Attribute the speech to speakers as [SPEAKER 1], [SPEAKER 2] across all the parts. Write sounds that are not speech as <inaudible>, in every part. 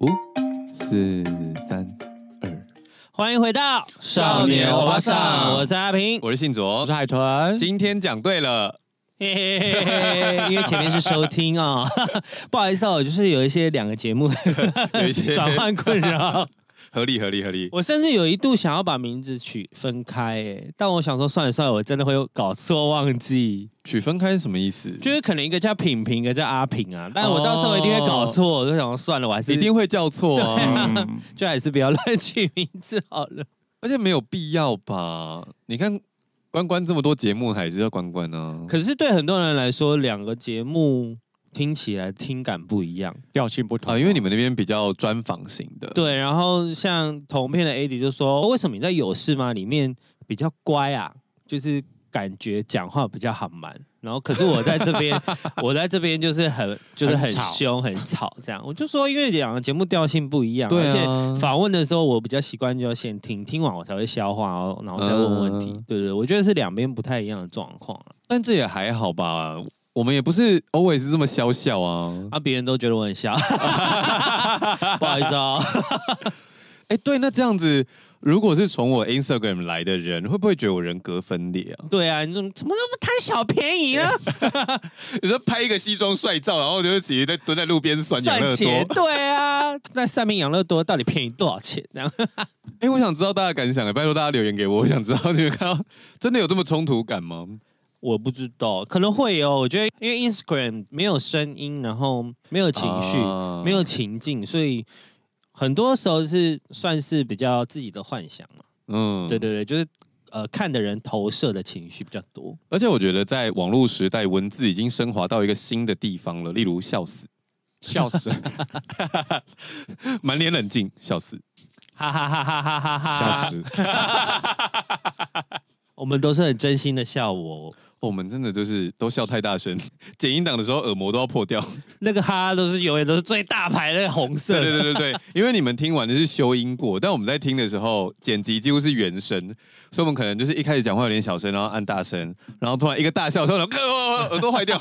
[SPEAKER 1] 五、四、三、二，
[SPEAKER 2] 欢迎回到
[SPEAKER 1] 少年欧巴桑
[SPEAKER 2] 我是阿平。
[SPEAKER 1] 我是信
[SPEAKER 3] 我
[SPEAKER 1] 卓
[SPEAKER 3] 是，海豚，
[SPEAKER 1] 今天讲对了，
[SPEAKER 2] 嘿嘿嘿嘿嘿因为前面是收听啊、 <laughs> 不好意思哦，就是有一些两个节目
[SPEAKER 1] <laughs> 有一些
[SPEAKER 2] <laughs> 转换困扰。
[SPEAKER 1] 合理合理合理，
[SPEAKER 2] 我甚至有一度想要把名字取分开，哎，但我想说算了算了，我真的会有搞错忘记，
[SPEAKER 1] 取分开是什么意思？
[SPEAKER 2] 就是可能一个叫品品，一个叫阿平啊，但我到时候一定会搞错，我就想说算了，我还是
[SPEAKER 1] 哦一定会叫错啊，
[SPEAKER 3] 嗯，
[SPEAKER 2] 就还是不要乱取名字好了。
[SPEAKER 1] 而且没有必要吧？你看关关这么多节目，还是要关关啊。
[SPEAKER 2] 可是对很多人来说，两个节目听起来听感不一样。呃
[SPEAKER 3] 调性不同
[SPEAKER 1] 啊，因为你们那边比较专访型的，，
[SPEAKER 2] 对，然后像同片的 AD 就说，哦为什么你在有事吗里面比较乖啊？就是感觉讲话比较好蛮。然后可是我在这边，我在这边就是很就是很
[SPEAKER 3] 很吵
[SPEAKER 2] 凶很吵这样。我就说，因为两个节目调性不一样，
[SPEAKER 1] 对
[SPEAKER 2] 而且
[SPEAKER 1] 啊，
[SPEAKER 2] 访问的时候我比较习惯就要先听，听完我才会消化，哦然后然后再问问题。
[SPEAKER 1] 嗯
[SPEAKER 2] 对对，我觉得是两边不太一样的状况啊。
[SPEAKER 1] 但这也还好吧。我们也不是 always 这么笑笑啊。
[SPEAKER 2] 啊，别人都觉得我
[SPEAKER 1] <laughs>
[SPEAKER 2] 很瞎，不好意思哦。
[SPEAKER 1] 哎、对，那这样子，如果是从我 Instagram 来的人，会不会觉得我人格分裂啊？
[SPEAKER 2] 对啊，你怎么怎么那么贪小便宜呢？
[SPEAKER 1] 你说拍一个西装帅照，然后就是直接在蹲在路边算
[SPEAKER 2] 赚钱，对啊。那三明养乐多到底便宜多少钱？这样
[SPEAKER 1] 哎、我想知道大家感想哎，拜托大家留言给我，我想知道 <laughs> 你们看到真的有这么冲突感吗？
[SPEAKER 2] 我不知道，可能会有。我觉得因为 Instagram 没有声音，然后没有情绪，
[SPEAKER 1] 啊
[SPEAKER 2] 没有情境，所以很多时候是算是比较自己的幻想嘛。
[SPEAKER 1] 嗯
[SPEAKER 2] 对对对，就是呃看的人投射的情绪比较多。
[SPEAKER 1] 而且我觉得在网络时代，文字已经升华到一个新的地方了，例如笑死，
[SPEAKER 3] 笑死，
[SPEAKER 1] <laughs> 满脸冷静，笑死，
[SPEAKER 2] 哈哈哈哈哈哈哈！
[SPEAKER 1] 笑死。 <laughs>
[SPEAKER 2] 我们都是很真心的笑我、
[SPEAKER 1] 我们真的就是都笑太大声，剪音档的时候耳膜都要破掉。
[SPEAKER 2] 那个哈哈都是永远都是最大牌的红色
[SPEAKER 1] 对
[SPEAKER 2] 的
[SPEAKER 1] 对对 <laughs> 对对，因为你们听完的是修音过，但我们在听的时候，剪辑几乎是原声，所以我们可能就是一开始讲话有点小声，然后按大声，然后突然一个大笑声，然后、呃、耳朵坏 <laughs> 掉。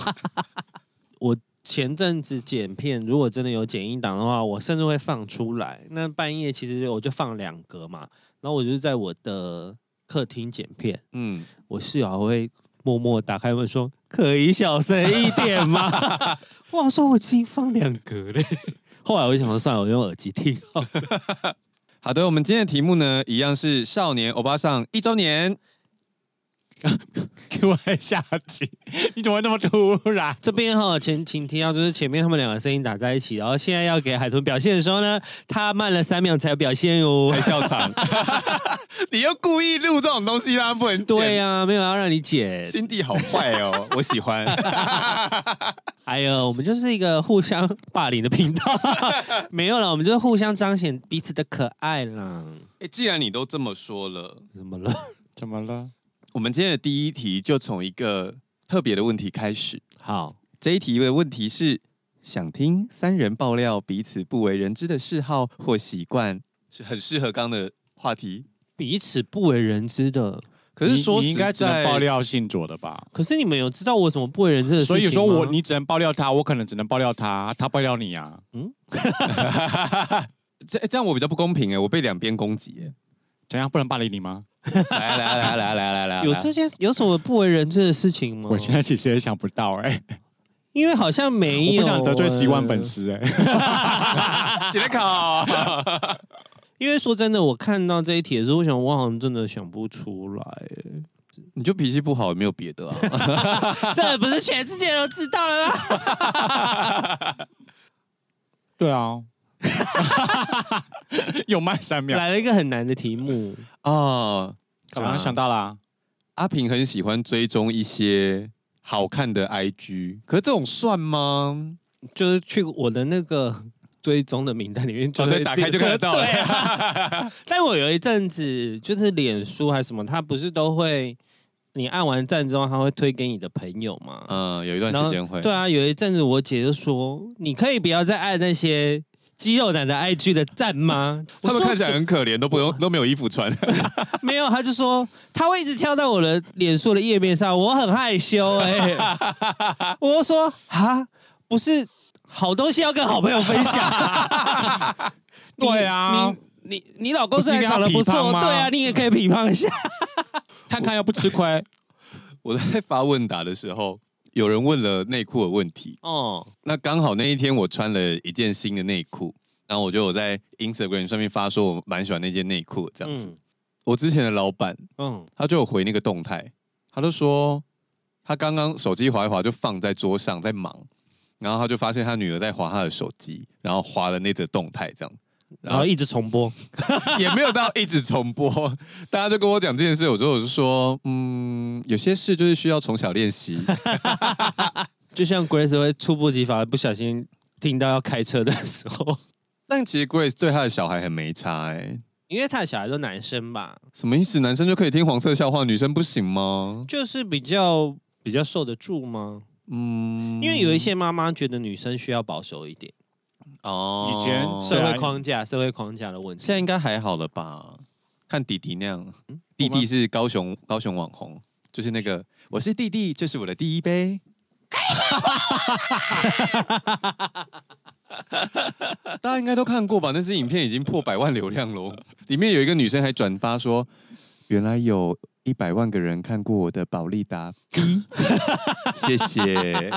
[SPEAKER 2] 我前阵子剪片，如果真的有剪音档的话，我甚至会放出来。那半夜其实我就放两格嘛，然后我就是在我的客厅剪片，
[SPEAKER 1] 嗯，
[SPEAKER 2] 我室友还会默默打开门说：“可以小声一点 <laughs> 吗？”我想说我已经放两格嘞。后来我就想说，算了，我用耳机听。
[SPEAKER 1] 好的，我们今天的题目呢，一样是少年欧巴上一周年。
[SPEAKER 3] 给我下集， <laughs> 你怎么那么突然？
[SPEAKER 2] 这边哈、前请提到就是前面他们两个声音打在一起，然后现在要给海豚表现的时候呢，他慢了三秒才有表现
[SPEAKER 3] <laughs>
[SPEAKER 2] 哦。
[SPEAKER 1] 开笑场，你又故意录这种东西，让他不能剪
[SPEAKER 2] <laughs> 对、呀、没有要让你剪。
[SPEAKER 1] 心地好坏哦，我喜 <laughs> 欢。
[SPEAKER 2] 哎呦，我们就是一个互相霸凌的频
[SPEAKER 3] <laughs>
[SPEAKER 2] 道，没有了，我们就是互相彰显彼此的可爱啦。
[SPEAKER 1] 哎既然你都这么说了，
[SPEAKER 2] 怎么了？
[SPEAKER 3] 怎么了？
[SPEAKER 1] 我们今天的第一题就从一个特别的问题开始。
[SPEAKER 2] 好，
[SPEAKER 1] 这一题的问题是：想听三人爆料彼此不为人知的嗜好或习惯，是很适合刚的话题。
[SPEAKER 2] 彼此不为人知的，
[SPEAKER 1] 可是
[SPEAKER 3] 你
[SPEAKER 1] 说
[SPEAKER 3] 你应该
[SPEAKER 1] 实
[SPEAKER 3] 只
[SPEAKER 1] 在
[SPEAKER 3] 能爆，料信卓的吧？
[SPEAKER 2] 可是你们有知道我怎么不为人知的事情
[SPEAKER 3] 所
[SPEAKER 2] 吗
[SPEAKER 3] 以说我你只能爆料他，我可能只能爆料他，他爆料你啊。
[SPEAKER 1] 这这样我比较不公平哎，我被两边攻击
[SPEAKER 3] 怎样不能霸凌你吗？
[SPEAKER 1] 哎。来来来来来来来，
[SPEAKER 2] 有这件有什么不为人知的事情吗？
[SPEAKER 3] 我现在其实也想不到哎、
[SPEAKER 2] 因为好像没
[SPEAKER 3] 我
[SPEAKER 2] 有，呃欸
[SPEAKER 3] 不想得罪十万粉。丝哎、
[SPEAKER 1] <laughs> 写的考，
[SPEAKER 2] 因为说真的，我看到这一题的时候，我想我好像真的想不
[SPEAKER 1] <laughs>
[SPEAKER 2] 出来，
[SPEAKER 1] <laughs> 你就脾气不好，也没有别的啊。 <laughs>
[SPEAKER 2] 这不是全世界都知道啊了吗？
[SPEAKER 3] 对啊，有慢三秒，
[SPEAKER 2] 来了一个很难的题目，
[SPEAKER 1] 哦，
[SPEAKER 3] 马上想到啦、
[SPEAKER 1] 阿平很喜欢追踪一些好看的 IG，可是这种算吗？
[SPEAKER 2] 就是去我的那个追踪的名单里面就
[SPEAKER 1] 哦
[SPEAKER 2] 会，
[SPEAKER 1] 对打开就看得到了
[SPEAKER 2] 对
[SPEAKER 1] <laughs>
[SPEAKER 2] 啊但我有一阵子就是脸书还是什么，它不是都会你按完赞之后，它会推给你的朋友嘛？
[SPEAKER 3] 呃
[SPEAKER 1] 嗯，有一段
[SPEAKER 2] 然后
[SPEAKER 1] 时间会。
[SPEAKER 2] 对啊，有一阵子我姐就说，你可以不要再按那些肌肉男的 IG 的赞吗？我
[SPEAKER 1] 他们
[SPEAKER 2] 说
[SPEAKER 1] 看起来很可怜，都不用都没有衣服穿。
[SPEAKER 2] <laughs> 没有，他就说他会一直跳到我的脸书的页
[SPEAKER 3] <laughs>
[SPEAKER 2] 面上，我很害羞哎、我就说啊，不是好东西要跟好朋友分享、你
[SPEAKER 3] <laughs> 对啊，，
[SPEAKER 2] 你你你老公虽然
[SPEAKER 3] 不是应该
[SPEAKER 2] 长得
[SPEAKER 3] 要
[SPEAKER 2] 不
[SPEAKER 3] 比胖
[SPEAKER 2] 错，
[SPEAKER 3] 吗
[SPEAKER 2] 对啊，你也可以批判一下。
[SPEAKER 3] <laughs> 看看又不吃亏，
[SPEAKER 1] <laughs> 我在发问答的时候，有人问了内裤的问题，
[SPEAKER 2] <laughs> 哦，
[SPEAKER 1] 那刚好那一天我穿了一件新的内裤，然后我就有在 Instagram 上面发说，我蛮喜欢那件内裤这样子。
[SPEAKER 2] 嗯
[SPEAKER 1] 我之前的老板
[SPEAKER 2] 嗯，
[SPEAKER 1] 他就有回那个动态，他就说他刚刚手机滑一滑就放在桌上在忙，然后他就发现他女儿在滑他的手机，然后滑了那则动态这样。
[SPEAKER 2] 然后一直重播，
[SPEAKER 1] 也没有到一直重播， <laughs> 大家就跟我讲这件事，我就我就说，嗯，有些事就是需要从小练习。
[SPEAKER 2] 就像 Grace 会猝不及防，不小心听到要开车的时候，
[SPEAKER 1] 但其实 Grace 对他的小孩很没差、欸，
[SPEAKER 2] 因为他的小孩都男生吧，
[SPEAKER 1] 什么意思？男生就可以听黄色笑话，女生不行吗？
[SPEAKER 2] 就是比较比较受得住吗？
[SPEAKER 1] 嗯，
[SPEAKER 2] 因为有一些妈妈觉得女生需要保守一点，
[SPEAKER 1] 哦
[SPEAKER 3] 以前
[SPEAKER 2] 社
[SPEAKER 3] 对啊
[SPEAKER 2] 会框架、社会框架的问题。嗯
[SPEAKER 1] 现在应该还好了吧？看弟弟那样，弟弟是高雄高雄网红，就是那个我是弟弟，这是我的第一
[SPEAKER 2] <laughs>
[SPEAKER 1] 杯。大家应该都看过吧？那支影片已经破百万流量喽。里面有一个女生还转发说，原来有一百万个人看过我的宝利达 B，谢谢。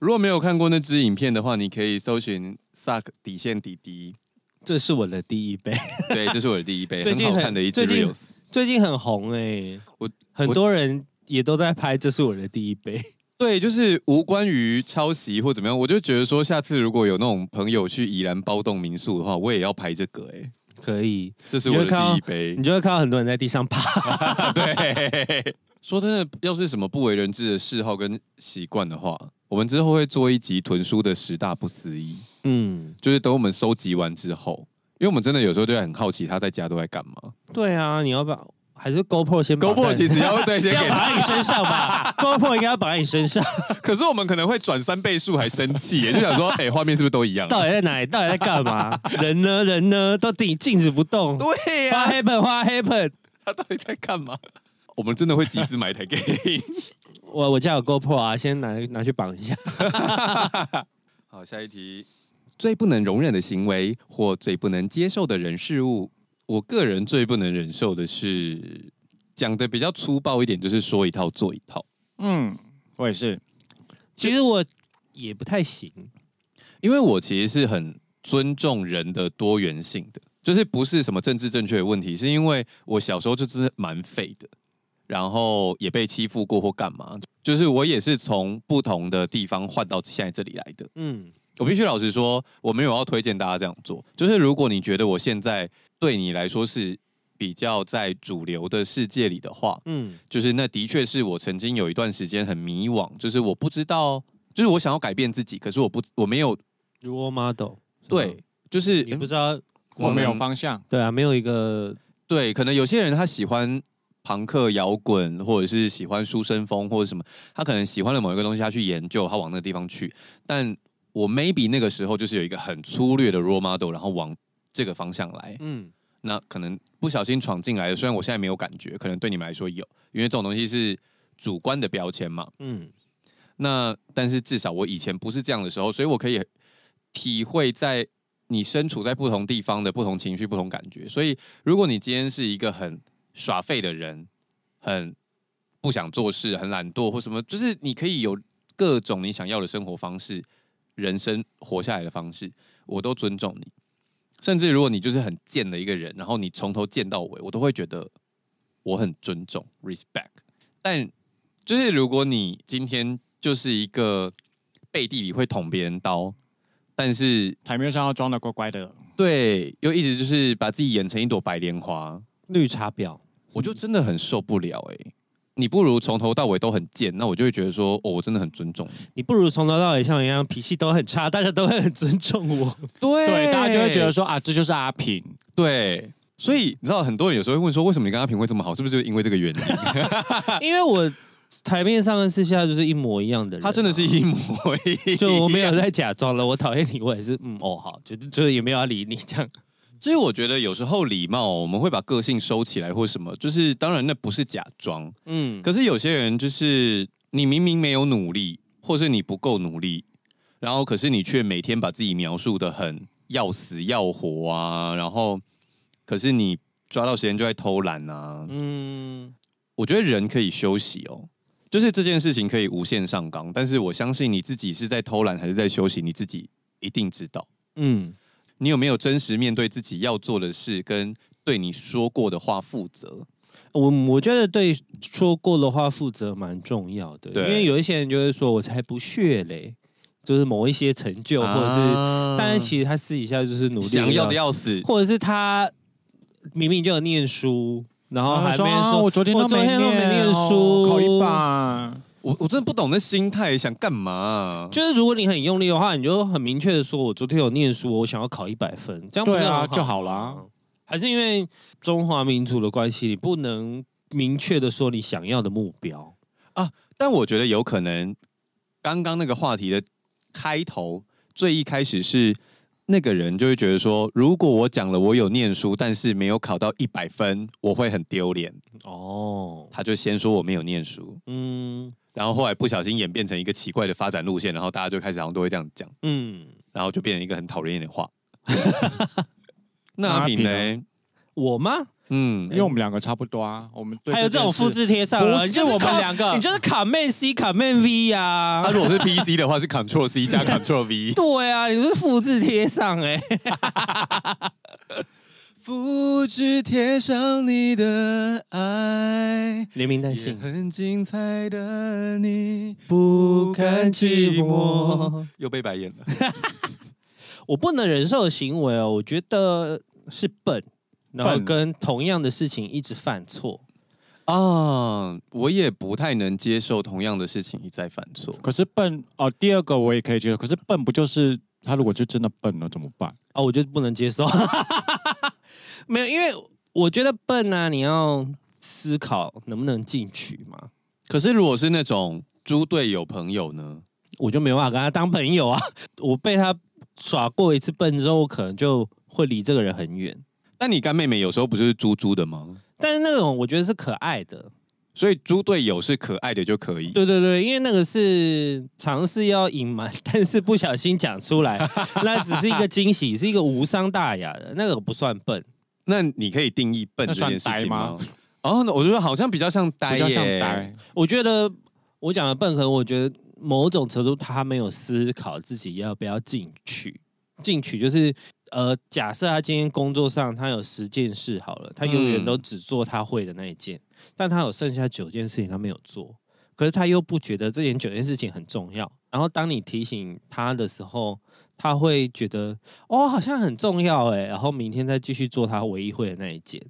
[SPEAKER 1] 如果没有看过那支影片的话，你可以搜寻 “suck 底线弟弟”，
[SPEAKER 2] 这是我的第一杯，
[SPEAKER 1] <laughs> 对，这是我的第一杯，
[SPEAKER 2] 最近
[SPEAKER 1] 很好
[SPEAKER 2] 很
[SPEAKER 1] 看的一支
[SPEAKER 2] 最近
[SPEAKER 1] reels。
[SPEAKER 2] <laughs> 最近很红哎、
[SPEAKER 1] 我
[SPEAKER 2] 很多人也都在拍，这是我的第一杯。
[SPEAKER 1] 对，就是无关于抄袭或怎么样，我就觉得说，下次如果有那种朋友去宜兰包栋民宿的话，我也要拍这个、欸。哎，
[SPEAKER 2] 可以，
[SPEAKER 1] 这是我的
[SPEAKER 2] 你会看到
[SPEAKER 1] 第一杯 <laughs> 啊
[SPEAKER 2] 你。就会看到很多人在地上爬。
[SPEAKER 1] 对， <laughs> 说真的，要是什么不为人知的嗜好跟习惯的话，我们之后会做一集屯叔的十大不思议，
[SPEAKER 2] 嗯，
[SPEAKER 1] 就是等我们收集完之后。因为我们真的有时候就会很好奇他在家都在干嘛。
[SPEAKER 2] 对啊，你要不要还是 GoPro 先绑
[SPEAKER 1] GoPro
[SPEAKER 2] 在
[SPEAKER 1] 其实要 <laughs> 对先
[SPEAKER 2] <laughs> 要
[SPEAKER 1] 给
[SPEAKER 2] 绑
[SPEAKER 1] 他，
[SPEAKER 2] 在你身上 <laughs> 吧，GoPro 应该要绑在你身上。
[SPEAKER 1] 可是我们可能会转三倍速还生气耶，就想说，哎、画面是不是都一样？
[SPEAKER 2] <laughs> 到底在哪里？到底在干嘛？ <laughs> 人呢？人呢？都定静止不动。
[SPEAKER 1] 对啊呀、
[SPEAKER 2] 花 happen，花 happen。
[SPEAKER 1] 他到底在干嘛？ <laughs> 我们真的会集资买台 game。
[SPEAKER 2] 我我家有 GoPro 啊，先拿拿去绑一下。
[SPEAKER 1] <laughs> 好，下一题，最不能容忍的行为或最不能接受的人事物，我个人最不能忍受的是讲的比较粗暴一点，就是说一套做一套。
[SPEAKER 3] 嗯，我也是，
[SPEAKER 2] 其实我也不太行。
[SPEAKER 1] 因为我其实是很尊重人的多元性的，就是不是什么政治正确的问题，是因为我小时候就真的蛮废的，然后也被欺负过或干嘛，就是我也是从不同的地方换到现在这里来的。
[SPEAKER 2] 嗯，
[SPEAKER 1] 我必须老实说，我没有要推荐大家这样做。就是如果你觉得我现在对你来说是比较在主流的世界里的话，
[SPEAKER 2] 嗯，
[SPEAKER 1] 就是那的确是我曾经有一段时间很迷惘，就是我不知道，就是我想要改变自己，可是我不我没有
[SPEAKER 2] 如 role model
[SPEAKER 1] 对，，就是
[SPEAKER 2] 也不知道。
[SPEAKER 1] 我
[SPEAKER 3] 嗯我
[SPEAKER 1] 们
[SPEAKER 3] 没有方向，
[SPEAKER 2] 对啊，没有一个
[SPEAKER 1] 对，可能有些人他喜欢朋克摇滚，或者是喜欢书生风，或者什么，他可能喜欢了某一个东西，他去研究，他往那个地方去。但我 maybe 那个时候就是有一个很粗略的 role model，然后往这个方向来，
[SPEAKER 2] 嗯
[SPEAKER 1] 那可能不小心闯进来的。虽然我现在没有感觉，可能对你们来说有，因为这种东西是主观的标签嘛。
[SPEAKER 2] 嗯
[SPEAKER 1] 那但是至少我以前不是这样的时候，所以我可以体会在你身处在不同地方的不同情绪、不同感觉。所以，如果你今天是一个很耍废的人，很不想做事、很懒惰或什么，就是你可以有各种你想要的生活方式、人生活下来的方式，我都尊重你。甚至如果你就是很贱的一个人，然后你从头贱到尾，我都会觉得我很尊重 （respect）。但就是如果你今天就是一个背地里会捅别人刀，但是
[SPEAKER 3] 台面上要装的乖乖的，
[SPEAKER 1] 对又一直就是把自己演成一朵白莲花，
[SPEAKER 2] 绿茶婊。
[SPEAKER 1] 我就真的很受不了哎、你不如从头到尾都很贱，那我就会觉得说，哦，我真的很尊重你。
[SPEAKER 2] 你不如从头到尾像我一样脾气都很差，大家都会很尊重我。
[SPEAKER 1] 对
[SPEAKER 3] 对，大家就会觉得说啊，这就是阿平，
[SPEAKER 1] 对。所以你知道，很多人有时候会问说，为什么你跟阿平会这么好？是不是就因为这个原因？
[SPEAKER 2] 因为我台面上跟私下就是一模一样的人啊、
[SPEAKER 1] 他真的是一模一样。 <laughs>
[SPEAKER 2] 就我没有在假装了，我讨厌你，我也是嗯哦好，就是就是也没有要理你这样。
[SPEAKER 1] 所以我觉得有时候礼貌，我们会把个性收起来或什么，就是当然那不是假装，
[SPEAKER 2] 嗯，
[SPEAKER 1] 可是有些人就是你明明没有努力，或是你不够努力，然后可是你却每天把自己描述的很要死要活啊，然后可是你抓到时间就在偷懒啊。
[SPEAKER 2] 嗯，
[SPEAKER 1] 我觉得人可以休息哦，就是这件事情可以无限上纲，但是我相信你自己是在偷懒还是在休息，你自己一定知道。
[SPEAKER 2] 嗯，
[SPEAKER 1] 你有没有真实面对自己要做的事，跟对你说过的话负责？
[SPEAKER 2] 我我觉得对说过的话负责蛮重要的，
[SPEAKER 1] 对
[SPEAKER 2] 因为有一些人就会说我才不屑嘞，就是某一些成就，或者是，
[SPEAKER 1] 啊
[SPEAKER 2] 但是其实他私底下就是努力
[SPEAKER 1] 想要的
[SPEAKER 2] 要
[SPEAKER 1] 要死
[SPEAKER 2] 死，，或者是他明明就有念书，然后还
[SPEAKER 3] 说
[SPEAKER 2] 没
[SPEAKER 3] 啊
[SPEAKER 2] 哦说，
[SPEAKER 3] 我昨天
[SPEAKER 2] 我
[SPEAKER 3] 都
[SPEAKER 2] 昨
[SPEAKER 3] 没
[SPEAKER 2] 天都没念书
[SPEAKER 3] 哦考一啊把。
[SPEAKER 1] 我我真的不懂那心态想干嘛啊、
[SPEAKER 2] 就是如果你很用力的话，你就很明确的说，我昨天有念书，我想要考一百分，这样不是
[SPEAKER 3] 对啊
[SPEAKER 2] 很
[SPEAKER 3] 就好
[SPEAKER 2] 吗
[SPEAKER 3] 啦。
[SPEAKER 2] 还是因为中华民族的关系，你不能明确的说你想要的目标。
[SPEAKER 1] 但我觉得有可能，刚刚那个话题的开头最一开始是那个人就会觉得说，如果我讲了我有念书，但是没有考到一百分，我会很丢脸。
[SPEAKER 2] 哦，
[SPEAKER 1] 他就先说我没有念书，
[SPEAKER 2] 嗯
[SPEAKER 1] 然后后来不小心演变成一个奇怪的发展路线，然后大家就开始好像都会这样讲，
[SPEAKER 2] 嗯，
[SPEAKER 1] 然后就变成一个很讨人厌的 <laughs> 话。那阿
[SPEAKER 3] 阿
[SPEAKER 1] 平
[SPEAKER 3] 平
[SPEAKER 1] 呢？
[SPEAKER 2] 我吗？
[SPEAKER 1] 嗯
[SPEAKER 3] 因，为我们两个差不多啊，我们对
[SPEAKER 2] 还有这种复
[SPEAKER 3] 件事，
[SPEAKER 2] 制贴上啊，
[SPEAKER 3] 不是
[SPEAKER 2] 你就
[SPEAKER 3] 我们
[SPEAKER 2] 卡
[SPEAKER 3] 两个
[SPEAKER 2] 你就是卡妹 C 卡妹 V 啊呀、
[SPEAKER 1] 他、如果是 PC 的话是 Ctrl C 加 Ctrl V。
[SPEAKER 2] 对啊，你是复制贴上哎、
[SPEAKER 1] 复制贴上你的爱，
[SPEAKER 2] 连名带
[SPEAKER 1] 也
[SPEAKER 2] 姓，
[SPEAKER 1] 很精彩的你
[SPEAKER 2] 不
[SPEAKER 1] 不堪寂寞，又被白眼了。
[SPEAKER 2] 我不能忍受的行为哦，我觉得是笨，然后
[SPEAKER 3] 笨
[SPEAKER 2] 跟同样的事情一直犯错。
[SPEAKER 1] 啊，我也不太能接受同样的事情一再犯错。
[SPEAKER 3] 可是笨哦，第二个我也可以接受，可是笨不就是他如果就真的笨了怎么办？
[SPEAKER 2] 哦，我就不能接受。 <laughs> 没有，因为我觉得笨啊，你要思考能不能进去嘛。
[SPEAKER 1] 可是如果是那种猪队友朋友呢？
[SPEAKER 2] 我就没办法跟他当朋友啊。我被他耍过一次笨之后，我可能就会离这个人很远。
[SPEAKER 1] 那你干妹妹有时候不就是猪猪的吗？
[SPEAKER 2] 但是那种我觉得是可爱的，
[SPEAKER 1] 所以猪队友是可爱的就可以。
[SPEAKER 2] 对对对，因为那个是尝试要隐瞒，但是不小心讲出来， <laughs> 那只是一个惊喜，是一个无伤大雅的，那个不算笨。
[SPEAKER 1] 那你可以定义笨
[SPEAKER 3] 那
[SPEAKER 1] 这
[SPEAKER 3] 算
[SPEAKER 1] 件事
[SPEAKER 3] 呆
[SPEAKER 1] 情
[SPEAKER 3] 吗
[SPEAKER 1] 吗？哦，那我觉得好像比较像呆
[SPEAKER 3] 比
[SPEAKER 1] 耶，
[SPEAKER 3] 较像呆，
[SPEAKER 2] 我觉得我讲的笨，可能我觉得某种程度他没有思考自己要不要进取，进取就是。呃，假设他今天工作上他有十件事好了，他永远
[SPEAKER 1] 嗯
[SPEAKER 2] 都只做他会的那一件，但他有剩下九件事情他没有做，可是他又不觉得这件九件事情很重要。然后当你提醒他的时候，他会觉得哦，好像很重要哎，然后明天再继续做他唯一会的那一件。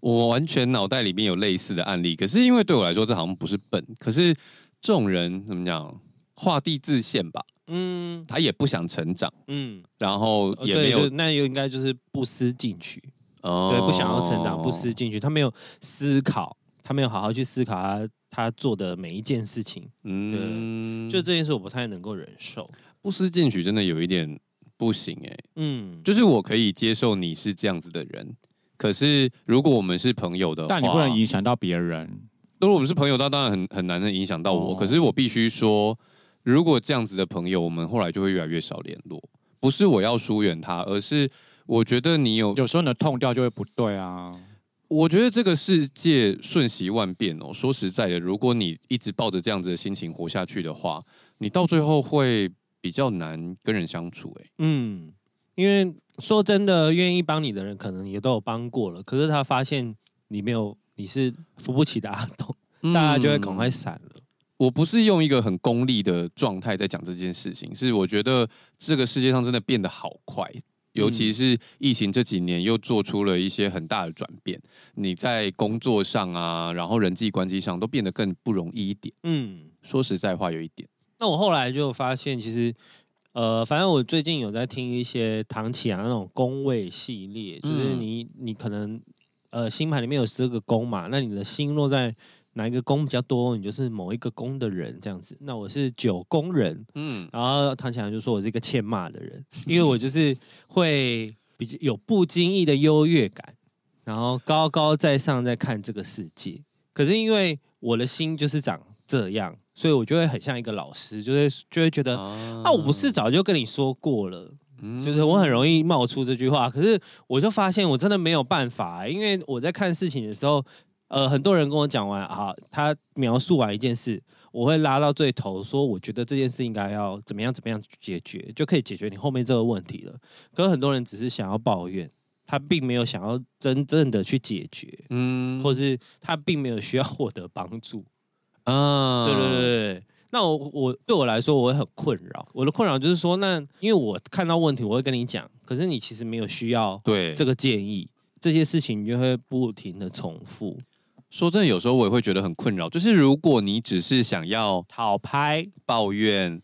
[SPEAKER 1] 我完全脑袋里面有类似的案例，可是因为对我来说这好像不是笨，可是这种人怎么讲，画地自限吧，
[SPEAKER 2] 嗯
[SPEAKER 1] 他也不想成长，
[SPEAKER 2] 嗯，
[SPEAKER 1] 然后
[SPEAKER 2] 呃
[SPEAKER 1] 也
[SPEAKER 2] 对
[SPEAKER 1] 没有
[SPEAKER 2] 就那又应该就是不思进取，
[SPEAKER 1] 哦
[SPEAKER 2] 对，不想要成长，不思进取，他没有思考，他没有好好去思考他他做的每一件事情，
[SPEAKER 1] 嗯，
[SPEAKER 2] 就
[SPEAKER 1] 就
[SPEAKER 2] 这件事我不太能够忍受。
[SPEAKER 1] 不思进取真的有一点不行哎、
[SPEAKER 2] 嗯，
[SPEAKER 1] 就是我可以接受你是这样子的人，可是如果我们是朋友的话，
[SPEAKER 3] 但你不能影响到别人。
[SPEAKER 1] 如果我们是朋友，那当然很很难的影响到我。
[SPEAKER 3] 哦
[SPEAKER 1] 可是我必须说，如果这样子的朋友，我们后来就会越来越少联络。不是我要疏远他，而是我觉得你有，
[SPEAKER 3] 有时候你的痛调就会不对啊。
[SPEAKER 1] 我觉得这个世界瞬息万变哦。说实在的，如果你一直抱着这样子的心情活下去的话，你到最后会比较难跟人相处、欸。
[SPEAKER 2] 嗯，因为说真的，愿意帮你的人可能也都有帮过了，可是他发现你没有，你是扶不起的阿斗，
[SPEAKER 1] 哎，
[SPEAKER 2] 大家就会赶快闪了。
[SPEAKER 1] 我不是用一个很功利的状态在讲这件事情，是我觉得这个世界上真的变得好快，尤
[SPEAKER 2] 嗯
[SPEAKER 1] 其是疫情这几年又做出了一些很大的转变。你在工作上啊，然后人际关系上都变得更不容易一点。
[SPEAKER 2] 嗯，
[SPEAKER 1] 说实在话，有一点，
[SPEAKER 2] 那我后来就发现，其实。呃，反正我最近有在听一些唐启阳那种宫位系列，就是
[SPEAKER 1] 嗯
[SPEAKER 2] 你你可能呃星盘里面有十二个宫嘛，那你的星落在哪一个宫比较多，你就是某一个宫的人这样子。那我是九宫人，
[SPEAKER 1] 嗯，
[SPEAKER 2] 然后唐启阳就说我是一个欠骂的人，因为我就是会比较有不经意的优越感，然后高高在上在看这个世界。可是因为我的心就是长这样，所以我就会很像一个老师，就会就会觉得啊，
[SPEAKER 1] 啊
[SPEAKER 2] 我不是早就跟你说过了，
[SPEAKER 1] 嗯
[SPEAKER 2] 就是我很容易冒出这句话。可是我就发现我真的没有办法、欸因为我在看事情的时候，呃，很多人跟我讲完啊，他描述完一件事，我会拉到最头，说我觉得这件事应该要怎么样怎么样去解决，就可以解决你后面这个问题了。可是很多人只是想要抱怨，他并没有想要真正的去解决，
[SPEAKER 1] 嗯
[SPEAKER 2] 或是他并没有需要获得帮助。
[SPEAKER 1] 啊
[SPEAKER 2] 对对对对对。那我我对我来说，我会很困扰。我的困扰就是说，那因为我看到问题，我会跟你讲，可是你其实没有需要
[SPEAKER 1] 对
[SPEAKER 2] 这个建议，这些事情你就会不停的重复
[SPEAKER 1] 说真的，有时候我也会觉得很困扰。就是如果你只是想要
[SPEAKER 2] 讨拍。
[SPEAKER 1] 抱怨，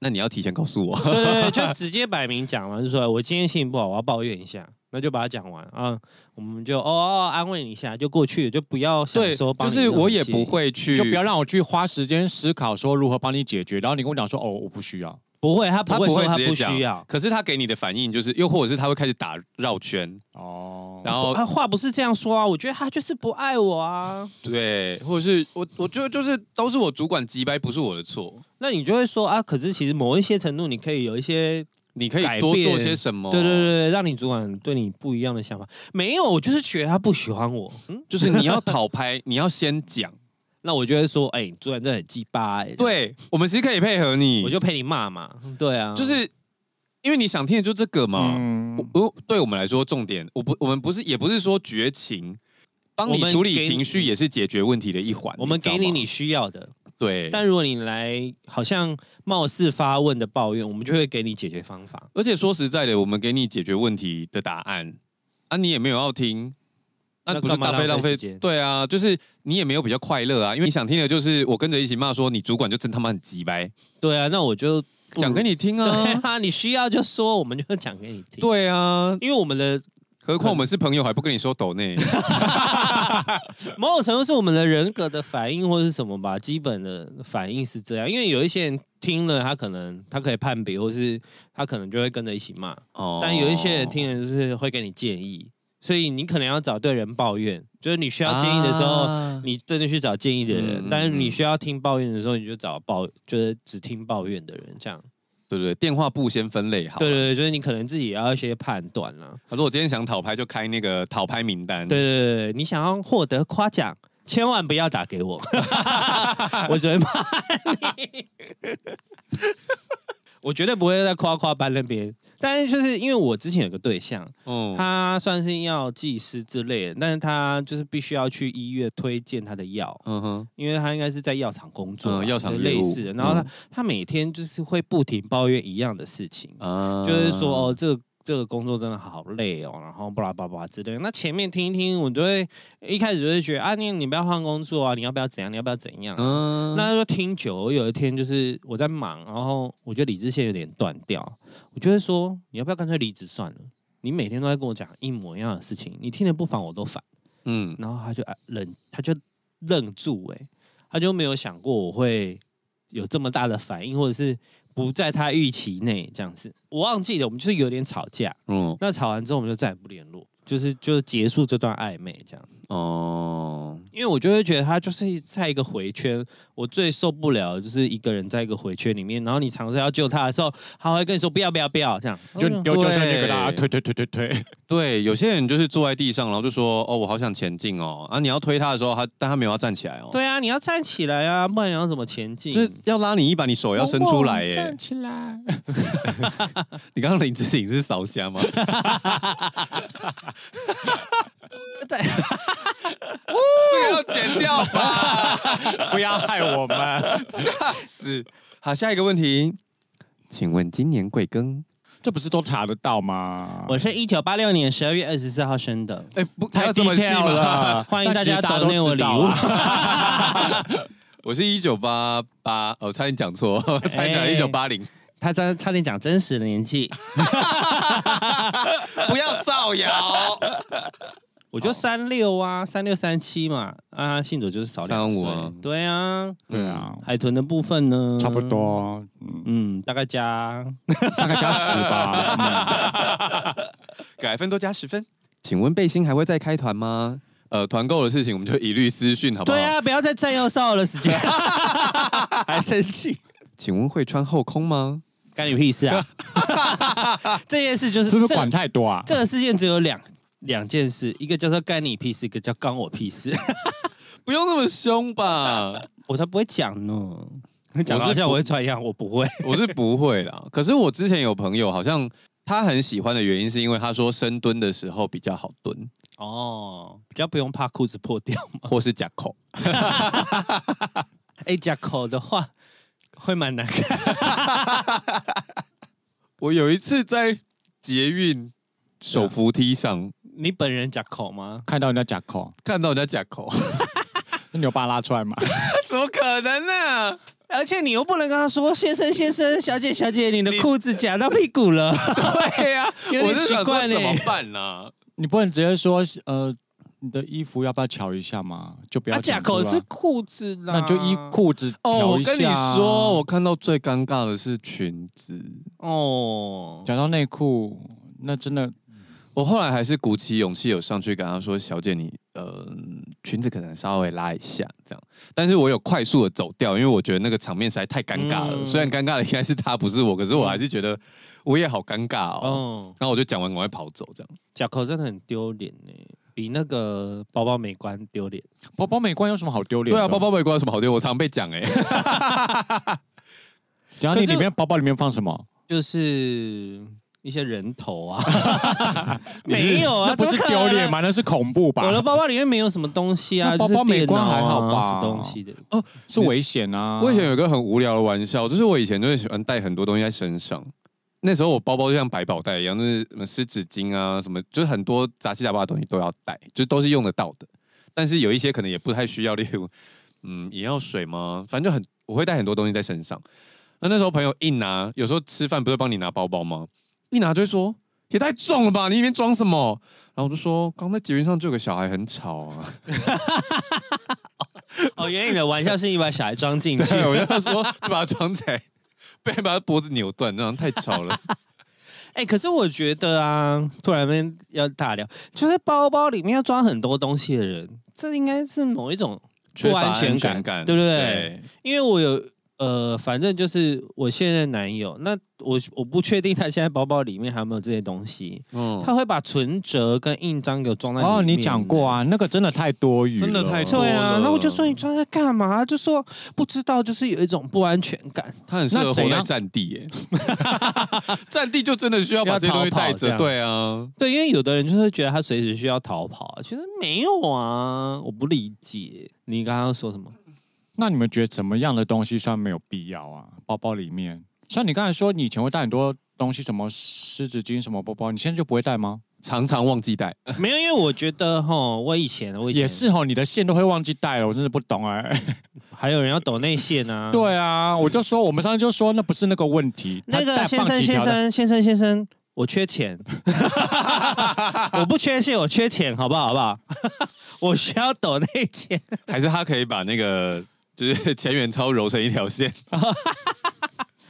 [SPEAKER 1] 那你要提前告诉我。 <laughs>
[SPEAKER 2] 对对对，就直接摆明讲完，就说我今天心情不好，我要抱怨一下，那就把它讲完啊，我们就哦哦安慰你一下，就过去了，就不要想说帮
[SPEAKER 1] 就
[SPEAKER 2] 你
[SPEAKER 1] 是
[SPEAKER 2] 任何
[SPEAKER 1] 我也
[SPEAKER 2] 建议
[SPEAKER 1] 不会去，
[SPEAKER 3] 就不要让我去花时间思考说如何帮你解决，然后你跟我讲说哦，我不需要，
[SPEAKER 2] 不会，他不
[SPEAKER 1] 他
[SPEAKER 2] 会
[SPEAKER 1] 不
[SPEAKER 2] 说
[SPEAKER 1] 会
[SPEAKER 2] 他
[SPEAKER 1] 直
[SPEAKER 2] 不
[SPEAKER 1] 接讲
[SPEAKER 2] 需要，
[SPEAKER 1] 可是他给你的反应就是，又或者是他会开始打绕圈，
[SPEAKER 3] 哦，
[SPEAKER 1] 然后
[SPEAKER 2] 他话不是这样说啊，我觉得他就是不爱我啊。
[SPEAKER 1] 对，或者是我我觉得就是都是我主管击败，不是我的错。
[SPEAKER 2] 那你就会说啊，可是其实某一些程度，你可以有一些，
[SPEAKER 1] 你可以
[SPEAKER 2] 改
[SPEAKER 1] 多做
[SPEAKER 2] 变
[SPEAKER 1] 些什么？
[SPEAKER 2] 对对对，对，让你主管对你不一样的想法。没有，我就是觉得他不喜欢我，嗯，
[SPEAKER 1] 就是你要讨拍， <laughs> 你要先讲。
[SPEAKER 2] 那我就会说，哎、主管真的很鸡巴、欸，，
[SPEAKER 1] 对，我们其实可以配合你，
[SPEAKER 2] 我就陪你骂嘛，对啊，
[SPEAKER 1] 就是因为你想听的就这个嘛。
[SPEAKER 3] 嗯，
[SPEAKER 1] 我我对我们来说，重点我不我们不是也不是说绝情，帮
[SPEAKER 2] 我
[SPEAKER 1] 你
[SPEAKER 2] 们
[SPEAKER 1] 处
[SPEAKER 2] 给
[SPEAKER 1] 理
[SPEAKER 2] 你
[SPEAKER 1] 情绪也是解决问题的一环。
[SPEAKER 2] 我们
[SPEAKER 1] 知道
[SPEAKER 2] 给你
[SPEAKER 1] 吗
[SPEAKER 2] 你需要的，
[SPEAKER 1] 对，
[SPEAKER 2] 但如果你来好像貌似发问的抱怨，我们就会给你解决方法。
[SPEAKER 1] 而且说实在的，我们给你解决问题的答案啊，你也没有要听，那、
[SPEAKER 2] 那
[SPEAKER 1] 不是
[SPEAKER 2] 干嘛
[SPEAKER 1] 大费浪
[SPEAKER 2] 浪
[SPEAKER 1] 费
[SPEAKER 2] 费时间？
[SPEAKER 1] 对啊，就是你也没有比较快乐啊，因为你想听的就是我跟着一起骂说你主管就真他妈很鸡掰，
[SPEAKER 2] 对啊，那我就不
[SPEAKER 1] 讲给你听
[SPEAKER 2] <laughs> 对
[SPEAKER 1] 啊，
[SPEAKER 2] 啊，你需要就说，我们就讲给你
[SPEAKER 1] <laughs>
[SPEAKER 2] 听。，
[SPEAKER 1] 对啊，
[SPEAKER 2] 因为我们的
[SPEAKER 1] 何况我们是朋友还不跟你说抖
[SPEAKER 2] <laughs>
[SPEAKER 1] 内，
[SPEAKER 2] 某种程度是我们的人格的反应或是什么吧，基本的反应是这样。因为有一些人听了，他可能他可以判别，或是他可能就会跟着一起骂；
[SPEAKER 1] 哦
[SPEAKER 2] 但有一些人听了就是会给你建议，所以你可能要找对人抱怨，就是你需要建议的时候，
[SPEAKER 1] 啊
[SPEAKER 2] 你真的去找建议的人；
[SPEAKER 1] 嗯
[SPEAKER 2] 但是你需要听抱怨的时候，你就找抱，就是只听抱怨的人这样。
[SPEAKER 1] 对对对，电话簿先分类好。
[SPEAKER 2] 对对对，就是你可能自己也要一些判断啦。
[SPEAKER 1] 他说我今天想讨拍就开那个讨拍名单，
[SPEAKER 2] 对对对对，你想要获得夸奖，千万不要打给
[SPEAKER 1] <laughs>
[SPEAKER 2] 我，我只会骂你。 <laughs> 我绝对不会在夸夸班那边，但是就是因为我之前有个对象，
[SPEAKER 1] 嗯，
[SPEAKER 2] 他算是药剂师之类的，但是他就是必须要去医院推荐他的药，
[SPEAKER 1] 嗯哼，
[SPEAKER 2] 因为他应该是在药厂工作啊，
[SPEAKER 1] 嗯药厂
[SPEAKER 2] 就
[SPEAKER 1] 业
[SPEAKER 2] 类
[SPEAKER 1] 务
[SPEAKER 2] 似的。然后他、
[SPEAKER 1] 嗯
[SPEAKER 2] 他每天就是会不停抱怨一样的事情，
[SPEAKER 1] 啊
[SPEAKER 2] 就是说哦，这个这个工作真的好累哦，然后巴拉巴拉之类的。那前面听一听，我就会一开始就会觉得啊，你你不要换工作啊，你要不要怎样，你要不要怎样啊、
[SPEAKER 1] 嗯
[SPEAKER 2] 那就听久了，我有一天就是我在忙，然后我觉得理智线有点断掉，我就会说，你要不要干脆离职算了？你每天都在跟我讲一模一样的事情，你听得不烦我都烦。
[SPEAKER 1] 嗯
[SPEAKER 2] 然后他就啊愣，他就愣住、欸，他就没有想过我会有这么大的反应，或者是不在他预期内这样子。我忘记了，我们就是有点吵架，
[SPEAKER 1] 嗯
[SPEAKER 2] 那吵完之后我们就再也不联络，就是就是结束这段暧昧这样。
[SPEAKER 1] 哦。
[SPEAKER 2] 因为我就会觉得他就是在一个回圈，我最受不了的就是一个人在一个回圈里面，然后你尝试要救他的时候，他会跟你说不要不要不要这样，
[SPEAKER 3] 就
[SPEAKER 2] 哦
[SPEAKER 3] 丢就是那个啦，
[SPEAKER 1] 对
[SPEAKER 3] 推推推推推，
[SPEAKER 1] 对，有些人就是坐在地上，然后就说：“哦，我好想前进哦。”啊，你要推他的时候，他但他没有要站起来哦。，
[SPEAKER 2] 对啊，你要站起来啊，不然你要怎么前进？
[SPEAKER 1] 就是要拉你一把，你手要伸出来耶。
[SPEAKER 3] 起来，
[SPEAKER 1] 你刚刚林志颖是扫瞎 <laughs> 吗？
[SPEAKER 2] 在
[SPEAKER 1] <laughs> 这个要剪掉 <laughs> 吧，
[SPEAKER 3] 不要害我们，
[SPEAKER 1] 吓死！好，下一个问题，请问今年贵庚？
[SPEAKER 3] <laughs> 这不是都查得到吗？
[SPEAKER 2] 我是一九八六年十二月二十四号生的，
[SPEAKER 1] 哎，不，还
[SPEAKER 3] 太
[SPEAKER 1] 要这么细
[SPEAKER 3] detail
[SPEAKER 1] <laughs> 吗？
[SPEAKER 3] 了，
[SPEAKER 2] 欢迎大家
[SPEAKER 3] 但其实
[SPEAKER 2] 抖内
[SPEAKER 3] 都
[SPEAKER 2] 我
[SPEAKER 3] 知
[SPEAKER 2] 礼
[SPEAKER 3] 道
[SPEAKER 2] 物。
[SPEAKER 3] 啊
[SPEAKER 1] 我是一九八八，哦，差点讲错，差点讲
[SPEAKER 2] 哎
[SPEAKER 1] 一九八零。
[SPEAKER 2] <laughs> 他差差点讲真实的年纪，
[SPEAKER 1] 不要造谣。
[SPEAKER 2] 我就三六啊，三六三七嘛，啊，信主就是少两岁
[SPEAKER 1] 35啊，
[SPEAKER 2] 对啊，
[SPEAKER 3] 对啊，
[SPEAKER 2] 海豚的部分呢，
[SPEAKER 3] 差不，多，嗯，
[SPEAKER 2] 嗯，大概加
[SPEAKER 3] 大概加十吧。嗯
[SPEAKER 1] 改分多加十分。请问背心还会再开团吗？呃团购的事情，我们就一律私讯，好不好？
[SPEAKER 2] 对啊，不要再占用少儿的时间，还生气，
[SPEAKER 1] 请问会穿后空吗？
[SPEAKER 2] 干你屁事啊！ <laughs> 这件事就是
[SPEAKER 3] 是不是
[SPEAKER 2] 这
[SPEAKER 3] 管太多啊？
[SPEAKER 2] 这个事件只有两两件事，一个叫做干你屁事，一个叫干我屁事， <laughs>
[SPEAKER 1] 不用那么凶吧，
[SPEAKER 2] 我才不会讲呢。讲得好像我会穿一样，我不会。
[SPEAKER 1] <laughs> 我是不会啦。可是我之前有朋友好像他很喜欢的原因是因为他说深蹲的时候比较好蹲， <laughs>
[SPEAKER 2] 哦，比较不用怕裤子破掉。 <laughs>
[SPEAKER 1] 或是夹口。
[SPEAKER 2] 哎，夹口的话会蛮难看。
[SPEAKER 1] 我有一次在捷运手扶梯上
[SPEAKER 2] 你本人夹口吗？
[SPEAKER 3] 看到人家假口，
[SPEAKER 1] 看到人家夹口，
[SPEAKER 3] 那你有把他拉出来吗？
[SPEAKER 1] <laughs> 怎么可能啊呢、
[SPEAKER 2] 而且你又不能跟他说：“先生，先生，小姐，小姐，你的裤子夹到屁股 <laughs> 了。
[SPEAKER 1] <laughs> 对呀、
[SPEAKER 2] 有点
[SPEAKER 1] 我就想
[SPEAKER 2] 奇怪
[SPEAKER 1] 说
[SPEAKER 2] 呢
[SPEAKER 1] 怎么办啊呢、
[SPEAKER 3] <laughs> 你不能直接说呃，你的衣服要不要瞧一下嘛？就”不要
[SPEAKER 2] 啊，夹
[SPEAKER 3] 讲出
[SPEAKER 2] 口
[SPEAKER 3] 来
[SPEAKER 2] 是裤子啦，
[SPEAKER 3] 那你就衣裤子
[SPEAKER 1] 哦，
[SPEAKER 3] 调
[SPEAKER 1] 我
[SPEAKER 3] 一下啊
[SPEAKER 1] 跟你说，我看到最尴尬的是裙子。
[SPEAKER 2] 哦。
[SPEAKER 3] 讲到内裤，那真的
[SPEAKER 1] 我后来还是鼓起勇气有上去跟她说：“小姐你，呃裙子可能稍微拉一下这样。”但是我有快速的走掉，因为我觉得那个场面实在太尴尬了。
[SPEAKER 2] 嗯
[SPEAKER 1] 虽然尴尬的应该是她，不是我，可是我还是觉得我也好尴尬哦。
[SPEAKER 2] 哦，
[SPEAKER 1] 然后我就讲完，赶快跑走这样。
[SPEAKER 2] 夹口真的很丢脸呢，比那个包包没关丢脸。
[SPEAKER 3] 包包美观有什么好丢脸？
[SPEAKER 1] 对啊，包，包没 <laughs> 关有什么好丢，我常被讲哎、
[SPEAKER 3] 然后你
[SPEAKER 2] 可是
[SPEAKER 3] 里面包包里面放什么？
[SPEAKER 2] 就是一些人头 <laughs> 啊，没有啊，
[SPEAKER 3] <laughs> 那不是
[SPEAKER 2] 怎么可能
[SPEAKER 3] 丢脸？吗？那是恐怖吧
[SPEAKER 2] 我？的包包里面没有什么东西啊，
[SPEAKER 3] 那包包
[SPEAKER 2] 就是
[SPEAKER 3] 没
[SPEAKER 2] 电脑
[SPEAKER 3] 关
[SPEAKER 2] 啊
[SPEAKER 3] 还好吧
[SPEAKER 2] 什么东西的，
[SPEAKER 3] 是危险啊！
[SPEAKER 1] 我以前有一个很无聊的玩笑，就是我以前就会喜欢带很多东西在身上。那时候我包包就像百宝袋一样，就是什么湿纸巾啊，什么就是很多杂七杂八的东西都要带，就都是用得到的。但是有一些可能也不太需要，例如 <laughs> 嗯眼药水吗？反正就很我会带很多东西在身上。那那时候朋友一拿，有时候吃饭不是帮你拿包包吗？一拿就会说也太重了吧，你里面装什么？然后我就说刚在捷运上就有个小孩很吵啊。
[SPEAKER 2] 哦，原来你的玩笑是你把小孩装进
[SPEAKER 1] <laughs>
[SPEAKER 2] 去 <laughs>
[SPEAKER 1] 对，。我就说就把它装起来，不然把它脖子扭断，这样太吵
[SPEAKER 2] <laughs>
[SPEAKER 1] 了。
[SPEAKER 2] 哎、可是我觉得啊，突然间要大聊，就是包包里面要装很多东西的人，这应该是某一种不
[SPEAKER 1] 缺乏
[SPEAKER 2] 安全感，
[SPEAKER 1] 全感
[SPEAKER 2] 对不对？因为我有呃，反正就是我现任男友，那我我不确定他现在包包里面还有没有这些东西，
[SPEAKER 1] 嗯，
[SPEAKER 2] 他会把存折跟印章给我装在里面。
[SPEAKER 3] 哦，你讲过。啊，那个真的太多余了，
[SPEAKER 1] 真的太多
[SPEAKER 2] 对
[SPEAKER 1] 了
[SPEAKER 2] 啊，那我就说你装在干嘛？他就说不知道，就是有一种不安全感。
[SPEAKER 1] 他很适合
[SPEAKER 3] 那
[SPEAKER 1] 活
[SPEAKER 3] 怎
[SPEAKER 1] 在
[SPEAKER 3] 样
[SPEAKER 1] 战地耶， <laughs> 战地就真的需要把这些东西带
[SPEAKER 2] 要
[SPEAKER 1] 着，
[SPEAKER 2] 逃跑这
[SPEAKER 1] 对啊。
[SPEAKER 2] 对，因为有的人就是觉得他随时需要逃跑，其实没有啊，我不理解。你刚刚说什么？
[SPEAKER 3] 那你们觉得怎么样的东西算没有必要啊？包包里面，像你刚才说，你以前会带很多东西，什么湿纸巾、什么包包，你现在就不会带吗？
[SPEAKER 1] 常常忘记带，
[SPEAKER 2] 没有，因为我觉得哈，我以前我以前
[SPEAKER 3] 也是哦，你的线都会忘记带了，我真的不
[SPEAKER 2] <laughs>
[SPEAKER 3] 懂哎、
[SPEAKER 2] 还有人要抖内线 <laughs> 啊。，
[SPEAKER 3] 对啊，我就说我们上次就说那不是那个问
[SPEAKER 2] <laughs>
[SPEAKER 3] 题，
[SPEAKER 2] 那
[SPEAKER 3] 他
[SPEAKER 2] 个
[SPEAKER 3] 带
[SPEAKER 2] 先
[SPEAKER 3] 放
[SPEAKER 2] 生
[SPEAKER 3] 几
[SPEAKER 2] 先
[SPEAKER 3] 条的，
[SPEAKER 2] 生先生先生，我缺钱， <laughs> 我不缺线，我缺钱，好不好？好不好？ <laughs> 我需要抖内钱。
[SPEAKER 1] 还是他可以把那个就是钱元超揉成一条线，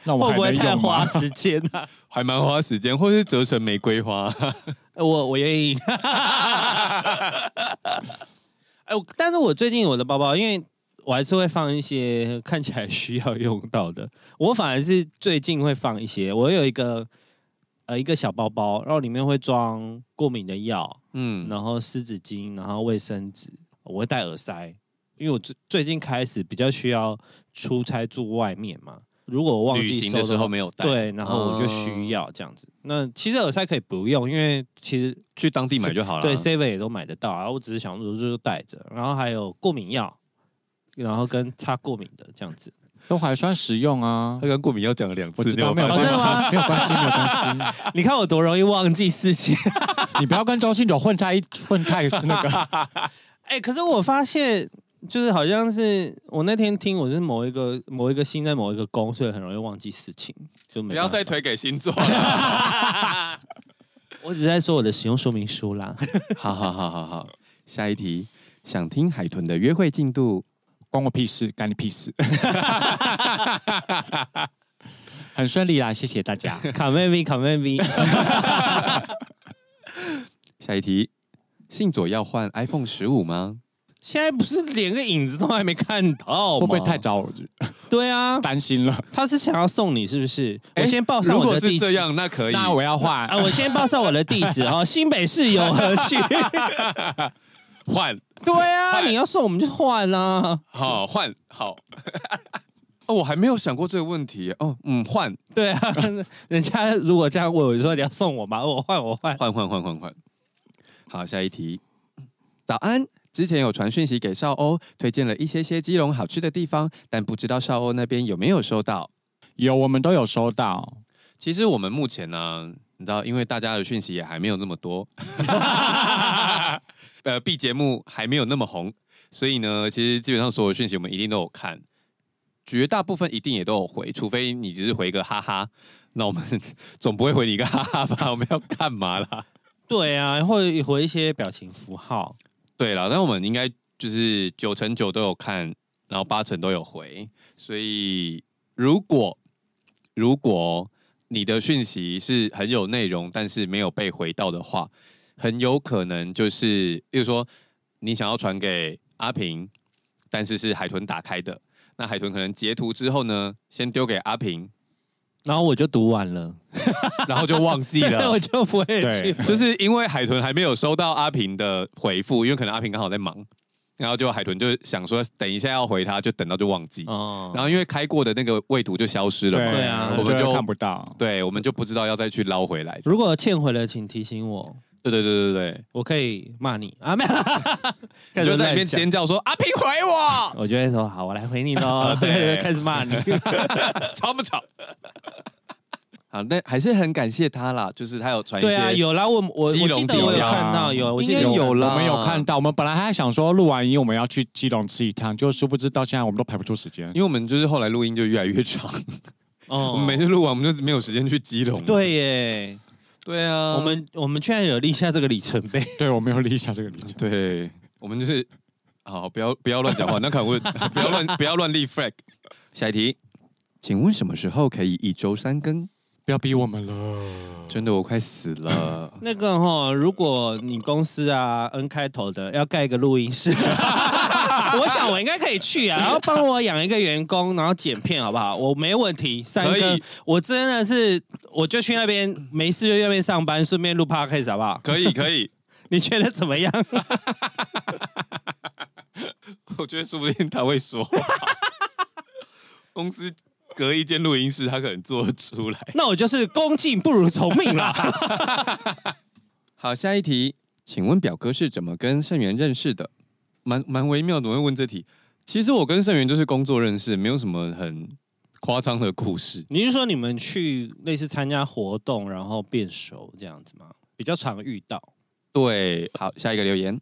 [SPEAKER 3] 那我
[SPEAKER 2] 会
[SPEAKER 3] 还
[SPEAKER 2] 不会
[SPEAKER 3] 能
[SPEAKER 2] 太
[SPEAKER 3] 用啊
[SPEAKER 2] 花
[SPEAKER 3] 吗？
[SPEAKER 2] 时间啊？
[SPEAKER 1] 还蛮花时间，或是折成玫瑰
[SPEAKER 2] <laughs>
[SPEAKER 1] 花。
[SPEAKER 2] 我我愿
[SPEAKER 1] <laughs>
[SPEAKER 2] 意。哎，我但是我最近我的包包，因为我还是会放一些看起来需要用到的，我反而是最近会放一些。我有一个呃一个小包包，然后里面会装过敏的药，
[SPEAKER 1] 嗯，
[SPEAKER 2] 然后湿纸巾，然后卫生纸，我会戴耳塞，因为我最最近开始比较需要出差住外面嘛。如果我忘
[SPEAKER 1] 旅
[SPEAKER 2] 记
[SPEAKER 1] 行
[SPEAKER 2] 收
[SPEAKER 1] 的时
[SPEAKER 2] 话
[SPEAKER 1] 候没有带，，
[SPEAKER 2] 对，然后我就需要这样子。那其实耳塞可以不用，因为其实
[SPEAKER 1] 去当地买就好了。
[SPEAKER 2] 对 Seven 也都买得到啊。我只是想说就是带着，然后还有过敏药，然后跟擦过敏的这样 <laughs> 子。
[SPEAKER 3] 都还算实用啊
[SPEAKER 1] 他。跟过敏要讲了两
[SPEAKER 3] 我
[SPEAKER 1] 次，
[SPEAKER 3] 知
[SPEAKER 1] 你有
[SPEAKER 3] 道没有
[SPEAKER 1] 发
[SPEAKER 3] 关
[SPEAKER 1] 现
[SPEAKER 2] 哦真的
[SPEAKER 3] 系
[SPEAKER 2] 吗，
[SPEAKER 3] 没有关系，没有关系。
[SPEAKER 2] 你看我多容易忘记事情。
[SPEAKER 3] 你不要跟周星哲混太一混太
[SPEAKER 2] <laughs>
[SPEAKER 3] 那个。
[SPEAKER 2] <laughs> 哎、可是我发现，就是好像是我那天听，我是某一个某一个星在某一个宫，所以很容易忘记事情，就没
[SPEAKER 1] <laughs> 不要
[SPEAKER 2] 办
[SPEAKER 1] 再
[SPEAKER 2] 法。
[SPEAKER 1] 推给星座了。
[SPEAKER 2] 我只是在说我的使用说明书啦。
[SPEAKER 1] <laughs> 好好好好好，下一题，想听海豚的约会进度？
[SPEAKER 3] 关我屁事，干你
[SPEAKER 2] <laughs>
[SPEAKER 3] 屁事。很顺利啦，谢谢大家。
[SPEAKER 2] 卡妹咪，卡妹咪，
[SPEAKER 1] 下一题，信左要换 iPhone 十五吗？
[SPEAKER 2] <laughs> 现在不是连个影子都还没看到吗？
[SPEAKER 3] 会不会太？早
[SPEAKER 2] 对啊，
[SPEAKER 3] 担心了？
[SPEAKER 2] 他是想要送你是不是？
[SPEAKER 1] 哎
[SPEAKER 2] 我先报上
[SPEAKER 1] 如
[SPEAKER 2] 我
[SPEAKER 1] 果
[SPEAKER 2] 的
[SPEAKER 1] 是
[SPEAKER 2] 地
[SPEAKER 1] 这
[SPEAKER 2] 址。
[SPEAKER 1] 样，那可以。
[SPEAKER 3] 那我要换
[SPEAKER 2] 啊，我先报上我的地 <laughs> 址哦，新北市有何区？
[SPEAKER 1] 换
[SPEAKER 2] 对 <laughs> 啊，
[SPEAKER 1] 换
[SPEAKER 2] 你要送我们就换啊。
[SPEAKER 1] 好换好。 <laughs> 哦，我还没有想过这个问题哦。嗯，换
[SPEAKER 2] 对啊， <laughs> 人家如果这样问我，就说你要送我吗？我换，我换。
[SPEAKER 1] 换换换换换。好，下一题。早安，之前有传讯息给少欧，推荐了一些些基隆好吃的地方，但不知道少欧那边有没有收到。
[SPEAKER 3] 有，我们都有收到。
[SPEAKER 1] 其实我们目前呢、你知道，因为大家的讯息也还没有那么多， <laughs> 呃，B 节目还没有那么红，所以呢，其实基本上所有讯息我们一定都有看，绝大部分一定也都有回，除非你只是回一个哈哈，那我们 <laughs> 总不会回你一个哈哈吧？我们要干嘛啦？
[SPEAKER 2] 对啊，会回一些表情符号。
[SPEAKER 1] 对了，那我们应该就是九成九都有看，然后八成都有回，所以如果如果你的讯息是很有内容，但是没有被回到的话，很有可能就是，例如说你想要传给阿平，但是是海豚打开的，那海豚可能截图之后呢，先丢给阿平，
[SPEAKER 2] 然后我就读完了，
[SPEAKER 1] 然后就忘记
[SPEAKER 2] <laughs> 对
[SPEAKER 1] 了
[SPEAKER 2] 我。就不会
[SPEAKER 3] 对
[SPEAKER 2] 去。
[SPEAKER 1] 就是因为海豚还没有收到阿平的回复，因为可能阿平刚好在忙，然后就海豚就想说等一下要回他，就等到就忘记，
[SPEAKER 2] 哦，
[SPEAKER 1] 然后因为开过的那个位图就消失了嘛，
[SPEAKER 2] 对啊
[SPEAKER 1] 我
[SPEAKER 3] 我
[SPEAKER 1] 们
[SPEAKER 3] 们
[SPEAKER 1] 就
[SPEAKER 3] 就看不到。
[SPEAKER 1] 对，我们就不知道要再去捞回来。
[SPEAKER 2] 如果欠回了，请提醒我，
[SPEAKER 1] 对对对对
[SPEAKER 2] 我可以骂你啊， <laughs> 没有，
[SPEAKER 1] 对，
[SPEAKER 2] 开
[SPEAKER 1] 你
[SPEAKER 2] 始
[SPEAKER 1] 就在那
[SPEAKER 2] 乱
[SPEAKER 1] 边
[SPEAKER 2] 讲。
[SPEAKER 1] 尖叫说阿平回我，，
[SPEAKER 2] 我就会说好，我来回你喽
[SPEAKER 1] 对
[SPEAKER 2] <laughs> 对，开始骂你。
[SPEAKER 1] 吵不吵？ <laughs> 好，那还是很感谢他啦，就是他有传一
[SPEAKER 2] 对啊，
[SPEAKER 1] 些，
[SPEAKER 2] 有啦，我我我
[SPEAKER 1] 基隆啊
[SPEAKER 2] 记得我有
[SPEAKER 3] 地标
[SPEAKER 2] 看到，有啊我记得
[SPEAKER 1] 应该有啦
[SPEAKER 3] 我们有看到。我们本来还想说录完音我们要去基隆吃一趟，就殊不知到现在我们都排不出时间
[SPEAKER 1] 因。为我们就是后来录音就越来越长，我
[SPEAKER 2] 哦
[SPEAKER 1] 们每次录完我们就没有时间去基隆。
[SPEAKER 2] 对耶，
[SPEAKER 1] 对啊，
[SPEAKER 2] 我们我们居然有立下这个里程碑， <laughs>。
[SPEAKER 3] 对，我没有理想这个理解。
[SPEAKER 1] 对，我们就是好，不要不要乱讲话，那可能会 <laughs> 不要乱不要乱立 flag。下一题，请问什么时候可以一周三更？
[SPEAKER 3] 不要逼我们了。
[SPEAKER 1] 真的，我快死了
[SPEAKER 2] 那个哈，如果你公司啊 N 开头的要盖一个录音室， <laughs> 我想我应该可以去啊，然后帮我养一个员工，然后剪片好不好？我没问题，三
[SPEAKER 1] 可
[SPEAKER 2] 哥
[SPEAKER 1] 以，
[SPEAKER 2] 我真的是我就去那边没事就去那边上班，顺便录 podcast 好不好？
[SPEAKER 1] 可以可以，
[SPEAKER 2] 你觉得怎么样？ <laughs>
[SPEAKER 1] 我觉得说不定他会说话。公司隔一间录音室，他可能做得出来。
[SPEAKER 2] 那我就是恭敬不如从命啦。
[SPEAKER 1] 好，下一题，请问表哥是怎么跟盛源认识的？蛮蛮微妙，怎么会问这题？其实我跟盛源就是工作认识，没有什么很夸张的故事。
[SPEAKER 2] 你是说你们去类似参加活动，然后变熟这样子吗？比较常遇到。
[SPEAKER 1] 对，好，下一个留言，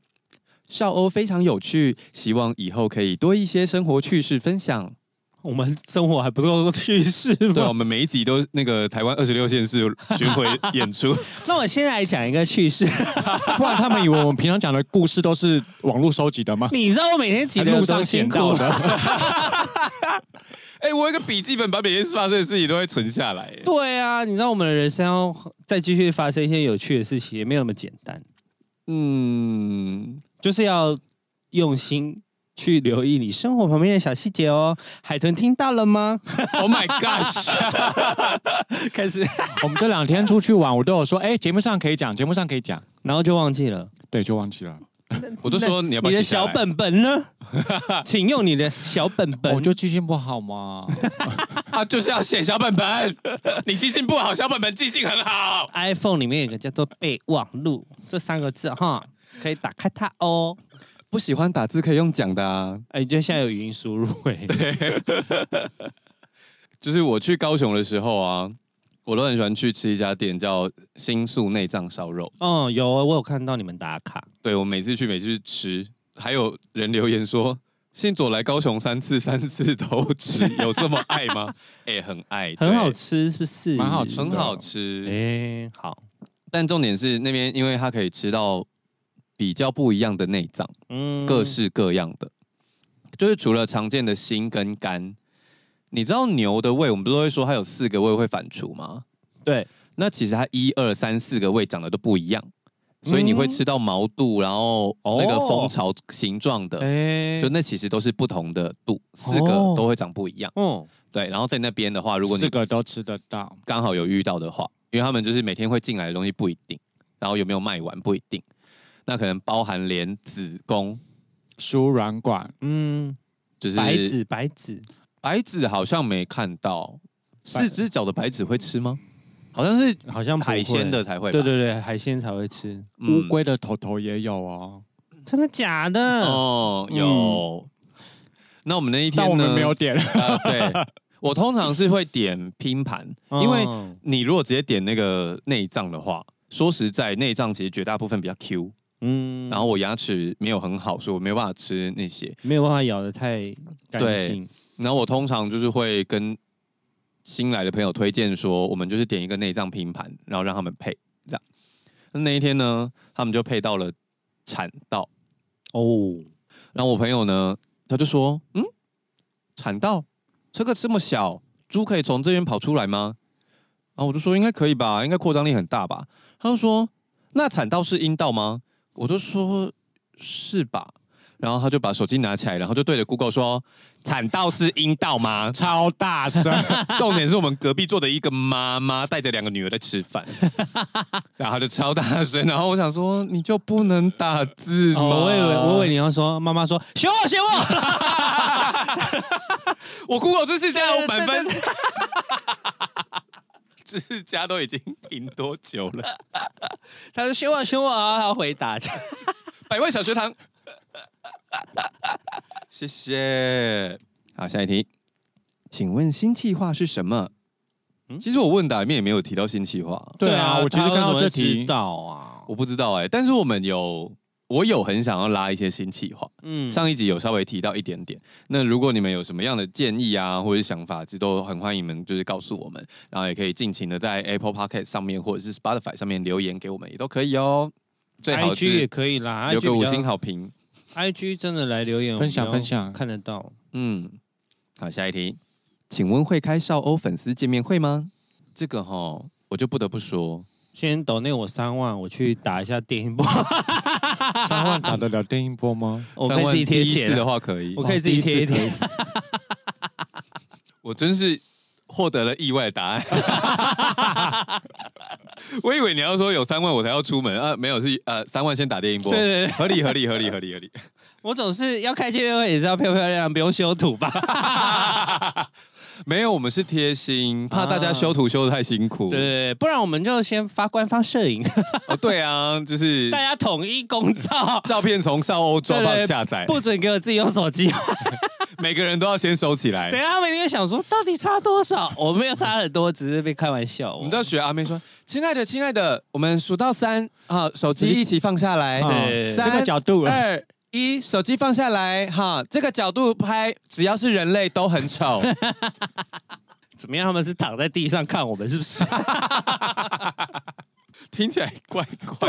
[SPEAKER 1] 少欧非常有趣，希望以后可以多一些生活趣事分享。
[SPEAKER 2] 我们生活还不够趣事
[SPEAKER 1] 对啊，我
[SPEAKER 2] 吗？
[SPEAKER 1] 们每一集都那个台湾二十六县
[SPEAKER 2] <laughs>
[SPEAKER 1] 市巡回演出，
[SPEAKER 2] 那我先来讲一个趣 <laughs> 事。
[SPEAKER 3] 不然他们以为我们平常讲的故事都是网络收集的吗？
[SPEAKER 2] 你知道我每天挤得有多
[SPEAKER 3] 路上
[SPEAKER 2] 辛
[SPEAKER 3] 捡
[SPEAKER 2] 苦
[SPEAKER 3] 到
[SPEAKER 2] 吗？
[SPEAKER 3] 的。
[SPEAKER 1] 哎、我有一个笔记本，把每天发生的事情都会存下来。
[SPEAKER 2] 对啊，你知道我们的人生要再继续发生一些有趣的事情，也没有那么简单，
[SPEAKER 1] 嗯，
[SPEAKER 2] 就是要用心去留意你生活旁边的小细节哦。海豚听到了吗？
[SPEAKER 1] Oh my
[SPEAKER 2] <laughs>
[SPEAKER 1] gosh！
[SPEAKER 2] 开始，
[SPEAKER 3] 我们这两天出去玩，我都有说，哎，节目上可以讲，节目上可以讲。
[SPEAKER 2] <laughs> 然后就忘记了。
[SPEAKER 3] 对，就忘记了。
[SPEAKER 1] 我都说你要不
[SPEAKER 2] 你
[SPEAKER 1] 要
[SPEAKER 2] 的
[SPEAKER 1] 写下
[SPEAKER 2] 小
[SPEAKER 1] 来？啊
[SPEAKER 2] 本本 <laughs> 呢？请用你的小本本。
[SPEAKER 3] 哦我就记性不好嘛。
[SPEAKER 1] 啊，就是要写小本本。你记性不好，小本本记性很好。
[SPEAKER 2] iPhone 里面有个叫做备忘录这三个字哈，可以打开它哦。
[SPEAKER 1] 不喜欢打字可以用讲的啊。
[SPEAKER 2] 哎，就现在有语音输入哎、
[SPEAKER 1] 就是我去高雄的时候啊，我都很喜欢去吃一家店叫新宿内脏烧肉。
[SPEAKER 2] <laughs> 哦，有我有看到你们打卡，
[SPEAKER 1] 对我每次去，每次去吃，还有人留言说。信左来高雄三次，三次都吃，有这么爱吗？哎、很爱，
[SPEAKER 2] 很好
[SPEAKER 1] 对，
[SPEAKER 2] 吃是不是？
[SPEAKER 3] 蛮好吃
[SPEAKER 1] 很
[SPEAKER 3] 的
[SPEAKER 1] 好吃。
[SPEAKER 2] 哎、好，
[SPEAKER 1] 但重点是那边，因为它可以吃到比较不一样的内脏，
[SPEAKER 2] 嗯
[SPEAKER 1] 各式各样的，就是除了常见的心跟肝，你知道牛的胃，我们不是都会说它有四个胃会反刍吗？
[SPEAKER 2] 对，
[SPEAKER 1] 那其实它一二三四个胃长得都不一样，所以你会吃到毛肚，然后那个
[SPEAKER 2] 嗯哦
[SPEAKER 1] 蜂巢形状的，
[SPEAKER 2] 哎
[SPEAKER 1] 就那其实都是不同的肚，四个
[SPEAKER 2] 哦
[SPEAKER 1] 都会长不一样。
[SPEAKER 2] 哦，
[SPEAKER 1] 对，然后在那边的话，如果
[SPEAKER 3] 四
[SPEAKER 1] 你
[SPEAKER 3] 个都吃得到。
[SPEAKER 1] 刚好有遇到的话，因为他们就是每天会进来的东西不一定，然后有没有卖完不一定，那可能包含连子宫，
[SPEAKER 3] 输卵管
[SPEAKER 2] 嗯，
[SPEAKER 1] 就是
[SPEAKER 2] 白子白子，
[SPEAKER 1] 白子好像没看到，
[SPEAKER 3] 白
[SPEAKER 1] 四只脚的白子会吃吗？好像是
[SPEAKER 2] 好像不会
[SPEAKER 1] 海鲜的，才会吧，
[SPEAKER 2] 对对对，海鲜才会吃，
[SPEAKER 1] 嗯
[SPEAKER 3] 乌龟的头头也有哦，
[SPEAKER 2] 真的假的？
[SPEAKER 1] 哦，
[SPEAKER 2] 嗯
[SPEAKER 1] 有。那我们那一天
[SPEAKER 3] 但我
[SPEAKER 1] 呢？
[SPEAKER 3] 们没有点。？”
[SPEAKER 2] <laughs>
[SPEAKER 1] 啊对，我通常是会点拼盘，因为
[SPEAKER 2] <laughs> 哦
[SPEAKER 1] 你如果直接点那个内脏的话，说实在，内脏其实绝大部分比较 Q，
[SPEAKER 2] 嗯
[SPEAKER 1] 然后我牙齿没有很好，所以我没有办法吃那些。
[SPEAKER 2] 没有办法咬的太干净，
[SPEAKER 1] 然后我通常就是会跟新来的朋友推荐说，我们就是点一个内脏拼盘，然后让他们配这样。那那一天呢，他们就配到了产道，
[SPEAKER 2] 哦，
[SPEAKER 1] 然后我朋友呢，他就说：“嗯，产道这个这么小，猪可以从这边跑出来吗？”然后我就说：“应该可以吧，应该扩张力很大吧。”他就说：“那产道是阴道吗？”我就说：“是吧。”然后他就把手机拿起来，然后就对着 Google 说：“产道是阴道吗
[SPEAKER 3] 超大声，
[SPEAKER 1] <laughs> 重点是我们隔壁坐的一个妈妈带着两个女儿在吃
[SPEAKER 2] <laughs>
[SPEAKER 1] 饭，然后他就超大声。然后我想说：“你就不能打字吗？”
[SPEAKER 2] 哦，我以为我以为你要说妈妈说学我学我，
[SPEAKER 1] 我 Google 这次加
[SPEAKER 2] 对
[SPEAKER 1] 有满分
[SPEAKER 2] 对，
[SPEAKER 1] 这次加都已经停多久
[SPEAKER 2] <laughs>
[SPEAKER 1] 了？
[SPEAKER 2] 他说学我学我，然后他要回 <laughs> 答，
[SPEAKER 1] 百万小学堂，谢谢。好，下一题，请问新计划是什么？
[SPEAKER 2] 嗯
[SPEAKER 1] 其实我问啊答里面也没有提到新计划，
[SPEAKER 3] 对啊我其实
[SPEAKER 2] 他
[SPEAKER 3] 看
[SPEAKER 2] 为
[SPEAKER 3] 到
[SPEAKER 2] 什么
[SPEAKER 3] 这
[SPEAKER 2] 会
[SPEAKER 3] 题
[SPEAKER 2] 知道啊，
[SPEAKER 1] 我不知道哎、但是我们有，我有很想要拉一些新计划。
[SPEAKER 2] 嗯
[SPEAKER 1] 上一集有稍微提到一点点。那如果你们有什么样的建议啊，或者是想法，这都很欢迎你们就是告诉我们，然后也可以尽情的在 Apple Podcast 上面或者是 Spotify 上面留言给我们，也都可以哦。最好
[SPEAKER 2] IG 也
[SPEAKER 1] 是
[SPEAKER 2] 可以啦，
[SPEAKER 1] 留
[SPEAKER 2] IG
[SPEAKER 1] 个
[SPEAKER 2] 比
[SPEAKER 1] 五
[SPEAKER 2] 较
[SPEAKER 1] 星好评。
[SPEAKER 2] ，IG 真的来留言
[SPEAKER 3] 分享
[SPEAKER 2] 我们
[SPEAKER 3] 分享
[SPEAKER 2] 看得到，
[SPEAKER 1] 嗯，好，下一题，请问会开少欧粉丝见面会吗？这个哈，我就不得不说，
[SPEAKER 2] 先抖内我三万，我去打一下电音波，
[SPEAKER 3] 三万打得了电音
[SPEAKER 2] <laughs>
[SPEAKER 3] 波吗？
[SPEAKER 2] 哦我可以自己
[SPEAKER 1] 三万第一
[SPEAKER 2] 贴
[SPEAKER 1] 次
[SPEAKER 2] 钱
[SPEAKER 1] 的
[SPEAKER 2] 啊，
[SPEAKER 1] 话可以，哦
[SPEAKER 2] 我
[SPEAKER 1] 我
[SPEAKER 2] 可以自己贴一贴，
[SPEAKER 1] 我真是获得了意外的答案。 <laughs> 我以为你要说有三万我才要出门啊，没有是呃三万先打电音波，
[SPEAKER 2] 对对对，
[SPEAKER 1] 合理合理合理合理合理。
[SPEAKER 2] 我总是要开见面会也是要漂漂亮亮，不用修图吧？
[SPEAKER 1] 没有，我们是贴心，怕大家
[SPEAKER 2] 啊
[SPEAKER 1] 修图修的太辛苦。
[SPEAKER 2] 对，不然我们就先发官方摄影，
[SPEAKER 1] 哦，对啊，就是
[SPEAKER 2] 大家统一公照，
[SPEAKER 1] 照片从少欧抓
[SPEAKER 2] 对
[SPEAKER 1] 棒
[SPEAKER 2] 对
[SPEAKER 1] 下载，
[SPEAKER 2] 不准给我自己用手机。
[SPEAKER 1] 每个人都要先收起来
[SPEAKER 2] 等一。下他们一定会想说，到底差多少？我没有差很多，只是被开玩笑。
[SPEAKER 1] 我们都要学阿妹说：“亲爱的，亲爱的，我们数到三啊，手机
[SPEAKER 3] 直接
[SPEAKER 1] 一起放下来，
[SPEAKER 2] 啊
[SPEAKER 1] 啊
[SPEAKER 2] 对
[SPEAKER 1] 三
[SPEAKER 3] 这个角度啊
[SPEAKER 2] 哎
[SPEAKER 3] 了，
[SPEAKER 1] 二一，手机放下来，哈，这个角度拍，只要是人类都很 <laughs> 丑。
[SPEAKER 2] 怎么样？他们是躺在地上看我们，是不 <laughs> 是？
[SPEAKER 1] 听起来怪怪。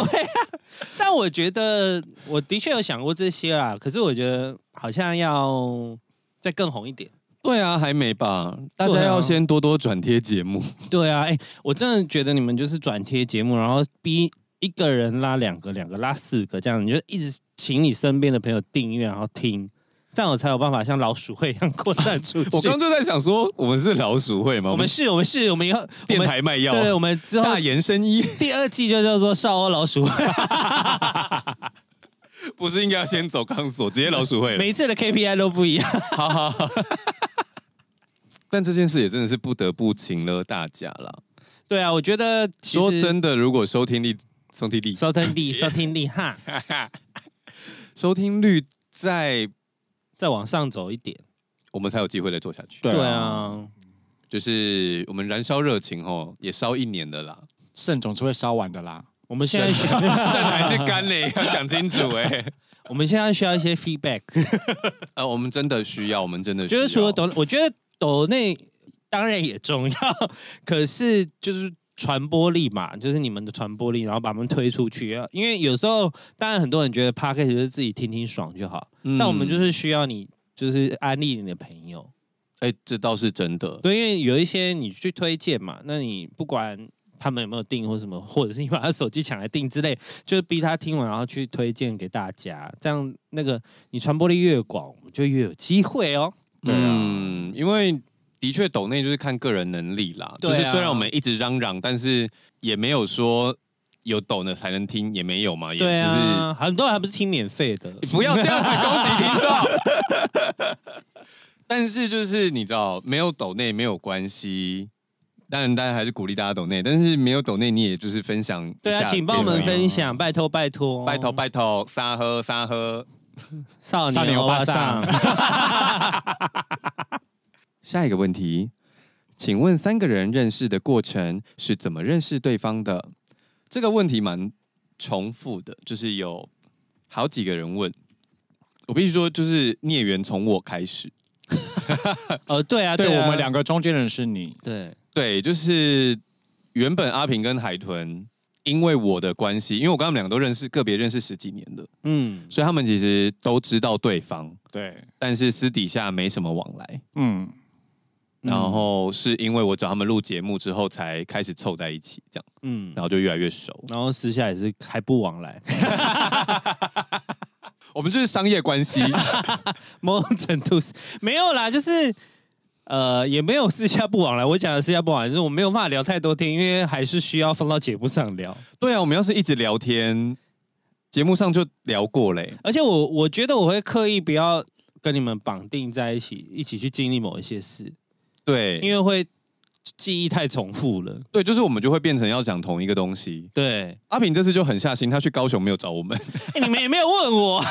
[SPEAKER 2] 但我觉得，我的确有想过这些啦。可是我觉得好像要再更红一点。
[SPEAKER 1] 对啊，还没吧？大
[SPEAKER 2] 对
[SPEAKER 1] 家
[SPEAKER 2] 啊
[SPEAKER 1] 要先多多转贴节目。
[SPEAKER 2] 对啊，哎、我真的觉得你们就是转贴节目，然后逼一个人拉两个，两个拉四个，这样你就一直请你身边的朋友订阅，然后听，这样我才有办法像老鼠会一样扩散出去。
[SPEAKER 1] 我
[SPEAKER 2] <laughs>
[SPEAKER 1] 刚刚就在想说，我们是老鼠会吗？
[SPEAKER 2] 我们是，我们是，我们以后
[SPEAKER 1] 电，台卖
[SPEAKER 2] 我
[SPEAKER 1] 药
[SPEAKER 2] 们对对，
[SPEAKER 1] 啊，
[SPEAKER 2] 我们之后
[SPEAKER 1] 大延伸一，
[SPEAKER 2] 第二季就叫做少欧老 <laughs> 鼠会，
[SPEAKER 1] <laughs> 不是应该要先走钢索，直接老鼠会了？
[SPEAKER 2] 每一次的 KPI 都不一样。
[SPEAKER 1] 好好好。 <laughs> 但这件事也真的是不得不请了大家啦。
[SPEAKER 2] 对啊，我觉得其
[SPEAKER 1] 说
[SPEAKER 2] 实
[SPEAKER 1] 真的，如果收听率、收听率、
[SPEAKER 2] <laughs> 收听力，收听力 <laughs> 哈，
[SPEAKER 1] 收听率在，
[SPEAKER 2] 再往上走一点。
[SPEAKER 1] 我们才有机会再做下去。
[SPEAKER 3] 对啊
[SPEAKER 2] 对啊，
[SPEAKER 1] 就是我们燃烧热情吼，也烧一年
[SPEAKER 2] <laughs>
[SPEAKER 1] 的啦，
[SPEAKER 3] 肾总是会烧完的啦。
[SPEAKER 2] 我们现在需要，
[SPEAKER 1] 肾还是肝嘞，要讲清楚哎、
[SPEAKER 2] <laughs> 我们现在 <laughs> 需要一些 feedback。
[SPEAKER 1] 呃，我们真的需要，我们真的需
[SPEAKER 2] 就
[SPEAKER 1] 要。
[SPEAKER 2] 是除了抖，我觉得抖内当然也重要， <laughs> 可是就是传播力嘛，就是你们的传播力，然后把他们推出去。因为有时候，当然很多人觉得 p a c k a g e 就是自己听听爽就好，
[SPEAKER 1] 嗯，
[SPEAKER 2] 但我们就是需要你，就是安利你的朋友。
[SPEAKER 1] 哎、这倒是真的。
[SPEAKER 2] 对，因为有一些你去推荐嘛，那你不管他们有没有订或什么，或者是你把他手机抢来订之类，就是逼他听完然后去推荐给大家，这样那个你传播力越广，我们就越有机会哦。
[SPEAKER 1] 哎
[SPEAKER 3] 对啊
[SPEAKER 1] 嗯，因为的确抖内就是看个人能力啦。
[SPEAKER 2] 对啊
[SPEAKER 1] 就是虽然我们一直嚷嚷，但是也没有说有抖呢才能听，也没有嘛，也
[SPEAKER 2] 对
[SPEAKER 1] 就是
[SPEAKER 2] 啊，很多人还不是听免费的，
[SPEAKER 1] 你不要这样子攻击听众。但是就是你知道，没有抖内没有关系。当然，大家还是鼓励大家抖内，但是没有抖内，你也就是分享一下
[SPEAKER 2] 对啊，请帮我们分享，拜托拜托，
[SPEAKER 1] 拜托拜托，沙喝沙喝。
[SPEAKER 2] 少
[SPEAKER 3] 少
[SPEAKER 2] 年
[SPEAKER 3] 年
[SPEAKER 2] 哦欧
[SPEAKER 3] 欧
[SPEAKER 2] 巴
[SPEAKER 3] 巴
[SPEAKER 2] 桑
[SPEAKER 3] 桑。 <laughs>
[SPEAKER 1] 下一个问题，请问三个人认识的过程是怎么认识对方的？这个问题蛮重复的，就是有好几个人问。我必须说，就是孽缘从我开始。
[SPEAKER 2] 呃，对
[SPEAKER 1] <laughs>
[SPEAKER 2] 啊，
[SPEAKER 3] 对
[SPEAKER 2] 啊
[SPEAKER 3] 我们两个中间人是你，
[SPEAKER 2] 对
[SPEAKER 1] 对，就是原本阿平跟海豚，因为我的关系，因为我跟他们两个都认识，个别认识十几年的，
[SPEAKER 2] 嗯，
[SPEAKER 1] 所以他们其实都知道对方，
[SPEAKER 3] 对，
[SPEAKER 1] 但是私底下没什么往来。
[SPEAKER 3] 嗯，
[SPEAKER 1] 然后是因为我找他们录节目之后，才开始凑在一起，这样，
[SPEAKER 2] 嗯，
[SPEAKER 1] 然后就越来越熟。
[SPEAKER 2] 然后私下也是还不往来，
[SPEAKER 1] 我们就是商业关系，
[SPEAKER 2] 某种程度是没有啦，就是呃也没有私下不往来。我讲的私下不往来，就是我没有办法聊太多天，因为还是需要放到节目上聊。
[SPEAKER 1] <laughs> 对啊，我们要是一直聊天，节目上就聊过嘞、
[SPEAKER 2] 而且我我觉得我会刻意不要跟你们绑定在一起，一起去经历某一些事，
[SPEAKER 1] 对，
[SPEAKER 2] 因为会记忆太重复了。
[SPEAKER 1] 对，就是我们就会变成要讲同一个东西。
[SPEAKER 2] 对，
[SPEAKER 1] 阿平这次就很下心，他去高雄没有找我们，
[SPEAKER 2] 哎，你们也没有问我，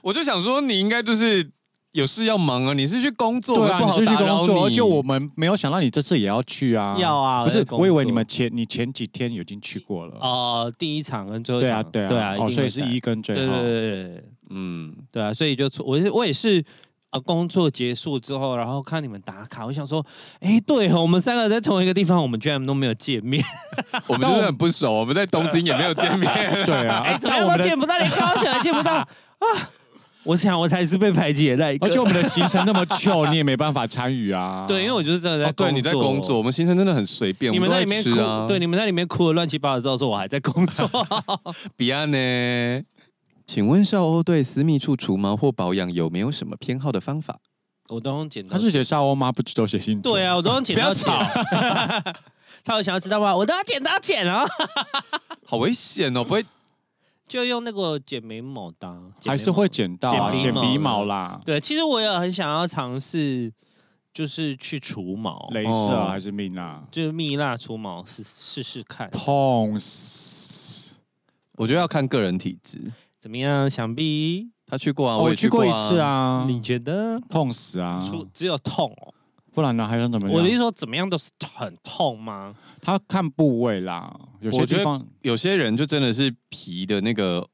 [SPEAKER 1] 我就想说你应该就是有事要忙啊，你是去工作，
[SPEAKER 3] 对啊，
[SPEAKER 1] 我
[SPEAKER 3] 你
[SPEAKER 1] 们
[SPEAKER 3] 是
[SPEAKER 1] 不
[SPEAKER 3] 去
[SPEAKER 1] 好打扰
[SPEAKER 3] 工作，而
[SPEAKER 1] 你
[SPEAKER 3] 且我们没有想到你这次也要去啊，
[SPEAKER 2] 要啊，
[SPEAKER 3] 不是
[SPEAKER 2] 在，工
[SPEAKER 3] 我以为你
[SPEAKER 2] 作
[SPEAKER 3] 们前你前几天已经去过了，
[SPEAKER 2] <laughs> 哦，第一场跟最后一
[SPEAKER 3] 对啊，
[SPEAKER 2] 场，
[SPEAKER 3] 对啊，
[SPEAKER 2] 对啊，
[SPEAKER 3] 哦，
[SPEAKER 2] 定
[SPEAKER 3] 所以
[SPEAKER 2] 会
[SPEAKER 3] 是
[SPEAKER 2] 在
[SPEAKER 3] 一跟最
[SPEAKER 2] 对对
[SPEAKER 3] 后，
[SPEAKER 2] 对对对
[SPEAKER 1] 嗯，
[SPEAKER 2] 对啊，所以就出我是我也是呃工作结束之后，然后看你们打卡，我想说，哎，对哦，我们三个在同一个地方，我们居然都没有见面，
[SPEAKER 1] 我们就是很不熟，我们在东京也没有见
[SPEAKER 3] <laughs>
[SPEAKER 1] 面。
[SPEAKER 3] 对
[SPEAKER 2] <laughs>
[SPEAKER 3] 啊，
[SPEAKER 2] 哎，
[SPEAKER 3] 哎
[SPEAKER 2] 怎么样都见不到，连高雄也见不到啊！我想我才是被排挤的那一个
[SPEAKER 3] 而且，我们的行程那么糗，你也没办法参与啊。
[SPEAKER 2] <laughs> 对，因为我就是真的在
[SPEAKER 1] 哦，对，你在工作，我，们行程真的很随便，
[SPEAKER 2] 你们
[SPEAKER 1] 我
[SPEAKER 2] 在
[SPEAKER 1] 们都
[SPEAKER 2] 里
[SPEAKER 1] 在
[SPEAKER 2] 面
[SPEAKER 1] 吃啊，
[SPEAKER 2] 哭，对，，你们在里面哭的乱七八糟之后，说我还在工作，
[SPEAKER 1] 彼岸呢？请问少欧对私密处除毛或保养有没有什么偏好的方法？
[SPEAKER 2] 我都用剪刀
[SPEAKER 3] 他是写沙鸥吗？不只都写星座？
[SPEAKER 2] 对啊，我都用剪刀剪。 <laughs> 他有想要知道吗？我都要剪刀剪啊，
[SPEAKER 1] 好危险哦，不会
[SPEAKER 2] 就用那个剪眉毛的啊，剪
[SPEAKER 3] 还
[SPEAKER 2] 眉
[SPEAKER 3] 是
[SPEAKER 2] 毛
[SPEAKER 3] 会剪到啊
[SPEAKER 2] 剪
[SPEAKER 3] 剪
[SPEAKER 2] 鼻毛
[SPEAKER 3] 鼻毛啦，
[SPEAKER 2] 对，其实我也很想要尝试，就是去除毛，
[SPEAKER 3] 镭射啊还是命啊？
[SPEAKER 2] 就是蜜蜡除毛试试试看
[SPEAKER 3] 痛死！
[SPEAKER 1] 我觉得要看个人体质。
[SPEAKER 2] 怎么样？想必
[SPEAKER 1] 他去过啊，
[SPEAKER 3] 哦
[SPEAKER 1] 也
[SPEAKER 3] 去
[SPEAKER 1] 过
[SPEAKER 3] 过一次，
[SPEAKER 1] 嗯
[SPEAKER 3] 啊，
[SPEAKER 2] 你觉得
[SPEAKER 3] 痛死啊！
[SPEAKER 2] 除只有痛哦？
[SPEAKER 3] 不然呢还想怎么
[SPEAKER 2] 我的意思
[SPEAKER 3] 样？
[SPEAKER 2] 说，怎么样都是很痛吗？
[SPEAKER 3] 他看部位啦，有些
[SPEAKER 1] 我觉
[SPEAKER 3] 地
[SPEAKER 1] 得
[SPEAKER 3] 方
[SPEAKER 1] 有些人就真的是皮的那个，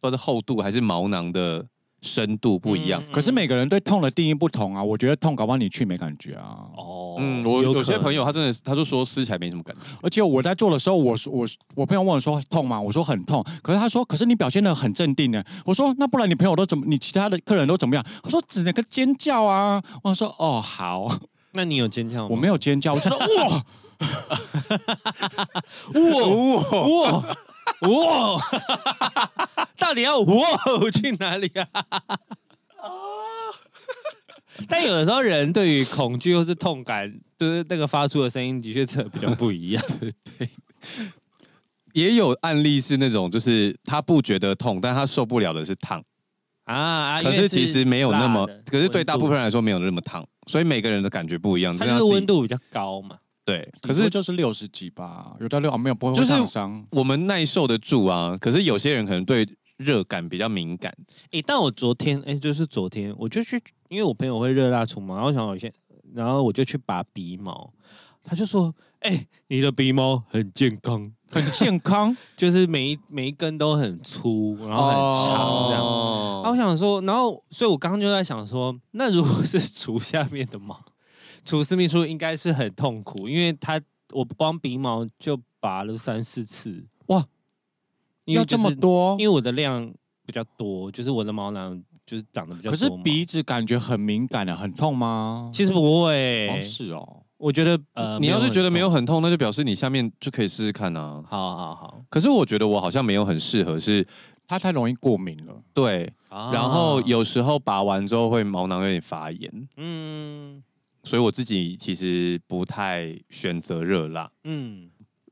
[SPEAKER 1] 不知道是厚度还是毛囊的深度不一样。
[SPEAKER 2] 嗯
[SPEAKER 3] 可是每个人对痛的定义不同啊。我觉得痛，搞不好你去没感觉啊。
[SPEAKER 2] 哦，
[SPEAKER 1] 嗯，我有
[SPEAKER 2] 可
[SPEAKER 1] 些
[SPEAKER 2] 能
[SPEAKER 1] 朋友他真的是他就说撕起来没什么感觉，
[SPEAKER 3] 而且我在做的时候，我说我我朋友问我说痛吗？我说很痛。可是他说，可是你表现的很镇定呢。我说那不然你朋友都怎么？你其他的客人都怎么样？他说只能个尖叫啊。我说哦好，
[SPEAKER 2] 那你有尖叫吗？
[SPEAKER 3] 我没有尖叫，我就说哇
[SPEAKER 2] 哇哇哇！到底要哇 <laughs> 去哪里啊？ <laughs> 但有的时候，人对于恐惧或是痛感，就是那个发出的声音，的确真的比较不一样。
[SPEAKER 1] 也有案例是那种就是他不觉得痛，但他受不了的是烫，
[SPEAKER 2] <laughs> 啊啊！
[SPEAKER 1] 可
[SPEAKER 2] 因为
[SPEAKER 1] 是其实没有那么
[SPEAKER 2] 辣的，
[SPEAKER 1] 可是对大部分
[SPEAKER 2] 温
[SPEAKER 1] 人来说没有那么烫，所以每个人的感觉不一样。
[SPEAKER 2] 度它
[SPEAKER 1] 就像
[SPEAKER 2] 就是
[SPEAKER 1] 他自己
[SPEAKER 2] 温度比较高嘛。
[SPEAKER 1] 对，可
[SPEAKER 3] 可是
[SPEAKER 1] 是
[SPEAKER 3] 就是六十几吧，有到六啊没有不会
[SPEAKER 1] 就是
[SPEAKER 3] 会烫伤。
[SPEAKER 1] 我们耐受得住啊，可是有些人可能对热感比较敏感，
[SPEAKER 2] 诶，但我昨天诶，就是昨天我就去，因为我朋友会热辣除毛，然后我想有些，然后我就去拔鼻毛，他就说：“诶，你的鼻毛很健康。”
[SPEAKER 3] 很健 <laughs> 康，
[SPEAKER 2] 就是每一每一根都很粗，然后很长这样。
[SPEAKER 3] 哦
[SPEAKER 2] 然后我想说，然后所以我刚刚就在想说，那如果是除下面的毛， <laughs> 除私密处应该是很痛苦，因为它我光鼻毛就拔了三四次，
[SPEAKER 3] 哇，
[SPEAKER 2] 因
[SPEAKER 3] 要
[SPEAKER 2] 为、
[SPEAKER 3] 这么，多
[SPEAKER 2] 因。为我的量比较多，就是我的毛囊就是长得比较多
[SPEAKER 3] 可是
[SPEAKER 2] 嘛
[SPEAKER 3] 啊鼻子感觉很敏感的，很痛吗？
[SPEAKER 2] 其实不会、
[SPEAKER 3] 哦是哦，
[SPEAKER 2] 我觉得呃，
[SPEAKER 1] 你要是觉得没有
[SPEAKER 2] 很
[SPEAKER 1] 很痛，那就表示你下面就可以试试看啊。
[SPEAKER 2] 痛，好好好
[SPEAKER 1] 可是我觉得我好像没有很适合是，
[SPEAKER 3] 它太容易过敏了。
[SPEAKER 1] 对，
[SPEAKER 2] 啊
[SPEAKER 1] 然后有时候拔完之后会毛囊有点发炎，
[SPEAKER 2] 嗯
[SPEAKER 1] 所以我自己其实不太选择热辣。
[SPEAKER 2] 嗯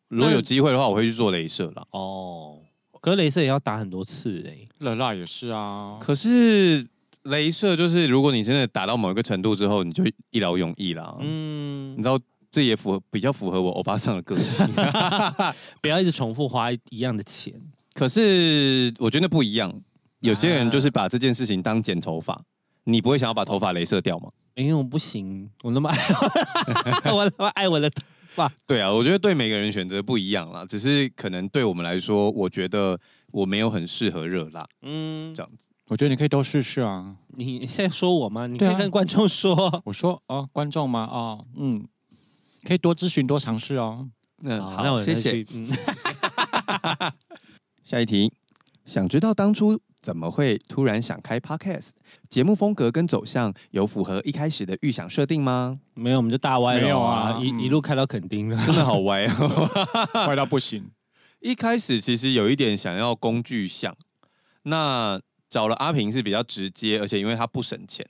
[SPEAKER 1] 如果有机会的话，我会去做镭射啦。
[SPEAKER 2] 哦，可是镭射也要打很多次哎、
[SPEAKER 3] 热辣也是啊，
[SPEAKER 1] 可是镭射就是，如果你真的打到某一个程度之后，你就一劳永逸啦。你
[SPEAKER 2] 嗯，
[SPEAKER 1] 知道，这也符合比较符合我欧巴桑的个 <laughs> 性。
[SPEAKER 2] 不要一直重复花一样的钱。
[SPEAKER 1] 可是我觉得不一样，有些人就是把这件事情当剪头发。你不会想要把头发镭射掉吗？
[SPEAKER 2] 因为我不行，我那么爱，我那么爱 <laughs> 我的头发。
[SPEAKER 1] 对啊，我觉得对每个人选择不一样啦，只是可能对我们来说，我觉得我没有很适合热辣。
[SPEAKER 2] 嗯
[SPEAKER 1] 这样
[SPEAKER 3] 我觉得你可以都试试啊。
[SPEAKER 2] 你现在说我吗？你可
[SPEAKER 3] 对啊
[SPEAKER 2] 以跟观众说。
[SPEAKER 3] 我说哦，观众吗？哦，嗯，可以多咨询，多尝试哦。
[SPEAKER 1] 嗯，
[SPEAKER 2] 好那我
[SPEAKER 1] 好，谢谢。。
[SPEAKER 2] 嗯，
[SPEAKER 1] 下一题，想知道当初怎么会突然想开 podcast？节目风格跟走向有符合一开始的预想设定吗？
[SPEAKER 2] <laughs> 没有，我们就大歪
[SPEAKER 3] 没
[SPEAKER 2] 了
[SPEAKER 3] 有
[SPEAKER 2] 啊，
[SPEAKER 3] 啊
[SPEAKER 2] 一
[SPEAKER 3] 嗯
[SPEAKER 2] 一路开到垦丁了。
[SPEAKER 1] 真的好歪哦！
[SPEAKER 3] <laughs> 坏到不行，
[SPEAKER 1] <laughs> 一开始其实有一点想要工具项，那找了阿平是比较直接，而且因为他不省钱，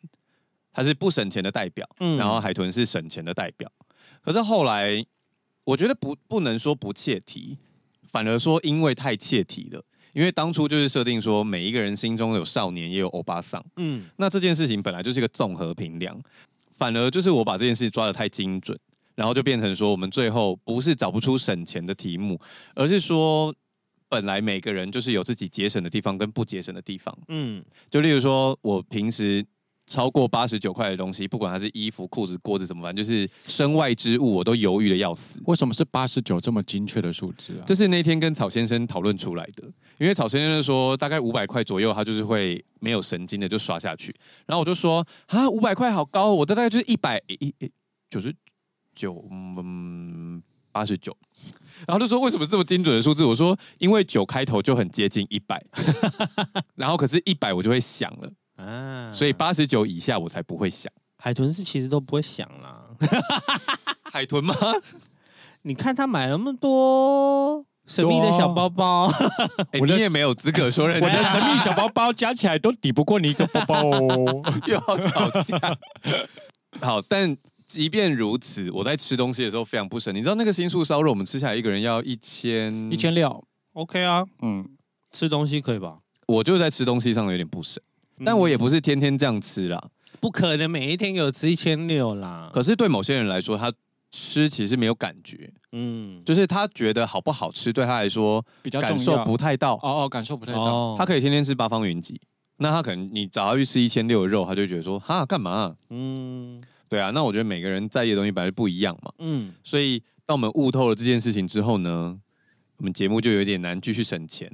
[SPEAKER 1] 他是不省钱的代表，
[SPEAKER 2] 嗯
[SPEAKER 1] 然后海豚是省钱的代表。可是后来，我觉得不不能说不切题，反而说因为太切题了。因为当初就是设定说，每一个人心中有少年，也有欧巴桑。
[SPEAKER 2] 嗯，
[SPEAKER 1] 那这件事情本来就是一个综合评量，反而就是我把这件事抓得太精准，然后就变成说我们最后不是找不出省钱的题目，而是说本来每个人就是有自己节省的地方跟不节省的地方。
[SPEAKER 2] 嗯
[SPEAKER 1] 就例如说我平时。超过八十九块的东西，不管它是衣服、裤子、锅子怎么办，就是身外之物，我都犹豫的要死。
[SPEAKER 3] 为什么是八十九这么精确的数字啊？
[SPEAKER 1] 这是那天跟草先生讨论出来的，因为草先生就说大概五百块左右，他就是会没有神经的就刷下去。然后我就说啊，五百块好高哦，我的大概就是一百一九十九，嗯，八十九。然后就说为什么这么精准的数字？我说因为九开头就很接近一百， <laughs> 然后可是一百我就会想了，
[SPEAKER 2] 啊，
[SPEAKER 1] 所以八十九以下我才不会想。
[SPEAKER 2] 海豚是其实都不会想啦。
[SPEAKER 1] 海豚吗？
[SPEAKER 2] 你看他买那么多神秘的小包包，
[SPEAKER 1] 哎你
[SPEAKER 3] 我的
[SPEAKER 1] 也没有资格说人
[SPEAKER 3] <laughs> 我的
[SPEAKER 1] 家
[SPEAKER 3] 神秘小包包加起来都抵不过你一个包包哦。 <laughs>
[SPEAKER 1] <laughs> 又要吵架。 <laughs> 好，但即便如此，我在吃东西的时候非常不省。你知道那个新素烧肉，我们吃下来一个人要一千
[SPEAKER 3] 一，千六，
[SPEAKER 2] OK 啊，
[SPEAKER 3] 嗯，
[SPEAKER 2] 吃东西可以吧？嗯
[SPEAKER 1] 我就在吃东西上有点不省。
[SPEAKER 3] 嗯
[SPEAKER 1] 但我也不是天天这样吃啦。
[SPEAKER 2] 不可能每一天给我吃一千六啦。
[SPEAKER 1] 可是对某些人来说，他吃其实没有感觉，
[SPEAKER 2] 嗯，
[SPEAKER 1] 就是他觉得好不好吃对他来说
[SPEAKER 3] 比较重要
[SPEAKER 1] 感受不太到。
[SPEAKER 3] 哦哦，感受不太到。
[SPEAKER 2] 哦
[SPEAKER 1] 他可以天天吃八方云集，那他可能你找他去吃一千六的肉，他就觉得说哈干嘛啊、
[SPEAKER 2] 嗯
[SPEAKER 1] 对啊，那我觉得每个人在意的东西本来就不一样嘛。
[SPEAKER 2] 嗯，
[SPEAKER 1] 所以，当我们悟透了这件事情之后呢，我们节目就有点难继续省钱。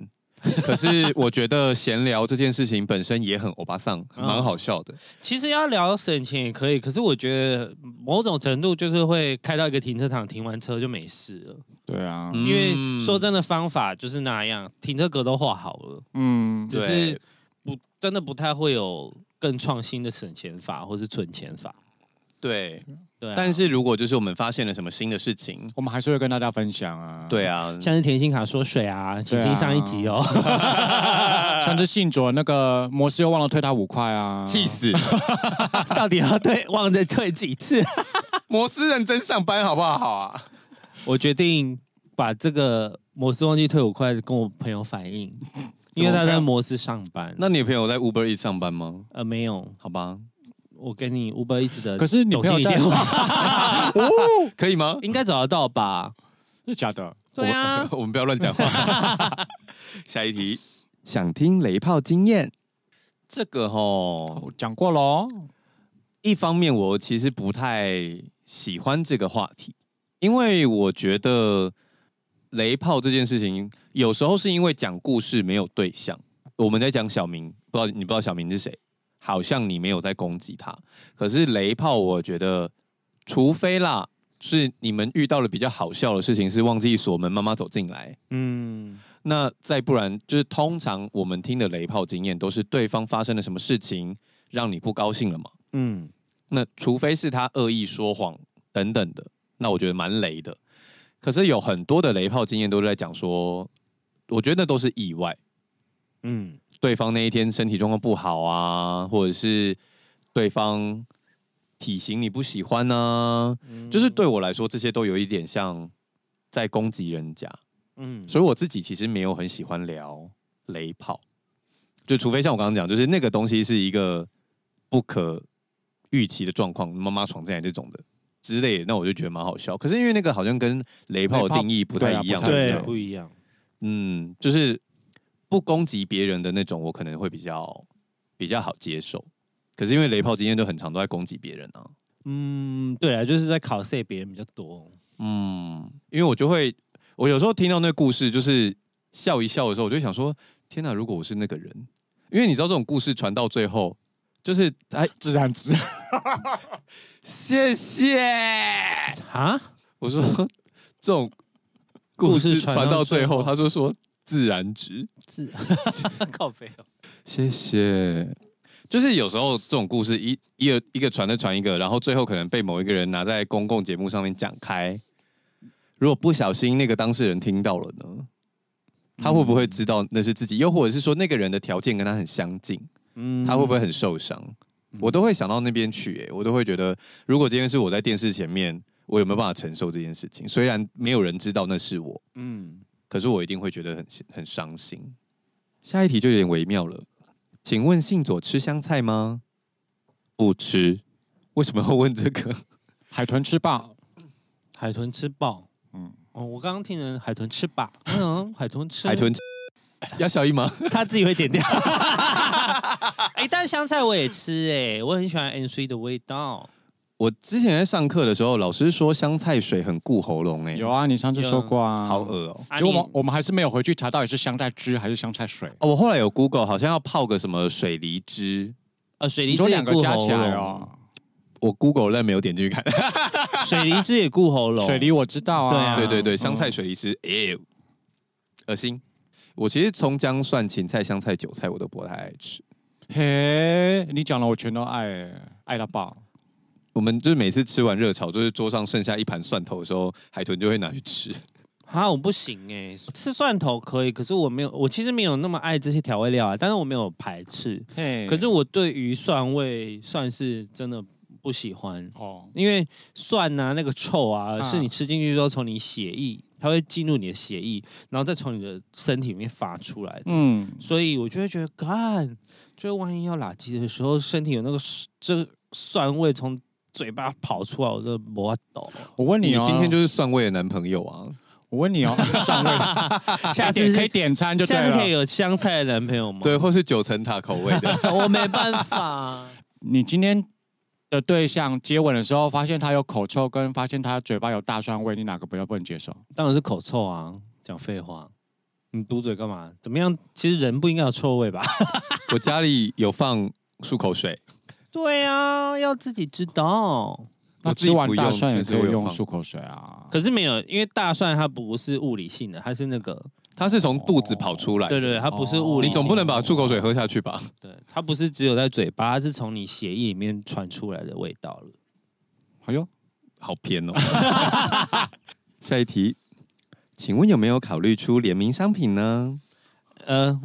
[SPEAKER 1] 可是，我觉得闲聊这件事情本身也很欧巴桑，
[SPEAKER 2] 嗯
[SPEAKER 1] 蛮好笑的。
[SPEAKER 2] 其实要聊省钱也可以，可是我觉得某种程度就是会开到一个停车场，停完车就没事了。
[SPEAKER 3] 对啊，
[SPEAKER 1] 嗯
[SPEAKER 2] 因为说真的，方法就是那样，停车格都画好了，
[SPEAKER 3] 嗯，
[SPEAKER 2] 只
[SPEAKER 1] 对
[SPEAKER 2] 是不真的不太会有更创新的省钱法或是存钱法。
[SPEAKER 1] 对，
[SPEAKER 2] 对、啊，
[SPEAKER 1] 但是如果就是我们发现了什么新的事情，
[SPEAKER 3] 我们还是会跟大家分享啊。
[SPEAKER 1] 对啊，
[SPEAKER 2] 嗯像是甜心卡说水啊，请
[SPEAKER 3] 对
[SPEAKER 2] 听
[SPEAKER 3] 啊
[SPEAKER 2] 上一集哦。 <laughs>
[SPEAKER 3] 像这信卓那个摩斯又忘了退他五块啊，
[SPEAKER 1] 气！
[SPEAKER 2] 嗯
[SPEAKER 1] 死
[SPEAKER 2] 到底要对忘了退几次？
[SPEAKER 1] <laughs> 摩斯认真上班好不好啊？
[SPEAKER 2] 我决定把这个摩斯忘记退五块跟我朋友反映，因为他在摩斯上班。
[SPEAKER 1] 那你朋友在 Uber E 上班吗？
[SPEAKER 2] 呃没有，
[SPEAKER 1] 好吧，
[SPEAKER 2] 我跟你 Uber 一直的，
[SPEAKER 3] 可是你朋友在
[SPEAKER 2] 电话哦
[SPEAKER 1] 可以 <laughs> 吗？
[SPEAKER 2] 应该找得到吧？
[SPEAKER 3] 是假的，
[SPEAKER 2] 对啊，
[SPEAKER 1] 我们 <laughs> 不要乱讲
[SPEAKER 2] <laughs>
[SPEAKER 1] 话。下一题，想听雷炮经验。这个
[SPEAKER 2] 哦
[SPEAKER 1] 吼，
[SPEAKER 3] 我讲过喽。
[SPEAKER 1] 一方面，我其实不太喜欢这个话题，因为我觉得雷炮这件事情，有时候是因为讲故事没有对象。我们在讲小明，不知道你不知道小明是谁，好像你没有在攻击他。可是雷炮，我觉得，除非啦，是你们遇到了比较好笑的事情，是忘记锁门，妈妈走进来。
[SPEAKER 2] 嗯
[SPEAKER 1] 那再不然，就是通常我们听的雷炮经验，都是对方发生了什么事情让你不高兴了嘛。
[SPEAKER 2] 嗯
[SPEAKER 1] 那除非是他恶意说谎等等的，那我觉得蛮雷的。可是有很多的雷炮经验都是在讲说，我觉得那都是意外，
[SPEAKER 2] 嗯，
[SPEAKER 1] 对方那一天身体状况不好啊，或者是对方体型你不喜欢啊，
[SPEAKER 2] 嗯
[SPEAKER 1] 就是对我来说，这些都有一点像在攻击人家。
[SPEAKER 2] 嗯，
[SPEAKER 1] 所以我自己其实没有很喜欢聊雷炮，就除非像我刚刚讲，就是那个东西是一个不可预期的状况，妈妈闯进来这种的之类的，那我就觉得蛮好笑。可是因为那个好像跟雷炮的定义不太一样，
[SPEAKER 3] 以
[SPEAKER 1] 对
[SPEAKER 2] 对
[SPEAKER 1] 不对
[SPEAKER 2] 不一样，
[SPEAKER 1] 嗯，就是不攻击别人的那种，我可能会比较比较好接受。可是因为雷炮今天都很常都在攻击别人啊，
[SPEAKER 2] 嗯，对啊，就是在考 C 别人比较多，
[SPEAKER 1] 嗯，因为我就会，我有时候听到那个故事，就是笑一笑的时候，我就会想说：天哪，如果我是那个人，因为你知道这种故事传到最后，就是哎，
[SPEAKER 3] 自然自然。
[SPEAKER 1] 谢谢，
[SPEAKER 2] 啊，
[SPEAKER 1] 我说这种故
[SPEAKER 2] 故
[SPEAKER 1] 事
[SPEAKER 2] 事传到
[SPEAKER 1] 传到最
[SPEAKER 2] 最后
[SPEAKER 1] 后，他就说自然值，
[SPEAKER 2] 是靠背哦，
[SPEAKER 1] 谢谢。就是有时候这种故事一一个一个传的传一个，然后最后可能被某一个人拿在公共节目上面讲开，如果不小心那个当事人听到了呢，他会不会知道那是自己？又或者是说那个人的条件跟他很相近，
[SPEAKER 2] 嗯
[SPEAKER 1] 他会不会很受伤？我都会想到那边去、欸，我都会觉得，如果今天是我在电视前面，我有没有办法承受这件事情？虽然没有人知道那是我，
[SPEAKER 2] 嗯，
[SPEAKER 1] 可是我一定会觉得很很伤心。下一题就有点微妙了，请问信佐吃香菜吗？不吃，为什么要问这个？
[SPEAKER 3] 海豚吃霸，
[SPEAKER 2] 海豚吃饱，嗯
[SPEAKER 3] 嗯，
[SPEAKER 2] 哦，我刚刚听人海豚吃饱，嗯，海
[SPEAKER 1] <laughs>
[SPEAKER 2] 豚吃
[SPEAKER 1] 海豚吃要小姨吗？
[SPEAKER 2] <laughs> 他自己会剪掉。哎、但香菜我也吃哎、我很喜欢 N C 的味道。
[SPEAKER 1] 我之前在上课的时候，老师说香菜水很固喉咙、欸，
[SPEAKER 3] 有啊，你上次说过啊，
[SPEAKER 1] 好恶哦、
[SPEAKER 2] 啊
[SPEAKER 3] 结果我
[SPEAKER 2] 你
[SPEAKER 3] 们我们还是没有回去查到底是香菜汁还是香菜水。
[SPEAKER 1] 哦，我后来有 Google，好像要泡个什么水梨汁，
[SPEAKER 2] 呃，水
[SPEAKER 3] 你
[SPEAKER 2] 梨
[SPEAKER 3] 说
[SPEAKER 2] 汁也
[SPEAKER 3] 两个
[SPEAKER 2] 固
[SPEAKER 3] 加
[SPEAKER 2] 喉
[SPEAKER 3] 起来
[SPEAKER 2] 咙，
[SPEAKER 3] 哦，
[SPEAKER 1] 我 Google 但没有点进去看。
[SPEAKER 2] <laughs> 水梨汁也固喉咙。
[SPEAKER 3] 水梨我知道
[SPEAKER 2] 对
[SPEAKER 3] 啊，
[SPEAKER 1] <laughs>
[SPEAKER 2] 啊
[SPEAKER 1] 对对对，香菜水梨汁，哎、恶心。我其实葱姜蒜、芹菜、香菜、韭菜我都不太爱吃。
[SPEAKER 3] 嘿，你讲了我全都爱欸，爱到爆。
[SPEAKER 1] 我们就是每次吃完热炒，就是桌上剩下一盘蒜头的时候，海豚就会拿去吃。
[SPEAKER 2] 啊，我不行哎、吃蒜头可以，可是我没有，我其实没有那么爱这些调味料啊，但是我没有排斥。
[SPEAKER 3] 嘿，
[SPEAKER 2] 可是我对于蒜味算是真的不喜欢，
[SPEAKER 3] 哦，
[SPEAKER 2] 因为蒜啊那个臭啊，
[SPEAKER 3] 啊
[SPEAKER 2] 是你吃进去之后从你血液，它会进入你的血液，然后再从你的身体里面发出来。
[SPEAKER 3] 嗯，
[SPEAKER 2] 所以我就会觉得，干，就万一要拉鸡的时候，身体有那个这蒜味从嘴巴跑出来，我就没法抖。
[SPEAKER 3] 我问
[SPEAKER 1] 你
[SPEAKER 3] 你哦，
[SPEAKER 1] 今天就是蒜味的男朋友啊？
[SPEAKER 3] 我问你哦，上位
[SPEAKER 1] <laughs>
[SPEAKER 2] 下次
[SPEAKER 3] 点可以
[SPEAKER 2] 是
[SPEAKER 3] 点餐就对
[SPEAKER 2] 下次可以
[SPEAKER 3] 了。
[SPEAKER 2] 有香菜的男朋友
[SPEAKER 1] <laughs>
[SPEAKER 2] 吗？<laughs>
[SPEAKER 1] 对，，或是九层塔口味的。
[SPEAKER 2] 我没办法。
[SPEAKER 3] 你今天的对象接吻的时候，发现他有口臭，跟发现他嘴巴有大蒜味，你哪个比较不能接受？
[SPEAKER 2] <laughs> 当然是口臭啊，讲废话。你嘟嘴干嘛？怎么样？其实人不应该有臭味吧？ <laughs>
[SPEAKER 1] 我家里有放漱口水，
[SPEAKER 2] 对啊，要自己知道。
[SPEAKER 1] 我
[SPEAKER 3] 那
[SPEAKER 1] 自
[SPEAKER 3] 吃
[SPEAKER 1] 己
[SPEAKER 3] 完
[SPEAKER 1] 不
[SPEAKER 3] 大
[SPEAKER 1] 用
[SPEAKER 3] 蒜也
[SPEAKER 1] 但是
[SPEAKER 3] 可以
[SPEAKER 1] 我有
[SPEAKER 3] 用
[SPEAKER 1] 放
[SPEAKER 3] 漱口水啊。
[SPEAKER 2] 可是没有，因为大蒜它不是物理性的，它是那个，
[SPEAKER 1] 它是从肚子跑出来。
[SPEAKER 2] 哦对对对，它不是物
[SPEAKER 1] 你
[SPEAKER 2] 理性的。
[SPEAKER 1] 总不能把漱口水喝下去吧？
[SPEAKER 2] 对，它不是只有在嘴巴，它是从你血液里面传出来的味道了。
[SPEAKER 3] 哎呦，
[SPEAKER 1] 好偏哦。下一题，请问有没有考虑出联名商品呢？
[SPEAKER 2] 呃，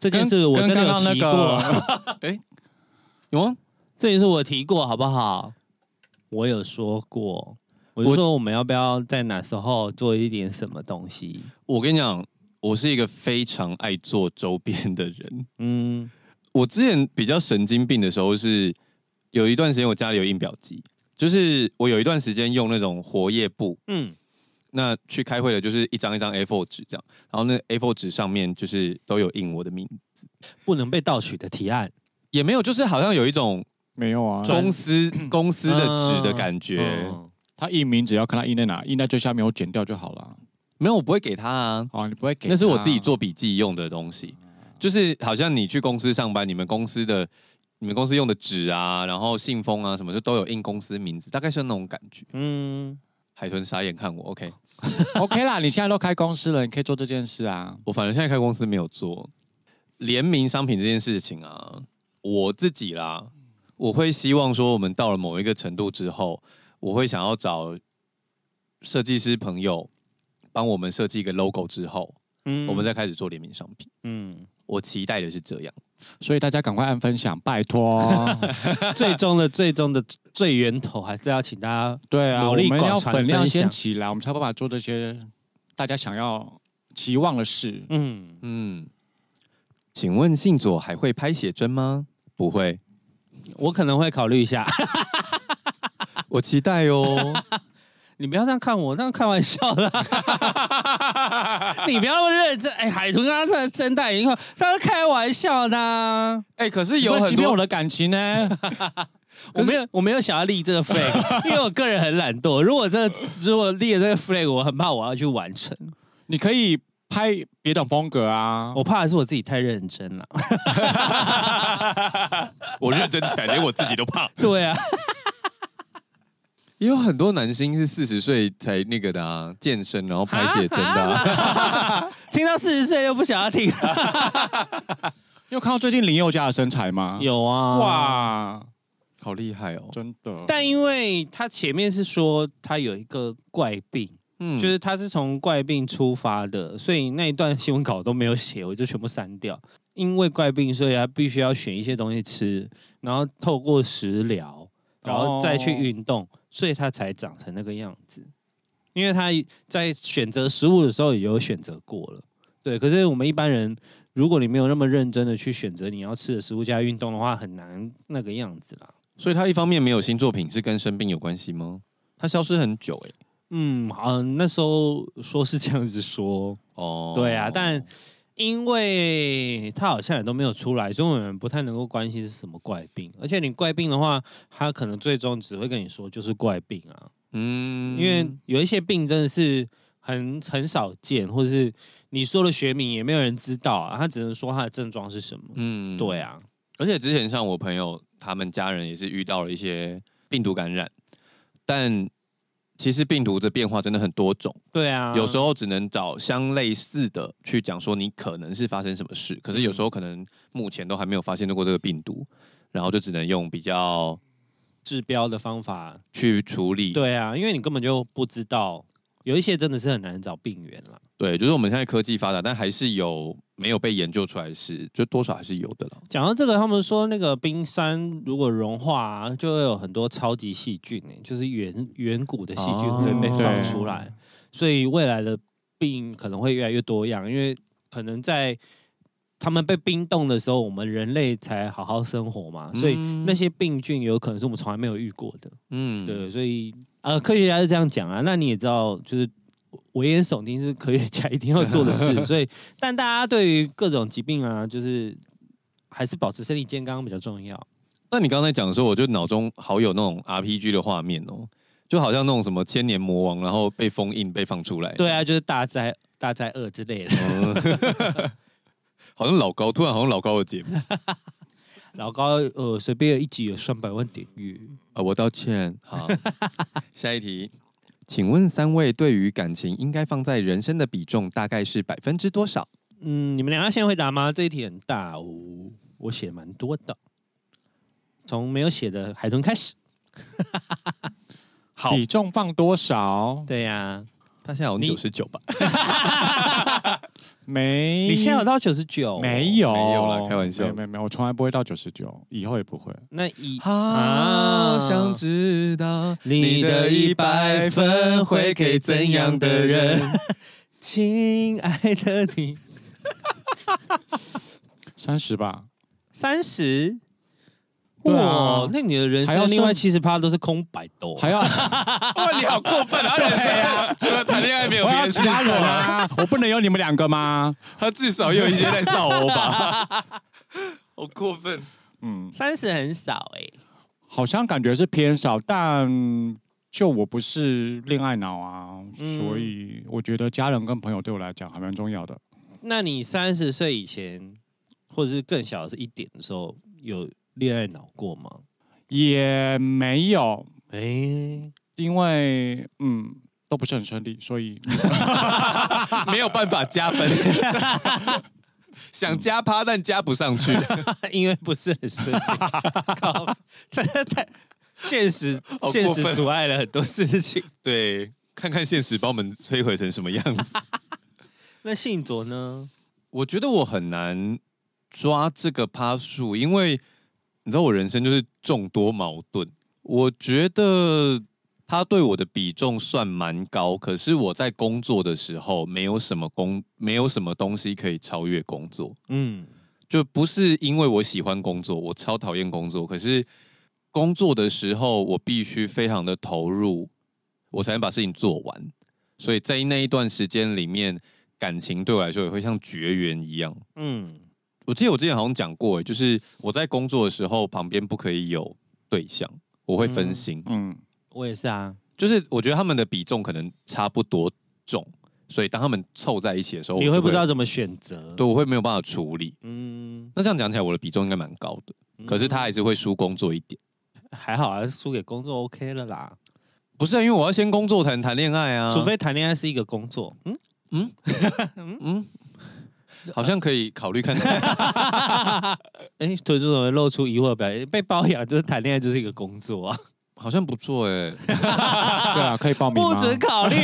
[SPEAKER 2] 这
[SPEAKER 3] 跟
[SPEAKER 2] 件事我
[SPEAKER 3] 跟
[SPEAKER 2] 真的有
[SPEAKER 3] 刚刚那
[SPEAKER 2] 提
[SPEAKER 3] 个
[SPEAKER 2] 过， <laughs>
[SPEAKER 1] 有吗？
[SPEAKER 2] 这件事我提过，好不好？我有说过，我就
[SPEAKER 1] 我
[SPEAKER 2] 说我们要不要在哪时候做一点什么东西？
[SPEAKER 1] 我跟你讲，我是一个非常爱做周边的人。
[SPEAKER 2] 嗯，
[SPEAKER 1] 我之前比较神经病的时候是，有一段时间我家里有印表机，就是我有一段时间用那种活页布，
[SPEAKER 2] 嗯，
[SPEAKER 1] 那去开会的就是一张一张 A4 纸这样，然后那 A4 纸上面就是都有印我的名字，
[SPEAKER 2] 不能被盗取的提案，
[SPEAKER 1] 也没有就是好像有一种
[SPEAKER 3] 没有啊，
[SPEAKER 1] 公司公司的纸的感觉，
[SPEAKER 2] 嗯
[SPEAKER 3] 他印名只要看他印在哪，印在最下面，我剪掉就好了。
[SPEAKER 1] 没有我不会给他啊，
[SPEAKER 3] 哦，你不会给他？嗯
[SPEAKER 1] 那是我自己做笔记用的东西，就是好像你去公司上班，你们公司的你们公司用的纸啊，然后信封啊什么，就都有印公司名字，大概是那种感觉。
[SPEAKER 2] 嗯，
[SPEAKER 1] 海豚傻眼看我，OK，
[SPEAKER 3] <laughs> OK 啦。你现在都开公司了，你可以做这件事啊。
[SPEAKER 1] 我反正现在开公司没有做联名商品这件事情啊，我自己啦，我会希望说我们到了某一个程度之后，我会想要找设计师朋友帮我们设计一个 logo 之后，
[SPEAKER 2] 嗯
[SPEAKER 1] 我们再开始做联名商品。
[SPEAKER 3] <laughs>
[SPEAKER 2] 嗯，
[SPEAKER 1] 我期待的是这样，
[SPEAKER 3] 所以大家赶快按分享，
[SPEAKER 1] <laughs>
[SPEAKER 3] 拜托。
[SPEAKER 2] 最终的最终的最源头还是要请大家
[SPEAKER 3] 对啊，
[SPEAKER 2] 努
[SPEAKER 3] 我
[SPEAKER 2] 力
[SPEAKER 3] 们
[SPEAKER 2] 广
[SPEAKER 3] 要
[SPEAKER 2] 传
[SPEAKER 3] 粉量
[SPEAKER 2] 分
[SPEAKER 3] 先
[SPEAKER 2] 享
[SPEAKER 3] 起来，我们才有办法做这些大家想要期望的事。
[SPEAKER 2] 嗯。
[SPEAKER 1] 嗯。请问信佐还会拍写真吗？不会，
[SPEAKER 2] 我可能会考虑一下， <laughs>
[SPEAKER 1] 我期待哦。
[SPEAKER 2] 你不要这样看我，这样开玩笑
[SPEAKER 3] <laughs>
[SPEAKER 2] 的。你不要那么认真，哎、海豚刚刚真的睁大眼睛看，他是开玩笑的啊、
[SPEAKER 1] <laughs> 哎、可是
[SPEAKER 3] 有
[SPEAKER 1] 有很
[SPEAKER 3] 欺骗我
[SPEAKER 1] 多，
[SPEAKER 3] 的感情呢？
[SPEAKER 2] 我没有，我没有想要立这个 flag，因为我个人很懒惰。如果这个如果立了这个 flag，我很怕我要去完成，
[SPEAKER 3] 你可以拍别种风格啊。
[SPEAKER 2] 我怕的是我自己太认真了。
[SPEAKER 1] 我认真起来，连我自己都怕。
[SPEAKER 2] 对啊，
[SPEAKER 1] 也 <laughs> 有很多男星是四十岁才那个的啊，健身然后拍写真的、啊。
[SPEAKER 2] <laughs> 听到四十岁又不想要听，
[SPEAKER 3] 你有看到最近林宥嘉的身材吗？
[SPEAKER 2] 有啊，哇！
[SPEAKER 3] 哇，
[SPEAKER 1] <laughs> 好厉害哦！
[SPEAKER 3] 真的。
[SPEAKER 2] 但因为他前面是说他有一个怪病，
[SPEAKER 1] 嗯，
[SPEAKER 2] 就是他是从怪病出发的，所以那一段新闻稿都没有写，我就全部删掉。因为怪病，所以他必须要选一些东西吃，然后透过食疗，然后再去运动，所以他才长成那个样子。因为他在选择食物的时候也有选择过了，对。可是我们一般人，如果你没有那么认真的去选择你要吃的食物加运动的话，很难那个样子啦。
[SPEAKER 1] 所以他一方面没有新作品，是跟生病有关系吗？他消失很久哎、
[SPEAKER 2] 嗯，好，那时候说是这样子说，
[SPEAKER 1] 哦，
[SPEAKER 2] 对啊但因为他好像也都没有出来，所以我们不太能够关心是什么怪病。而且你怪病的话，他可能最终只会跟你说就是怪病啊，
[SPEAKER 1] 嗯
[SPEAKER 2] 因为有一些病真的是很很少见，或者是你说了学名也没有人知道啊，他只能说他的症状是什么。
[SPEAKER 1] 嗯
[SPEAKER 2] 对，啊，
[SPEAKER 1] 而且之前像我朋友他们家人也是遇到了一些病毒感染，但其实病毒的变化真的很多种，
[SPEAKER 2] 对啊，
[SPEAKER 1] 有时候只能找相类似的去讲说你可能是发生什么事，可
[SPEAKER 2] 嗯
[SPEAKER 1] 是有时候可能目前都还没有发现过这个病毒，然后就只能用比较
[SPEAKER 2] 治标的方法，
[SPEAKER 1] 去处理。
[SPEAKER 2] 对啊，因为你根本就不知道，有一些真的是很难找病源啊啦。
[SPEAKER 1] 对，就是我们现在科技发达，但还是有没有被研究出来的事，就多少还是有的了。
[SPEAKER 2] 讲到这个，他们说那个冰山如果融化、啊，就会有很多超级细菌、欸，就是远远古的细菌
[SPEAKER 1] 哦
[SPEAKER 2] 会被放
[SPEAKER 3] 对
[SPEAKER 2] 出来，所以未来的病可能会越来越多样，因为可能在他们被冰冻的时候，我们人类才好好生活嘛，所以
[SPEAKER 1] 嗯
[SPEAKER 2] 那些病菌有可能是我们从来没有遇过的。
[SPEAKER 1] 嗯，
[SPEAKER 2] 对，所以呃，科学家是这样讲啊。那你也知道，就是危言耸听是科学家一定要做的事。所以，但大家对于各种疾病啊，就是还是保持身体健康比较重要。
[SPEAKER 1] 那你刚才讲的时候，我就脑中好有那种 RPG 的画面哦，就好像那种什么千年魔王，然后被封印、被放出来。
[SPEAKER 2] 对啊，就是大灾大灾二之类的。 <laughs>
[SPEAKER 1] 嗯， <laughs> 好像老高，突然好像老高的节目。
[SPEAKER 2] 老高呃，随便一集有三百万点阅。
[SPEAKER 1] 呃，我道歉。好，下一题，请问三位对于感情应该放在人生的比重大概是百分之多少？
[SPEAKER 2] 嗯，你们俩要先回答吗？这一题很大哦，我写蛮多的。从没有写的海豚开始。 <laughs>
[SPEAKER 1] 好
[SPEAKER 3] 比重放多少？
[SPEAKER 2] 对啊呀、
[SPEAKER 1] 他现在有
[SPEAKER 2] 你
[SPEAKER 1] 九十九吧？
[SPEAKER 3] 没，
[SPEAKER 2] 你现在有到九十九？哦
[SPEAKER 3] 没有？
[SPEAKER 1] 没有啦开玩笑
[SPEAKER 3] 没有没有没有，我从来不会到九十九，以后也不会。
[SPEAKER 2] 那一
[SPEAKER 1] 好
[SPEAKER 2] 啊
[SPEAKER 1] 想知道？
[SPEAKER 2] 你的一百分会给怎样的人？<laughs> 亲爱的你，
[SPEAKER 3] 三十吧，
[SPEAKER 2] 三十。
[SPEAKER 3] 对啊
[SPEAKER 2] 哇，那你的人
[SPEAKER 3] 还要
[SPEAKER 2] 生
[SPEAKER 3] 剩
[SPEAKER 2] 另外七十趴都是空白的、哦，
[SPEAKER 1] <laughs>
[SPEAKER 3] 还要
[SPEAKER 1] 哇，你好过分啊！对啊，除了谈恋爱没有
[SPEAKER 3] 我
[SPEAKER 1] 别
[SPEAKER 3] 要
[SPEAKER 1] 的
[SPEAKER 3] 其
[SPEAKER 1] 事
[SPEAKER 3] 他人啊，我不能有你们两个吗？
[SPEAKER 1] 他至少有一些在笑我吧。好 <laughs> 过分！
[SPEAKER 3] <laughs> 嗯，
[SPEAKER 2] 三十很少哎、
[SPEAKER 3] 好像感觉是偏少，但就我不是恋爱脑啊，
[SPEAKER 2] 嗯
[SPEAKER 3] 所以我觉得家人跟朋友对我来讲还蛮重要的。
[SPEAKER 2] 那你三十岁以前，或者是更小是一点的时候，有恋爱脑过吗？
[SPEAKER 3] 也没有，
[SPEAKER 2] 哎、
[SPEAKER 3] 因为嗯都不是很顺利，所以
[SPEAKER 1] 没有办法加分， <laughs> 想加趴但加不上去，
[SPEAKER 2] <laughs> 因为不是很顺利， <laughs> 靠，真的太现实，
[SPEAKER 1] 好过
[SPEAKER 2] 现
[SPEAKER 1] 分
[SPEAKER 2] 实阻碍了很多事情。
[SPEAKER 1] 对，看看现实把我们摧毁成什么样子。
[SPEAKER 2] 那信卓呢？
[SPEAKER 1] 我觉得我很难抓这个趴数，因为你知道我人生就是众多矛盾。我觉得他对我的比重算蛮高，可是我在工作的时候没有什么工，没有什么东西可以超越工作。
[SPEAKER 2] 嗯，
[SPEAKER 1] 就不是因为我喜欢工作，我超讨厌工作，可是工作的时候我必须非常的投入，我才能把事情做完。所以在那一段时间里面，感情对我来说也会像绝缘一样。
[SPEAKER 2] 嗯，
[SPEAKER 1] 我记得我之前好像讲过，诶就是我在工作的时候，旁边不可以有对象，我会分心。
[SPEAKER 3] 嗯，
[SPEAKER 2] 我也是啊。
[SPEAKER 1] 就是我觉得他们的比重可能差不多重，所以当他们凑在一起的时候，
[SPEAKER 2] 你
[SPEAKER 1] 我
[SPEAKER 2] 会
[SPEAKER 1] 就
[SPEAKER 2] 不知道，怎么选择？
[SPEAKER 1] 对，我会没有办法处理。
[SPEAKER 2] 嗯，
[SPEAKER 1] 那这样讲起来，我的比重应该蛮高的，可是他还是会输工作一点。
[SPEAKER 2] 还好啊，输给工作 OK 了啦。
[SPEAKER 1] 不是啊，因为我要先工作才能谈恋爱啊。
[SPEAKER 2] 除非谈恋爱是一个工作，嗯，
[SPEAKER 1] 嗯，好像可以考虑看看。
[SPEAKER 2] <laughs> 哎，对，这种人露出疑惑的表 <laughs> 情，被包养就是谈恋爱就是一个工作啊，
[SPEAKER 1] 好像不错哎、
[SPEAKER 3] 对啊，可以报名吗？
[SPEAKER 2] 考
[SPEAKER 1] <laughs>
[SPEAKER 2] 虑。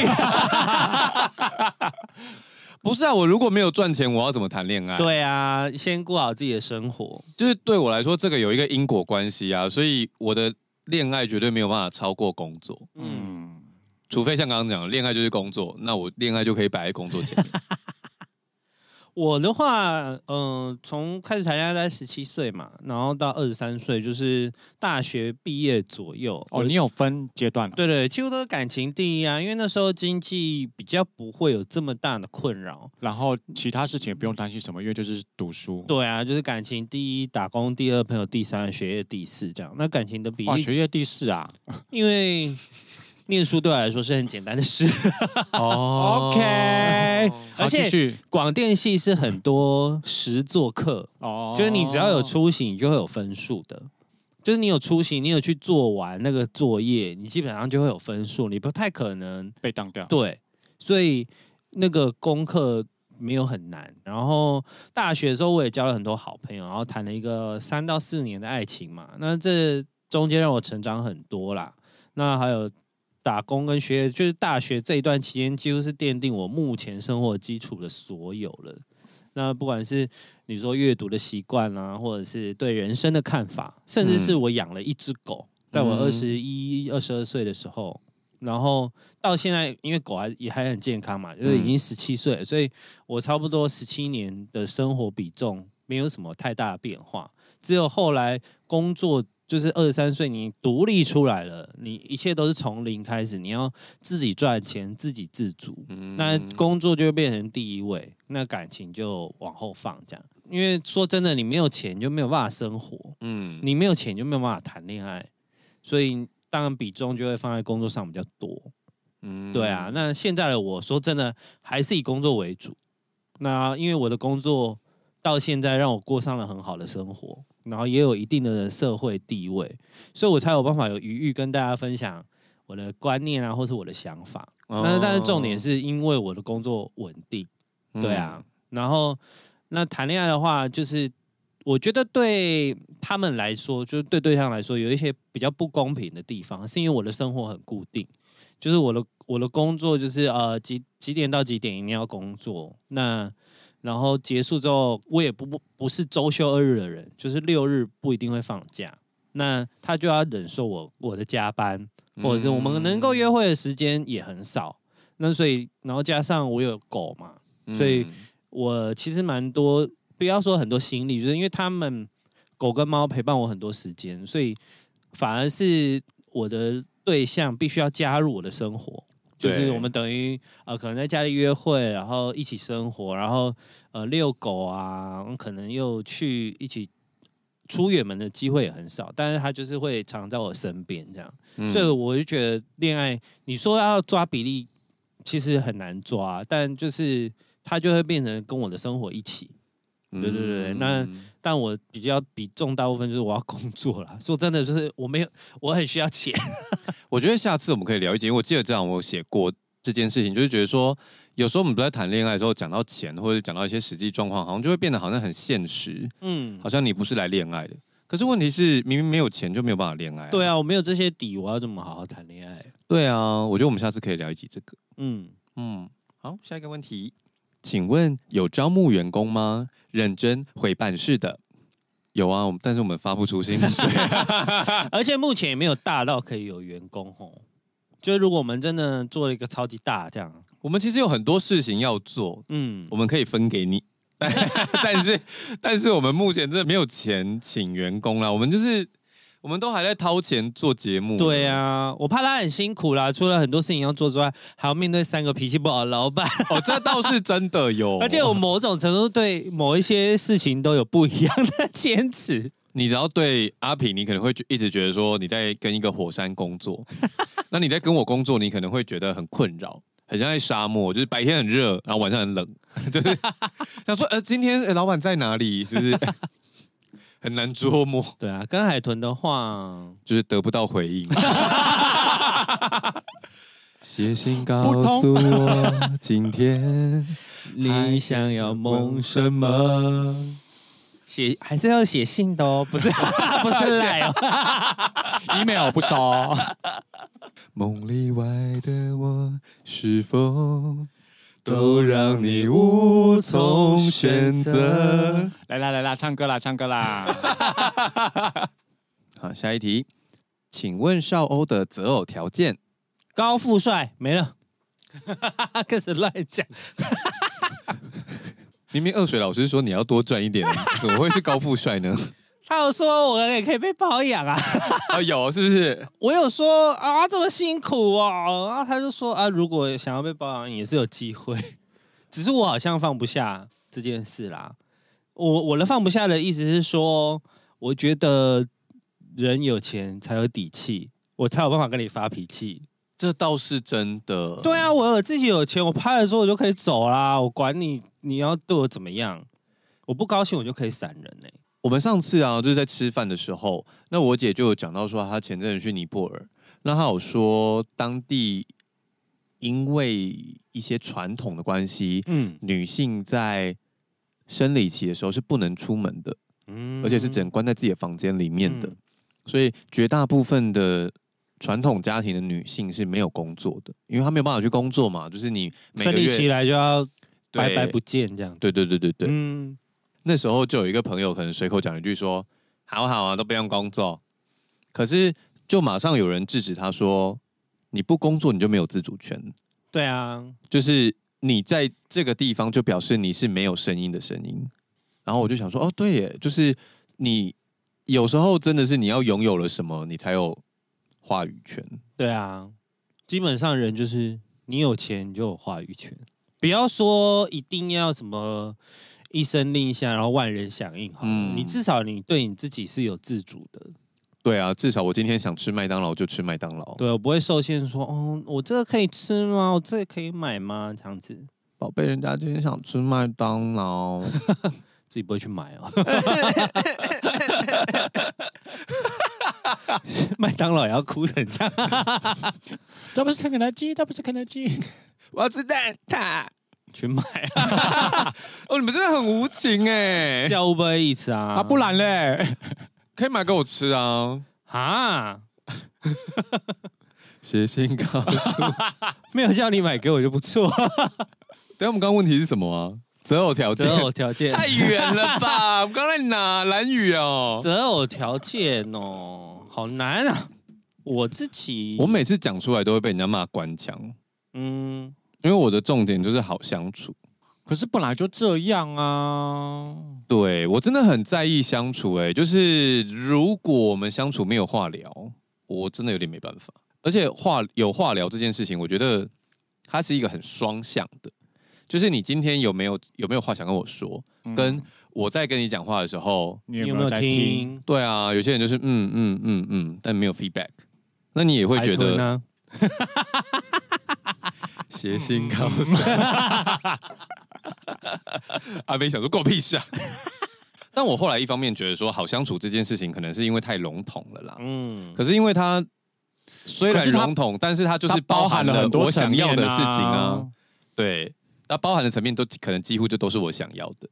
[SPEAKER 1] 不是啊，我如果没有赚钱，我要怎么谈恋爱？，
[SPEAKER 2] 对啊，先顾好自己的生活。
[SPEAKER 1] 就是对我来说，这个有一个因果关系啊，所以我的恋爱绝对没有办法超过工作，
[SPEAKER 2] 嗯，
[SPEAKER 3] 嗯，
[SPEAKER 1] 除非像刚刚讲，的，恋爱就是工作，那我恋爱就可以摆在工作前
[SPEAKER 2] <laughs>
[SPEAKER 1] 面。
[SPEAKER 2] 我的话，嗯、从开始谈恋爱在十七岁嘛，然后到二十三岁，就是大学毕业左右。
[SPEAKER 3] 哦，
[SPEAKER 2] 我
[SPEAKER 3] 你有分阶段啊
[SPEAKER 2] 对对，几乎都是感情第一啊，因为那时候经济比较不会有这么大的困扰。
[SPEAKER 3] 然后其他事情也不用担心什么，因为就是读书。
[SPEAKER 2] 对啊，就是感情第一，打工第二，朋友第三，学业第四这样。那感情的比
[SPEAKER 3] 哇，
[SPEAKER 2] 例，
[SPEAKER 3] 学业第四啊
[SPEAKER 2] 因为念书对我来说是很简单的事，
[SPEAKER 1] 哦
[SPEAKER 3] OK <laughs> 好
[SPEAKER 2] 而且
[SPEAKER 3] 继续
[SPEAKER 2] 广电系是很多实作课，
[SPEAKER 3] 哦
[SPEAKER 2] 就是你只要有出席，你就会有分数的。就是你有出席，你有去做完那个作业，你基本上就会有分数，你不太可能
[SPEAKER 3] 被当掉，
[SPEAKER 2] 对，所以那个功课没有很难。然后大学的时候，我也交了很多好朋友，然后谈了一个三到四年的爱情嘛。那这中间让我成长很多啦。那还有打工跟学业，就是大学这一段期间，几乎是奠定我目前生活基础的所有了。那不管是你说阅读的习惯啊，或者是对人生的看法，甚至是我养了一只狗，在我
[SPEAKER 1] 嗯
[SPEAKER 2] 二十一、二十二岁的时候，然后到现在，因为狗还也还很健康嘛，就是已经
[SPEAKER 1] 嗯
[SPEAKER 2] 十七岁了，所以我差不多十七年的生活比重没有什么太大的变化，只有后来工作。就是二十三岁，你独立出来了，你一切都是从零开始，你要自己赚钱，自给自足。
[SPEAKER 1] 嗯
[SPEAKER 2] 那工作就会变成第一位，那感情就往后放这样。因为说真的，你没有钱就没有办法生活，
[SPEAKER 1] 嗯
[SPEAKER 2] 你没有钱就没有办法谈恋爱，所以当然比重就会放在工作上比较多。
[SPEAKER 1] 嗯
[SPEAKER 2] 对啊，，那现在的我说真的还是以工作为主。那因为我的工作到现在让我过上了很好的生活，然后也有一定的社会地位，所以我才有办法有余裕跟大家分享我的观念啊，或是我的想法。
[SPEAKER 1] 嗯
[SPEAKER 2] 但是但是重点
[SPEAKER 1] 是，
[SPEAKER 2] 是因为我的工作稳定，
[SPEAKER 1] 嗯
[SPEAKER 2] 对啊，，然后那谈恋爱的话，就是我觉得对他们来说，就是对对象来说，有一些比较不公平的地方，是因为我的生活很固定，就是我的我的工作就是呃几几点到几点一定要工作，那然后结束之后，我也不不不是周休二日的人，就是六日不一定会放假，那他就要忍受我我的加班，
[SPEAKER 1] 嗯
[SPEAKER 2] 或者是我们能够约会的时间也很少。那所以，然后加上我有狗嘛，
[SPEAKER 1] 嗯，
[SPEAKER 2] 所以我其实蛮多，不要说很多心力，就是因为他们狗跟猫陪伴我很多时间，所以反而是我的对象必须要加入我的生活。就
[SPEAKER 1] 对
[SPEAKER 2] 是我们等于呃，可能在家里约会，然后一起生活，然后呃遛狗啊，可能又去一起出远门的机会也很少，但是他就是会常在我身边这样。
[SPEAKER 1] 嗯
[SPEAKER 2] 所以我就觉得恋爱，你说要抓比例，其实很难抓，但就是它就会变成跟我的生活一起。对对对那
[SPEAKER 1] 嗯
[SPEAKER 2] 但我比较比重大部分就是我要工作啦。说真的，就是我没有，我很需要钱。
[SPEAKER 1] 我觉得下次我们可以聊一集，因为我记得这样我有写过这件事情，就是觉得说，有时候我们不在谈恋爱的时候，讲到钱或者讲到一些实际状况，好像就会变得好像很现实，
[SPEAKER 2] 嗯
[SPEAKER 1] 好，像你不是来恋爱的。可是问题是，明明没有钱就没有办法恋爱、
[SPEAKER 2] 对，啊，我没有这些底，我要怎么好好谈恋爱？
[SPEAKER 1] 对啊，我觉得我们下次可以聊一集这个。
[SPEAKER 2] 嗯，
[SPEAKER 1] 嗯，好，下一个问题，请问有招募员工吗？认真会办事的。有啊，我们但是我们发不出薪水。
[SPEAKER 2] 而且目前也没有大到可以有员工吼。就如果我们真的做了一个超级大这样，
[SPEAKER 1] 我们其实有很多事情要做，
[SPEAKER 2] 嗯，
[SPEAKER 1] 我们可以分给你， <laughs> 但但是但是我们目前真的没有钱请员工啦，我们就是我们都还在掏钱做节目。
[SPEAKER 2] 对，啊，我怕他很辛苦啦，除了很多事情要做之外，还要面对三个脾气不好的老板，，
[SPEAKER 1] 哦，这倒是真的有
[SPEAKER 2] <laughs> 而且我某种程度对某一些事情都有不一样的坚持。
[SPEAKER 1] 你只要对阿平，你可能会觉一直觉得说你在跟一个火山工作， <laughs> 那你在跟我工作，你可能会觉得很困扰，很像在沙漠，就是白天很热，然后晚上很冷， <laughs> 就是想说呃，今天、呃老板在哪里？是不 <laughs> 是很难捉摸？
[SPEAKER 2] <laughs> 对啊，跟海豚的话，
[SPEAKER 1] 就是得不到回应。写信
[SPEAKER 3] 不
[SPEAKER 1] 告
[SPEAKER 3] 通
[SPEAKER 1] 诉我，今天
[SPEAKER 2] 你想要梦什么？写还是要写信的 <laughs> 哦，不是不是来哦。
[SPEAKER 3] ，email 不收。
[SPEAKER 1] 梦里外的我，是否都让你无从选择？
[SPEAKER 3] <laughs> 来啦来啦，唱歌啦唱歌啦！
[SPEAKER 1] 好，下一题，请问少欧的择偶条件？
[SPEAKER 2] <laughs> 高富帅没了， <laughs> 开始乱讲。
[SPEAKER 1] 明明二水老师说你要多赚一点，怎么会是高富帅呢？
[SPEAKER 2] 他有说我也可以被包养啊，
[SPEAKER 1] 啊，有是不是？
[SPEAKER 2] 我有说啊这么辛苦哦，然后他就说啊如果想要被包养也是有机会， <laughs> 只是我好像放不下这件事啦。我我的放不下的意思是说，我觉得人有钱才有底气，我才有办法跟你发脾气。
[SPEAKER 1] <laughs> 这倒是真的。
[SPEAKER 2] 对啊，我有自己有钱，我拍了之后我就可以走啦，我管你你要对我怎么样，我不高兴我就可以闪人欸呢、
[SPEAKER 1] 我们上次啊，就是在吃饭的时候，那我姐就有讲到说，她前阵子去尼泊尔，那她有说当地因为一些传统的关系，
[SPEAKER 2] 嗯
[SPEAKER 1] 女性在生理期的时候是不能出门的，
[SPEAKER 2] 嗯
[SPEAKER 1] 而且是只能关在自己的房间里面的
[SPEAKER 2] 嗯，
[SPEAKER 1] 所以绝大部分的。传统家庭的女性是没有工作的，因为她没有办法去工作嘛，就是你每
[SPEAKER 2] 生
[SPEAKER 1] 个
[SPEAKER 2] 理期
[SPEAKER 1] 月
[SPEAKER 2] 来就要
[SPEAKER 1] 对
[SPEAKER 2] 拜拜不见这样子。
[SPEAKER 1] 对对对对对，
[SPEAKER 2] 嗯，
[SPEAKER 1] 那时候就有一个朋友可能随口讲一句说：“好好啊，都不用工作。”可是就马上有人制止他说：“你不工作你就没有自主权，
[SPEAKER 2] 对啊，
[SPEAKER 1] 就是你在这个地方就表示你是没有声音的声音。”然后我就想说：“哦，对耶，就是你有时候真的是你要拥有了什么，你才有话语权。
[SPEAKER 2] 对啊，基本上人就是你有钱你就有话语权，不要说一定要什么一声令下，然后万人响应好了，
[SPEAKER 1] 嗯
[SPEAKER 2] 你至少你对你自己是有自主的，”
[SPEAKER 1] 对啊，至少我今天想吃麦当劳就吃麦当劳。
[SPEAKER 2] 对我不会受限说哦，我这个可以吃吗？我这个可以买吗？这样子
[SPEAKER 1] 宝贝，人家今天想吃麦当劳。
[SPEAKER 2] 自己不会去买哦。 <laughs> 麦当劳也要哭成这样，
[SPEAKER 3] 这不是肯德基，这不是肯德基。
[SPEAKER 1] <laughs> 我要吃蛋挞。
[SPEAKER 2] 去买啊，
[SPEAKER 1] 哦，你们真的很无情哎、 <laughs>
[SPEAKER 2] 叫 Uber Eats 啊，
[SPEAKER 3] 啊，不然嘞，
[SPEAKER 1] 可以买给我吃 <laughs> 啊！
[SPEAKER 2] 啊，
[SPEAKER 1] 写信告诉。
[SPEAKER 2] 没有叫你买给我就不错。
[SPEAKER 1] 等一下我们刚刚问题是什么啊？择偶条件
[SPEAKER 2] 择偶条 <laughs> 件，
[SPEAKER 1] 太远了吧？我 <laughs> 们刚才哪蓝雨哦？
[SPEAKER 2] 择偶条件哦，好难啊！我自己，
[SPEAKER 1] 我每次讲出来都会被人家骂官腔，
[SPEAKER 2] 嗯，
[SPEAKER 1] 因为我的重点就是好相处。
[SPEAKER 3] 可是本来就这样啊。
[SPEAKER 1] 对我真的很在意相处、欸，哎，就是如果我们相处没有话聊，我真的有点没办法。而且话有话聊这件事情，我觉得它是一个很双向的，就是你今天有没有有没有话想跟我说，跟我在跟你讲话的时候，
[SPEAKER 3] 你
[SPEAKER 2] 你有没有
[SPEAKER 3] 在？
[SPEAKER 2] 听？
[SPEAKER 1] 对啊，有些人就是嗯嗯嗯嗯，但没有 feedback，那你也会觉得
[SPEAKER 2] 呢？
[SPEAKER 1] 谐
[SPEAKER 3] 嗯
[SPEAKER 1] 星高三。 <laughs> 阿飞想说关我屁事
[SPEAKER 3] <laughs>
[SPEAKER 1] 啊！但我后来一方面觉得说好相处这件事情，可能是因为太笼统了啦。
[SPEAKER 2] 嗯，
[SPEAKER 1] 可是因为它虽
[SPEAKER 3] 可
[SPEAKER 1] 然
[SPEAKER 3] 是它
[SPEAKER 1] 笼统，但是它就
[SPEAKER 3] 它
[SPEAKER 1] 是
[SPEAKER 3] 包
[SPEAKER 1] 含
[SPEAKER 3] 含了很多
[SPEAKER 1] 我想要的事情
[SPEAKER 3] 层面
[SPEAKER 1] 啊
[SPEAKER 3] 啊。
[SPEAKER 1] 对，它包含的层面都可能几乎就都是我想要的。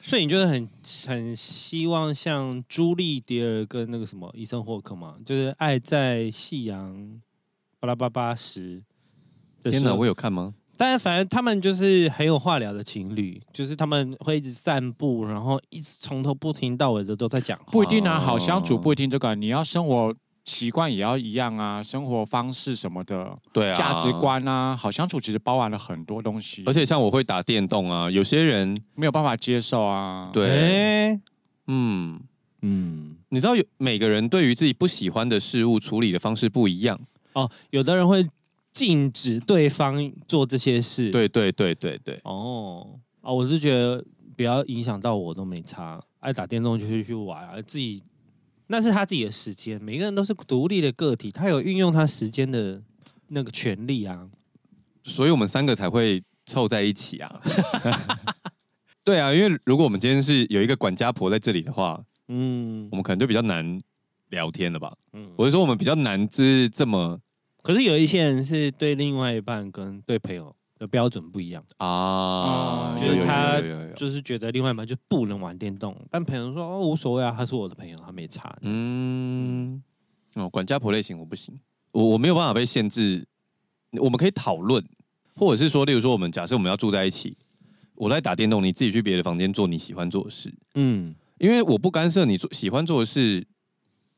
[SPEAKER 2] 所以你就是很很希望像朱莉·迪尔跟那个什么伊森·霍克嘛，就是《爱在夕阳》巴拉巴巴时的
[SPEAKER 1] 天
[SPEAKER 2] 时
[SPEAKER 1] 哪，
[SPEAKER 2] 候
[SPEAKER 1] 我有看吗？
[SPEAKER 2] 但反正他们就是很有话聊的情侣，就是他们会一直散步，然后一直从头不停到尾的都在讲话。
[SPEAKER 3] 不一定啊，
[SPEAKER 1] 哦
[SPEAKER 3] 好相处不一定这个，你要生活习惯也要一样啊，生活方式什么的，
[SPEAKER 1] 对啊，
[SPEAKER 3] 价值。观啊，好相处其实包含了很多东西，
[SPEAKER 1] 而且像我会打电动啊，有些人
[SPEAKER 3] 没有办法接受啊。，
[SPEAKER 1] 对，
[SPEAKER 2] 诶
[SPEAKER 1] 嗯，
[SPEAKER 2] 嗯，
[SPEAKER 1] 你知道有每个人对于自己不喜欢的事物处理的方式不一样。
[SPEAKER 2] 哦，有的人会禁止对方做这些事。，
[SPEAKER 1] 对对对对对，
[SPEAKER 2] 哦，啊、我是觉得不要影响到我都没差，爱打电动就去去玩啊，自己那是他自己的时间，每个人都是独立的个体，他有运用他时间的那个权利啊。
[SPEAKER 1] 所以我们三个才会凑在一起 <laughs> 啊。对啊，因为如果我们今天是有一个管家婆在这里的话，
[SPEAKER 2] 嗯
[SPEAKER 1] 我们可能就比较难聊天了吧。
[SPEAKER 2] 嗯，
[SPEAKER 1] 我是说我们比较难，就是这么
[SPEAKER 2] 可是有一些人是对另外一半跟对朋友的标准不一样，
[SPEAKER 1] 啊，有
[SPEAKER 3] 嗯
[SPEAKER 1] 有
[SPEAKER 2] 就是他
[SPEAKER 1] 有有有有有
[SPEAKER 2] 就是觉得另外一半就不能玩电动，但朋友说哦无所谓啊，他是我的朋友，他没差。
[SPEAKER 1] 嗯，哦，管家婆类型我不行，我我没有办法被限制。我们可以讨论，或者是说，例如说，我们假设我们要住在一起，我在打电动，你自己去别的房间做你喜欢做的事，
[SPEAKER 2] 嗯，
[SPEAKER 1] 因为我不干涉你做喜欢做的事，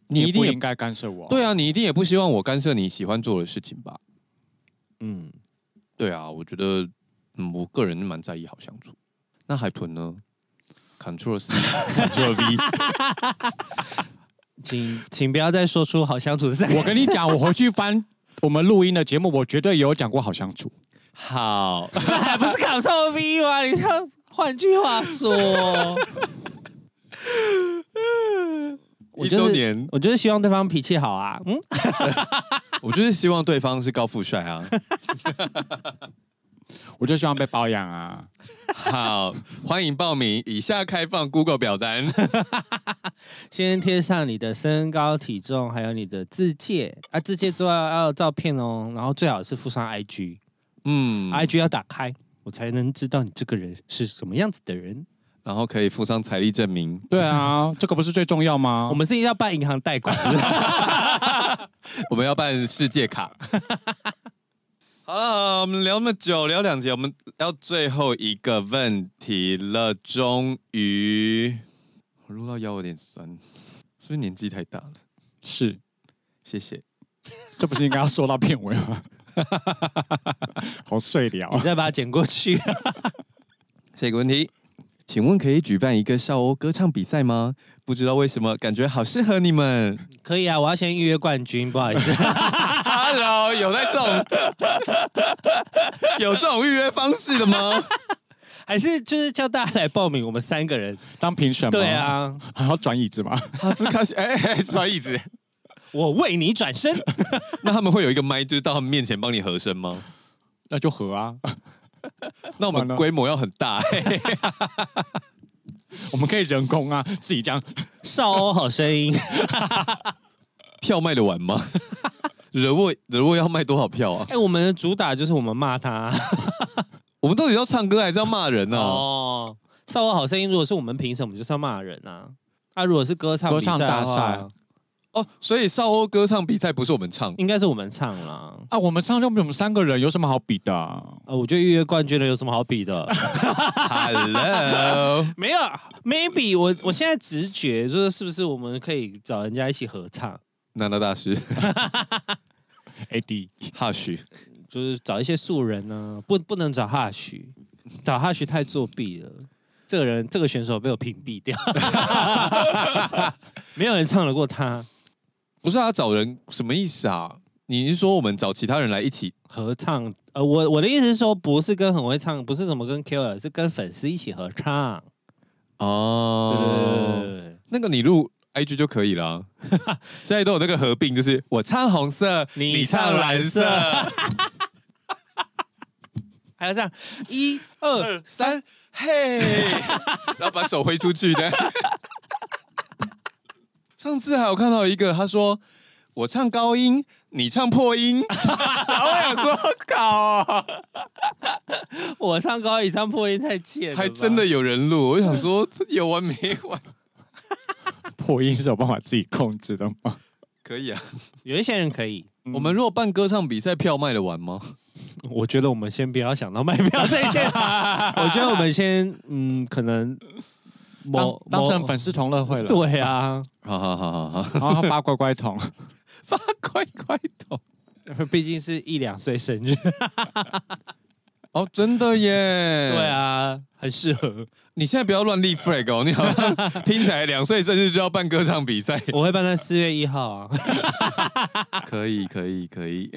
[SPEAKER 1] 你一定
[SPEAKER 3] 不
[SPEAKER 1] 也
[SPEAKER 3] 应该干涉我。
[SPEAKER 1] 对啊，你一定也不希望我干涉你喜欢做的事情吧？
[SPEAKER 2] 嗯，
[SPEAKER 1] 对啊，我觉得，嗯，我个人蛮在意好相处。那海豚呢？Ctrl C，Ctrl V， <laughs>
[SPEAKER 2] 请请不要再说出好相处三个字。
[SPEAKER 3] <laughs> 我跟你讲，我回去翻我们录音的节目，我绝对有讲过好相处。
[SPEAKER 1] 好，
[SPEAKER 2] 还不是 Ctrl V 吗？你看，换句话说，
[SPEAKER 1] <laughs>
[SPEAKER 2] 我
[SPEAKER 1] 一
[SPEAKER 2] 就是
[SPEAKER 1] 周年，
[SPEAKER 2] 我就是希望对方脾气好啊。嗯，
[SPEAKER 1] 我就是希望对方是高富帅啊。
[SPEAKER 3] 我就希望被包养啊。
[SPEAKER 1] 好，欢迎报名，以下开放 Google 表单。
[SPEAKER 2] 先贴上你的身高、体重，还有你的字界啊，字界之外要有照片哦，然后最好是附上 IG，IG、 <laughs>
[SPEAKER 1] 嗯，
[SPEAKER 2] 要打开，我才能知道你这个人是什么样子的
[SPEAKER 1] 嗯
[SPEAKER 2] 人。
[SPEAKER 1] 然后可以附上财力证明。<laughs>
[SPEAKER 3] 对啊，这个不是最重要吗
[SPEAKER 2] 我？们是要办银行贷款，
[SPEAKER 1] <laughs> 我们要办世界卡。 <laughs> 好了，我们聊那么久，聊两节，我们聊最后一个问题了。终于，我录到腰有点酸，是不是年纪太大了？
[SPEAKER 3] 是，
[SPEAKER 1] 谢谢。
[SPEAKER 3] 这不是应该要说到片尾吗？ <laughs> 好碎聊
[SPEAKER 2] 你。再把它剪过
[SPEAKER 1] <laughs>
[SPEAKER 2] 去。
[SPEAKER 1] 下一个问题，请问可以举办一个校欧歌唱比赛吗？不知道为什么，感觉好适合你们。
[SPEAKER 2] 可以啊，我要先预约冠军，不好
[SPEAKER 1] <laughs>
[SPEAKER 2] 意思。
[SPEAKER 1] Hello，有在这种有这种预约方式的吗？
[SPEAKER 2] 还是就是叫大家来报名，我们三个人。
[SPEAKER 3] 当评审吗？
[SPEAKER 2] 对，啊，
[SPEAKER 3] 还要转椅子吗？ <laughs>
[SPEAKER 1] 哈斯卡西，哎、哎转椅子。
[SPEAKER 2] 我为你转
[SPEAKER 1] <laughs>
[SPEAKER 2] 身。
[SPEAKER 1] 那他们会有一个麦，就是到他们面前帮你和声吗？
[SPEAKER 3] 那就合啊，
[SPEAKER 1] 那我
[SPEAKER 3] 完
[SPEAKER 1] 们
[SPEAKER 3] 了
[SPEAKER 1] 规模要很大、 <laughs>
[SPEAKER 3] 我们可以人工啊，自己这样
[SPEAKER 2] 少欧好声音，
[SPEAKER 1] 票卖得完吗？ <laughs> 人物人物要卖多少票啊
[SPEAKER 2] 哎、？我们的主打就是我们骂他
[SPEAKER 1] 我们到底要唱歌还是要骂人呢、
[SPEAKER 2] <laughs>
[SPEAKER 1] 啊
[SPEAKER 2] 哦。少欧好声音，如果是我们评审，我们就是要骂人啊。啊，如果是歌唱
[SPEAKER 3] 歌
[SPEAKER 2] 比赛
[SPEAKER 3] 唱
[SPEAKER 2] 的
[SPEAKER 3] 大
[SPEAKER 2] 话
[SPEAKER 3] 赛
[SPEAKER 1] 哦，所以少欧歌唱比赛不是我们
[SPEAKER 2] <laughs>
[SPEAKER 1] 唱，
[SPEAKER 2] 应该是我们唱啦。
[SPEAKER 3] 啊，我们唱就我们三个人有什么好比的啊？
[SPEAKER 2] 啊，我觉得预约冠军了有什么好比的？
[SPEAKER 1] Hello，
[SPEAKER 2] <laughs> 没有，maybe 啊我我现在直觉就是是不是我们可以找人家一起合唱，
[SPEAKER 1] 娜娜大师
[SPEAKER 3] AD，
[SPEAKER 1] ，Hush，
[SPEAKER 2] 就是找一些素人呢、不不能找哈许，找哈许太作弊了。这个人这个选手被我屏蔽掉， <laughs> 没有人唱得过他
[SPEAKER 1] 不是啊，找人什么意思啊？你是说我们找其他人来一起？
[SPEAKER 2] 合唱。呃，我我的意思是说，不是跟很会唱，不是怎么跟 Q 尔，是跟粉丝一起合唱。对对对
[SPEAKER 1] 哦，
[SPEAKER 2] 对对
[SPEAKER 1] 那个你录 IG 就可以了啊、 <laughs> 现在都有那个合并，就是我唱红色，
[SPEAKER 2] 你
[SPEAKER 1] 你唱
[SPEAKER 2] 唱
[SPEAKER 1] 蓝
[SPEAKER 2] 蓝
[SPEAKER 1] 色。
[SPEAKER 2] 还要这样，一二
[SPEAKER 1] 三，嘿，然后把手挥出去的。 <laughs> 上次还有看到一个，他说我唱高音， <laughs> 你唱破音，然后我想说，靠、
[SPEAKER 2] 我我上高一唱破音太贱了吧，
[SPEAKER 1] 还真的有人录，我想说这有完没完？ <laughs>
[SPEAKER 3] 破音是有办法自己控制的吗？
[SPEAKER 1] 可以啊，
[SPEAKER 2] 有一些人可以。
[SPEAKER 1] 我们如果办歌唱比赛，票卖得完吗？
[SPEAKER 2] 我觉得我们先不要想到卖票这一件，我觉得我们先嗯，可能
[SPEAKER 3] 当
[SPEAKER 2] 某
[SPEAKER 3] 当成
[SPEAKER 2] 某
[SPEAKER 3] 粉丝同乐会了，
[SPEAKER 2] 哦对啊，
[SPEAKER 1] 好好好好好，
[SPEAKER 3] 然后发乖乖桶，
[SPEAKER 1] <laughs> 发乖乖头
[SPEAKER 2] 毕竟是一两岁生日，
[SPEAKER 1] 哦，真的耶！
[SPEAKER 2] 对，啊，很适合。
[SPEAKER 1] 你现在不要乱立 flag 哦，你好像听起来两岁生日就要办歌唱比赛，
[SPEAKER 2] 我会办在四月一号啊，
[SPEAKER 1] <laughs> 可以可以可以，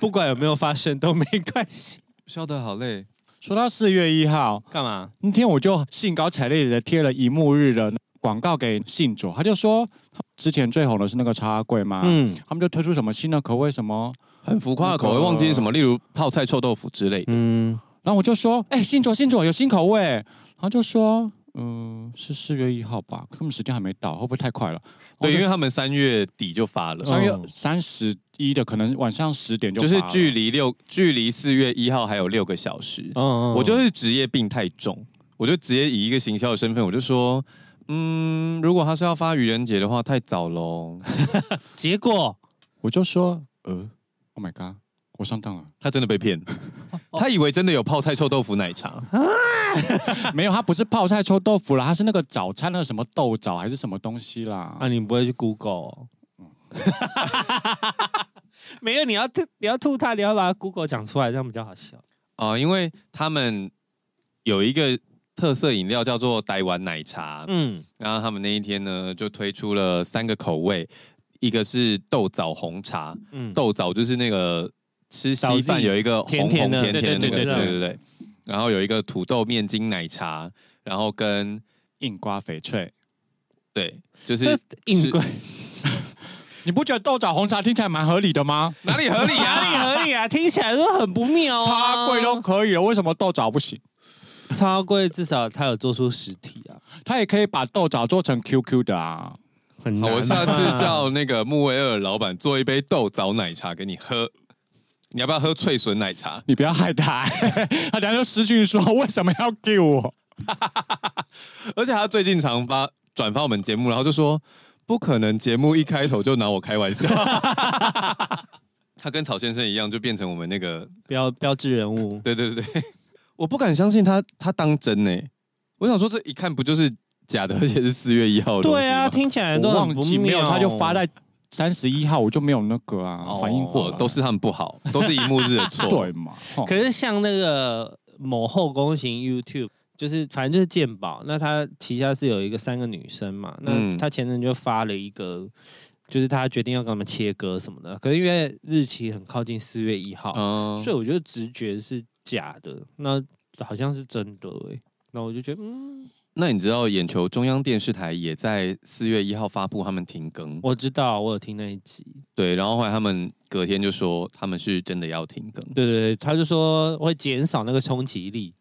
[SPEAKER 2] 不管有没有发生都没关系。
[SPEAKER 1] 笑得好累。
[SPEAKER 3] 说到四月一号
[SPEAKER 2] 干嘛？
[SPEAKER 3] 那天，我就兴高采烈的贴了一幕日的广告给信卓，他就说之前最红的是那个茶柜嘛，
[SPEAKER 2] 嗯
[SPEAKER 3] 他们就推出什么新的口味什么，
[SPEAKER 1] 很浮夸的口味，
[SPEAKER 3] 那个
[SPEAKER 1] 忘记是什么，例如泡菜、臭豆腐之类的。
[SPEAKER 2] 嗯，
[SPEAKER 3] 然后我就说，哎、信卓信卓有新口味，然后就说。嗯，是四月一号吧？根本时间还没到，会不会太快了？
[SPEAKER 1] 对，因为他们三月底就发了，
[SPEAKER 3] 三月
[SPEAKER 2] 嗯
[SPEAKER 3] 三十一的，可能晚上十点就
[SPEAKER 1] 就是
[SPEAKER 3] 发了
[SPEAKER 1] 距离六距离四月一号还有六个小时。
[SPEAKER 2] 嗯嗯
[SPEAKER 1] 我就是职业病太重，我就直接以一个行销的身份，我就说，嗯，如果他是要发愚人节的话，太早喽。
[SPEAKER 2] 结果
[SPEAKER 3] 我就说，呃，Oh my god，我上当了。
[SPEAKER 1] 他真的被
[SPEAKER 3] <laughs>
[SPEAKER 1] 骗，他以为真的有泡菜、臭豆腐、奶茶，
[SPEAKER 3] 哦没有，它不是泡菜臭豆腐啦，它是那个早餐的什么豆枣还是什么东西啦。
[SPEAKER 2] 啊，你不会去 Google？、哦、 <laughs> 没有，你要吐，你要吐它，你要把它 Google 讲出来，这样比较好笑。
[SPEAKER 1] 啊、因为他们有一个特色饮料叫做台湾奶茶，
[SPEAKER 2] 嗯，
[SPEAKER 1] 然后他们那一天呢就推出了三个口味，一个是豆枣红茶，
[SPEAKER 2] 嗯，
[SPEAKER 1] 豆枣就是那个吃
[SPEAKER 2] 枣
[SPEAKER 1] 稀
[SPEAKER 2] 子
[SPEAKER 1] 饭有一个红
[SPEAKER 2] 甜
[SPEAKER 1] 红
[SPEAKER 2] 甜
[SPEAKER 1] 甜
[SPEAKER 2] 的
[SPEAKER 1] 甜的那
[SPEAKER 2] 对
[SPEAKER 1] 个，
[SPEAKER 2] 对对
[SPEAKER 1] 对
[SPEAKER 2] 对对
[SPEAKER 1] 对对。然后有一个土豆面筋奶茶，然后跟
[SPEAKER 3] 硬瓜翡翠，
[SPEAKER 1] 对，就是
[SPEAKER 2] 这硬贵
[SPEAKER 3] 你不觉得豆枣红茶听起来蛮合理的吗？
[SPEAKER 1] 哪里合理
[SPEAKER 2] <laughs> 哪里合理啊？听起来都很不妙啊！
[SPEAKER 3] 茶贵都可以了，为什么豆枣不行？
[SPEAKER 2] 超贵，至少它有做出实体啊，
[SPEAKER 3] 它也可以把豆枣做成 QQ 的啊。
[SPEAKER 1] <laughs>
[SPEAKER 2] 很
[SPEAKER 1] 好，
[SPEAKER 2] 难啊。
[SPEAKER 1] 我下
[SPEAKER 2] <laughs>
[SPEAKER 1] 次叫那个木卫二老板做一杯豆枣奶茶给你喝，你要不要喝脆笋奶茶？
[SPEAKER 3] 你不要害他， <laughs> 他等下就失去说为什么要 Q 我？
[SPEAKER 1] 而且他最近常发转发我们节目，然后就说不可能，节目一开头就拿我开玩 <laughs> 笑。他跟曹先生一样，就变成我们那个
[SPEAKER 2] 标标志人物，
[SPEAKER 1] 对对对 <laughs> 对，我不敢相信他他当真呢、欸我想说这一看不就是假的，而且是四月一号的东西吗
[SPEAKER 2] 对啊，听起来都
[SPEAKER 3] 我
[SPEAKER 2] 很
[SPEAKER 3] 忘
[SPEAKER 2] 不
[SPEAKER 3] 记没有，
[SPEAKER 2] 妙。哦
[SPEAKER 3] 他就发在三十一号，我就没有那个啊，
[SPEAKER 1] 哦
[SPEAKER 3] 反应过了
[SPEAKER 1] 都是他们不 <laughs> 好，都是荧幕日的错。
[SPEAKER 3] 对嘛？
[SPEAKER 1] 哦
[SPEAKER 3] 吼
[SPEAKER 2] 可是像那个某后宫型 YouTube，就是反正就是鉴宝，那他旗下是有一个三个女生嘛，那
[SPEAKER 1] 嗯
[SPEAKER 2] 他前阵就发了一个，就是他决定要跟他们切割什么的，可是因为日期很靠近四月一号，
[SPEAKER 1] 嗯，
[SPEAKER 2] 所以我觉得直觉是假的，那好像是真的哎、那我就觉得嗯，
[SPEAKER 1] 那你知道眼球中央电视台也在四月一号发布他们停更，
[SPEAKER 2] 我知道，我有听那一集，
[SPEAKER 1] 对，然后后来他们隔天就说他们是真的要停更，
[SPEAKER 2] 对对对，他就说会减少那个冲击力，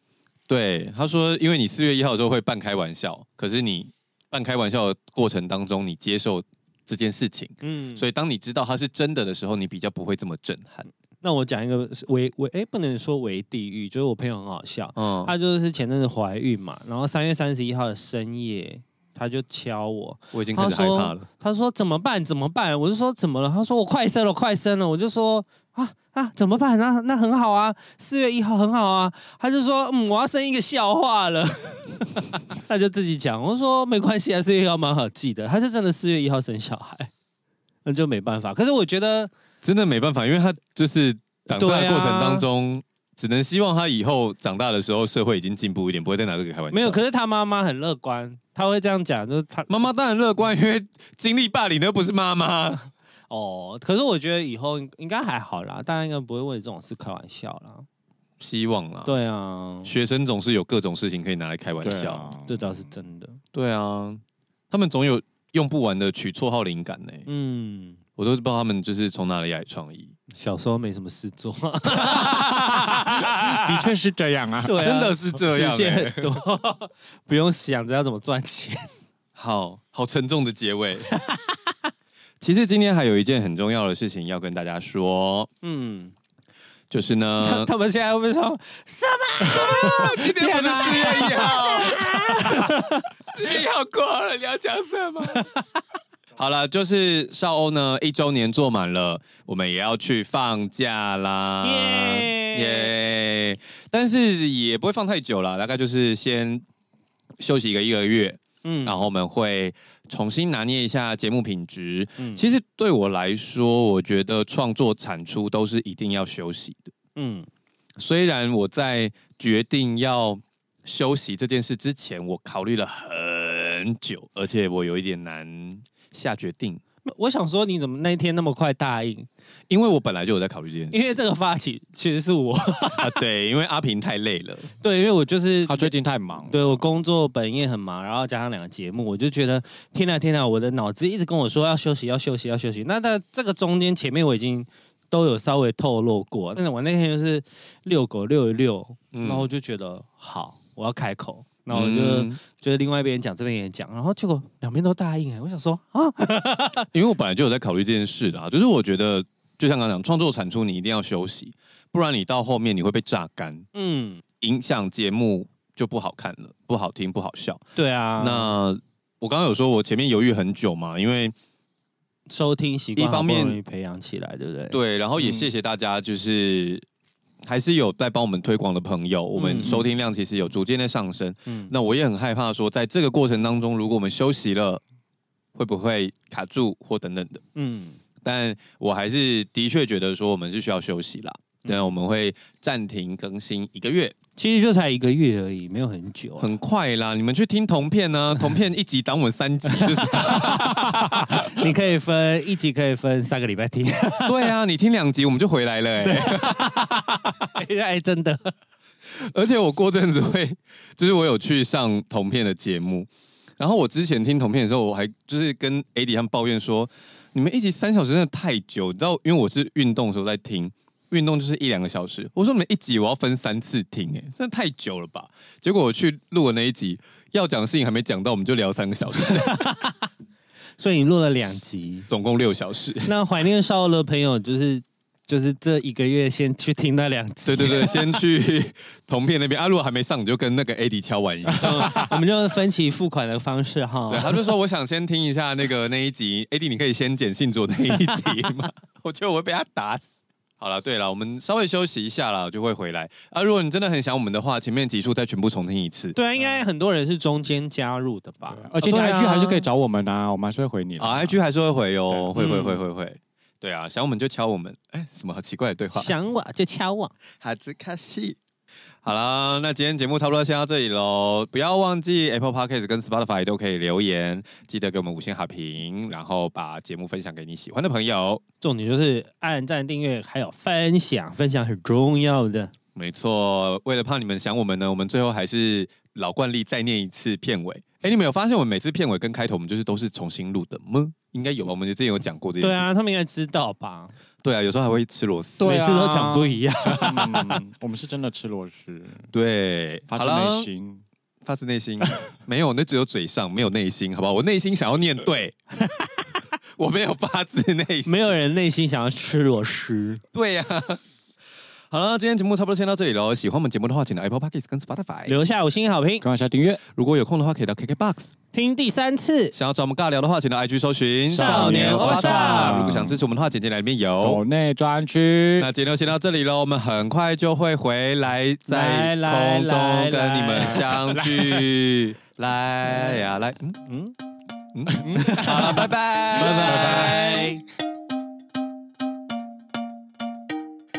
[SPEAKER 1] 对，他说，因为你四月一号之后会半开玩笑，可是你半开玩笑的过程当中，你接受这件事情，
[SPEAKER 2] 嗯，
[SPEAKER 1] 所以当你知道它是真的的时候，你比较不会这么震撼。
[SPEAKER 2] 那我讲一个为为哎，不能说为地狱，就是我朋友很好笑，
[SPEAKER 1] 嗯，
[SPEAKER 2] 她就是前阵子怀孕嘛，然后三月三十一号的深夜，她就敲我，
[SPEAKER 1] 我已经开始害怕了。
[SPEAKER 2] 她说怎么办？怎么办？我就说怎么了？她说我快生了，快生了。我就说啊啊，怎么办？那那很好啊，四月一号很好啊。她就说嗯，我要生一个笑话了。 <laughs> 她就自己讲，我说没关系啊，四月一号蛮好记的。她就真的四月一号生小孩，那就没办法。可是我觉得
[SPEAKER 1] 真的没办法，因为他就是长大
[SPEAKER 2] 对
[SPEAKER 1] 的
[SPEAKER 2] 啊
[SPEAKER 1] 过程当中，只能希望他以后长大的时候社会已经进步一点，不会再拿这个开玩笑。
[SPEAKER 2] 没有，可是她妈妈很乐观，她会这样讲，就是她
[SPEAKER 1] 妈妈当然乐观，因为经历霸凌的又不是妈妈。
[SPEAKER 2] 哦，可是我觉得以后应应该还好啦，大家应该不会为这种事开玩笑啦。
[SPEAKER 1] 希望啦，，
[SPEAKER 2] 对啊，
[SPEAKER 1] 学生总是有各种事情可以拿来开玩
[SPEAKER 3] 对
[SPEAKER 1] 笑。
[SPEAKER 3] 啊，
[SPEAKER 2] 这倒是真的。
[SPEAKER 1] 对啊，他们总有用不完的取绰号灵感呢、
[SPEAKER 2] 嗯，
[SPEAKER 1] 我都不知道他们就是从哪里来创意，
[SPEAKER 2] 小时候没什么事做，啊
[SPEAKER 3] 的确是这样 <laughs> 啊。
[SPEAKER 2] 对啊
[SPEAKER 1] 真的是这样
[SPEAKER 2] <laughs> 世界
[SPEAKER 1] 欸
[SPEAKER 2] 很多，不用想着要怎么赚钱。
[SPEAKER 1] 好好沉重的结 <laughs> 尾。其实今天还有一件很重要的事情要跟大家说，
[SPEAKER 2] <laughs> 嗯，
[SPEAKER 1] 就是呢 <laughs>
[SPEAKER 2] 他，他们现在会不会说什
[SPEAKER 1] 今天不是四月一号，四啊月一号过了，你要讲什么？ <laughs> 好了，就是少欧呢一周年做满了，我们也要去放假啦，
[SPEAKER 2] 耶
[SPEAKER 1] 耶！但是也不会放太久了，大概就是先休息一个一个月，
[SPEAKER 2] 嗯
[SPEAKER 1] 然后我们会重新拿捏一下节目品质。
[SPEAKER 2] 嗯
[SPEAKER 1] 其实对我来说，我觉得创作产出都是一定要休息的。
[SPEAKER 2] 嗯
[SPEAKER 1] 虽然我在决定要休息这件事之前，我考虑了很久，而且我有一点难下决定，
[SPEAKER 2] 我想说你怎么那一天那么快答应？
[SPEAKER 1] 因为我本来就有在考虑这件事
[SPEAKER 2] 因为这个发起其实是我， <laughs>
[SPEAKER 1] 啊。对，因为阿平太累了，
[SPEAKER 2] 对，因为我就是
[SPEAKER 3] 他最近太忙，
[SPEAKER 2] 对我工作本业很忙，然后加上两个节目，我就觉得天呐天呐，我的脑子一直跟我说要休息，要休息，要休息。那在这个中间前面我已经都有稍微透露过，但是我那天就是遛狗遛一遛，
[SPEAKER 1] 嗯
[SPEAKER 2] 然后我就觉得好，我要开口，然后我就、
[SPEAKER 1] 嗯
[SPEAKER 2] 就是另外一边讲，这边也讲，然后结果两边都答应哎，我想说啊，
[SPEAKER 1] 因为我本来就有在考虑这件事啦，就是我觉得，就像刚刚讲，创作产出你一定要休息，不然你到后面你会被榨干，
[SPEAKER 2] 嗯，
[SPEAKER 1] 影响节目就不好看了，不好听，不好笑。
[SPEAKER 2] 对啊，
[SPEAKER 1] 那我刚刚有说我前面犹豫很久嘛，因为
[SPEAKER 2] 收听习惯
[SPEAKER 1] 一方面
[SPEAKER 2] 好不容易培养起来，对不对？，
[SPEAKER 1] 对，然后也
[SPEAKER 3] 嗯
[SPEAKER 1] 谢谢大家，就是。还是有在帮我们推广的朋友，我
[SPEAKER 2] 嗯
[SPEAKER 1] 们收听量其实有逐渐的上升。
[SPEAKER 2] 嗯，
[SPEAKER 1] 那我也很害怕说，在这个过程当中，如果我们休息了，会不会卡住或等等的？
[SPEAKER 2] 嗯，
[SPEAKER 1] 但我还是的确觉得说，我们是需要休息啦。
[SPEAKER 2] 嗯
[SPEAKER 1] 对，啊我们会暂停更新一个月，
[SPEAKER 2] 其实就才一个月而已，没有很久啊、
[SPEAKER 1] 很快啦。你们去听铜片呢、铜片一集挡我们三集，
[SPEAKER 2] <laughs>
[SPEAKER 1] 就是
[SPEAKER 2] 啊你可以分一集，可以分三个礼拜听。
[SPEAKER 1] 对啊，你听两集我们就回来了、欸。
[SPEAKER 2] <laughs> 哎，真的，
[SPEAKER 1] 而且我过阵子会，就是我有去上铜片的节目，然后我之前听铜片的时候，我还就是跟 AD 他们抱怨说，你们一集三小时真的太久，你知道，因为我是运动的时候在听。运动就是一两个小时，我说你们一集我要分三次听、欸，哎，真的太久了吧？结果我去录的那一集，要讲的事情还没讲到，我们就聊三个小时，
[SPEAKER 2] 所以你录了两集。
[SPEAKER 1] 总共六小时。 <laughs>
[SPEAKER 2] 那怀念少的朋友，就是就是这一个月先去听那两
[SPEAKER 1] 对
[SPEAKER 2] 集，
[SPEAKER 1] 对对，先去铜片那边啊，如果还没上，你就跟那个 AD 敲完一下。
[SPEAKER 2] 嗯我们就分期付款的方式哈 <laughs>
[SPEAKER 1] 对，。他就说我想先听一下那个那一集，AD 你可以先剪信左那一集
[SPEAKER 2] <laughs>
[SPEAKER 1] 吗？ <laughs> 我觉得我会被他打死。好了，对了，我们稍微休息一下啦，我就会回来。啊，如果你真的很想我们的话，前面集数再全部重听一次。
[SPEAKER 2] 对啊，应该很多人是中间加入的吧？
[SPEAKER 3] 而且你
[SPEAKER 2] 对啊
[SPEAKER 3] IG 还是可以找我们啊，我们还是会回你的
[SPEAKER 1] 啊，IG 还是会回哦，会
[SPEAKER 2] 对
[SPEAKER 1] 会
[SPEAKER 2] 嗯
[SPEAKER 1] 会会会。对啊，想我们就敲我们。哎，什么好奇怪的对话？
[SPEAKER 2] 想我就敲我，
[SPEAKER 1] 哈兹卡西。好啦，那今天节目差不多先到这里喽。不要忘记 Apple Podcast 跟 Spotify 都可以留言，记得给我们五星好评，然后把节目分享给你喜欢的朋友。
[SPEAKER 2] 重点就是按赞、订阅，还有分享，分享很重要的。
[SPEAKER 1] 没错，为了怕你们想我们呢，我们最后还是老惯例再念一次片尾。哎，你们有发现我们每次片尾跟开头我们就是都是重新录的吗？应该有吧？我们就之前有讲过这件
[SPEAKER 2] 对
[SPEAKER 1] 事情。
[SPEAKER 2] 啊，他们应该知道吧？
[SPEAKER 1] 对啊，有时候还会吃螺丝。
[SPEAKER 3] 对
[SPEAKER 2] 每
[SPEAKER 3] 啊
[SPEAKER 2] 次都讲不一样。
[SPEAKER 3] <laughs> 嗯我们是真的吃螺 <laughs> 丝，
[SPEAKER 1] 对，
[SPEAKER 3] 发
[SPEAKER 1] 好
[SPEAKER 3] 自
[SPEAKER 1] 了
[SPEAKER 3] 内，心。
[SPEAKER 1] 发自内心， <laughs> 没有，那只有嘴上，没有内心，好不好？我内心想要念对， <laughs> 我没有发自内心。
[SPEAKER 2] 没有人内心想要吃螺丝。
[SPEAKER 1] 对呀、好了，今天节目差不多先到这里喽。喜欢我们节目的话，请到 Apple Podcast 跟 Spotify。
[SPEAKER 2] 留下五星好评，
[SPEAKER 3] 赶快下订阅。
[SPEAKER 1] 如果有空的话，可以到 KKBox。
[SPEAKER 2] 听第三次。
[SPEAKER 1] 想要找我们尬聊的话，请到 IG 搜寻
[SPEAKER 2] 少年欧巴桑
[SPEAKER 1] 如果想支持我们的话，简介里面
[SPEAKER 3] 岛
[SPEAKER 1] 有。
[SPEAKER 3] 内专区，
[SPEAKER 1] 那今天就先到这里喽，我们很快就会回来，在
[SPEAKER 2] 来来
[SPEAKER 1] 空中
[SPEAKER 2] 来
[SPEAKER 1] 跟你
[SPEAKER 2] 来
[SPEAKER 1] 们相聚。来呀，来，嗯嗯
[SPEAKER 2] 嗯
[SPEAKER 1] 嗯嗯，好了，拜拜，拜
[SPEAKER 2] 拜拜。
[SPEAKER 1] 拜。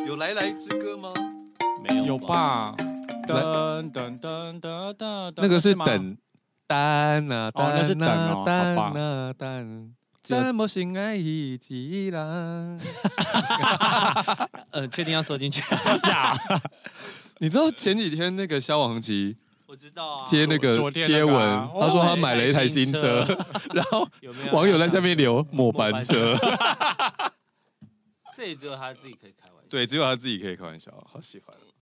[SPEAKER 1] 有来来之歌吗？
[SPEAKER 2] 没
[SPEAKER 3] 有？吧？噔噔噔噔噔，
[SPEAKER 1] 那个是
[SPEAKER 3] 吗
[SPEAKER 1] 等单啊，
[SPEAKER 3] 哦那是等哦好
[SPEAKER 1] 单
[SPEAKER 3] 吧
[SPEAKER 1] 啊，单。
[SPEAKER 2] 这
[SPEAKER 1] 怎么心爱已寂然？
[SPEAKER 2] 呃，确定要收进去？
[SPEAKER 1] 你知道前几天那个萧煌奇
[SPEAKER 2] <laughs> 我知道 <laughs> 啊
[SPEAKER 1] 贴那个
[SPEAKER 3] 昨天那
[SPEAKER 1] 贴
[SPEAKER 3] 个
[SPEAKER 1] 文，
[SPEAKER 3] 啊
[SPEAKER 1] 他说他买了一台新车， <laughs> 然后
[SPEAKER 2] 有没有
[SPEAKER 1] 网友在下？面 <laughs> 留末班车，
[SPEAKER 2] 这也只有他自己可以开玩笑。
[SPEAKER 1] 对，只有他自己可以开玩笑，好喜欢哦。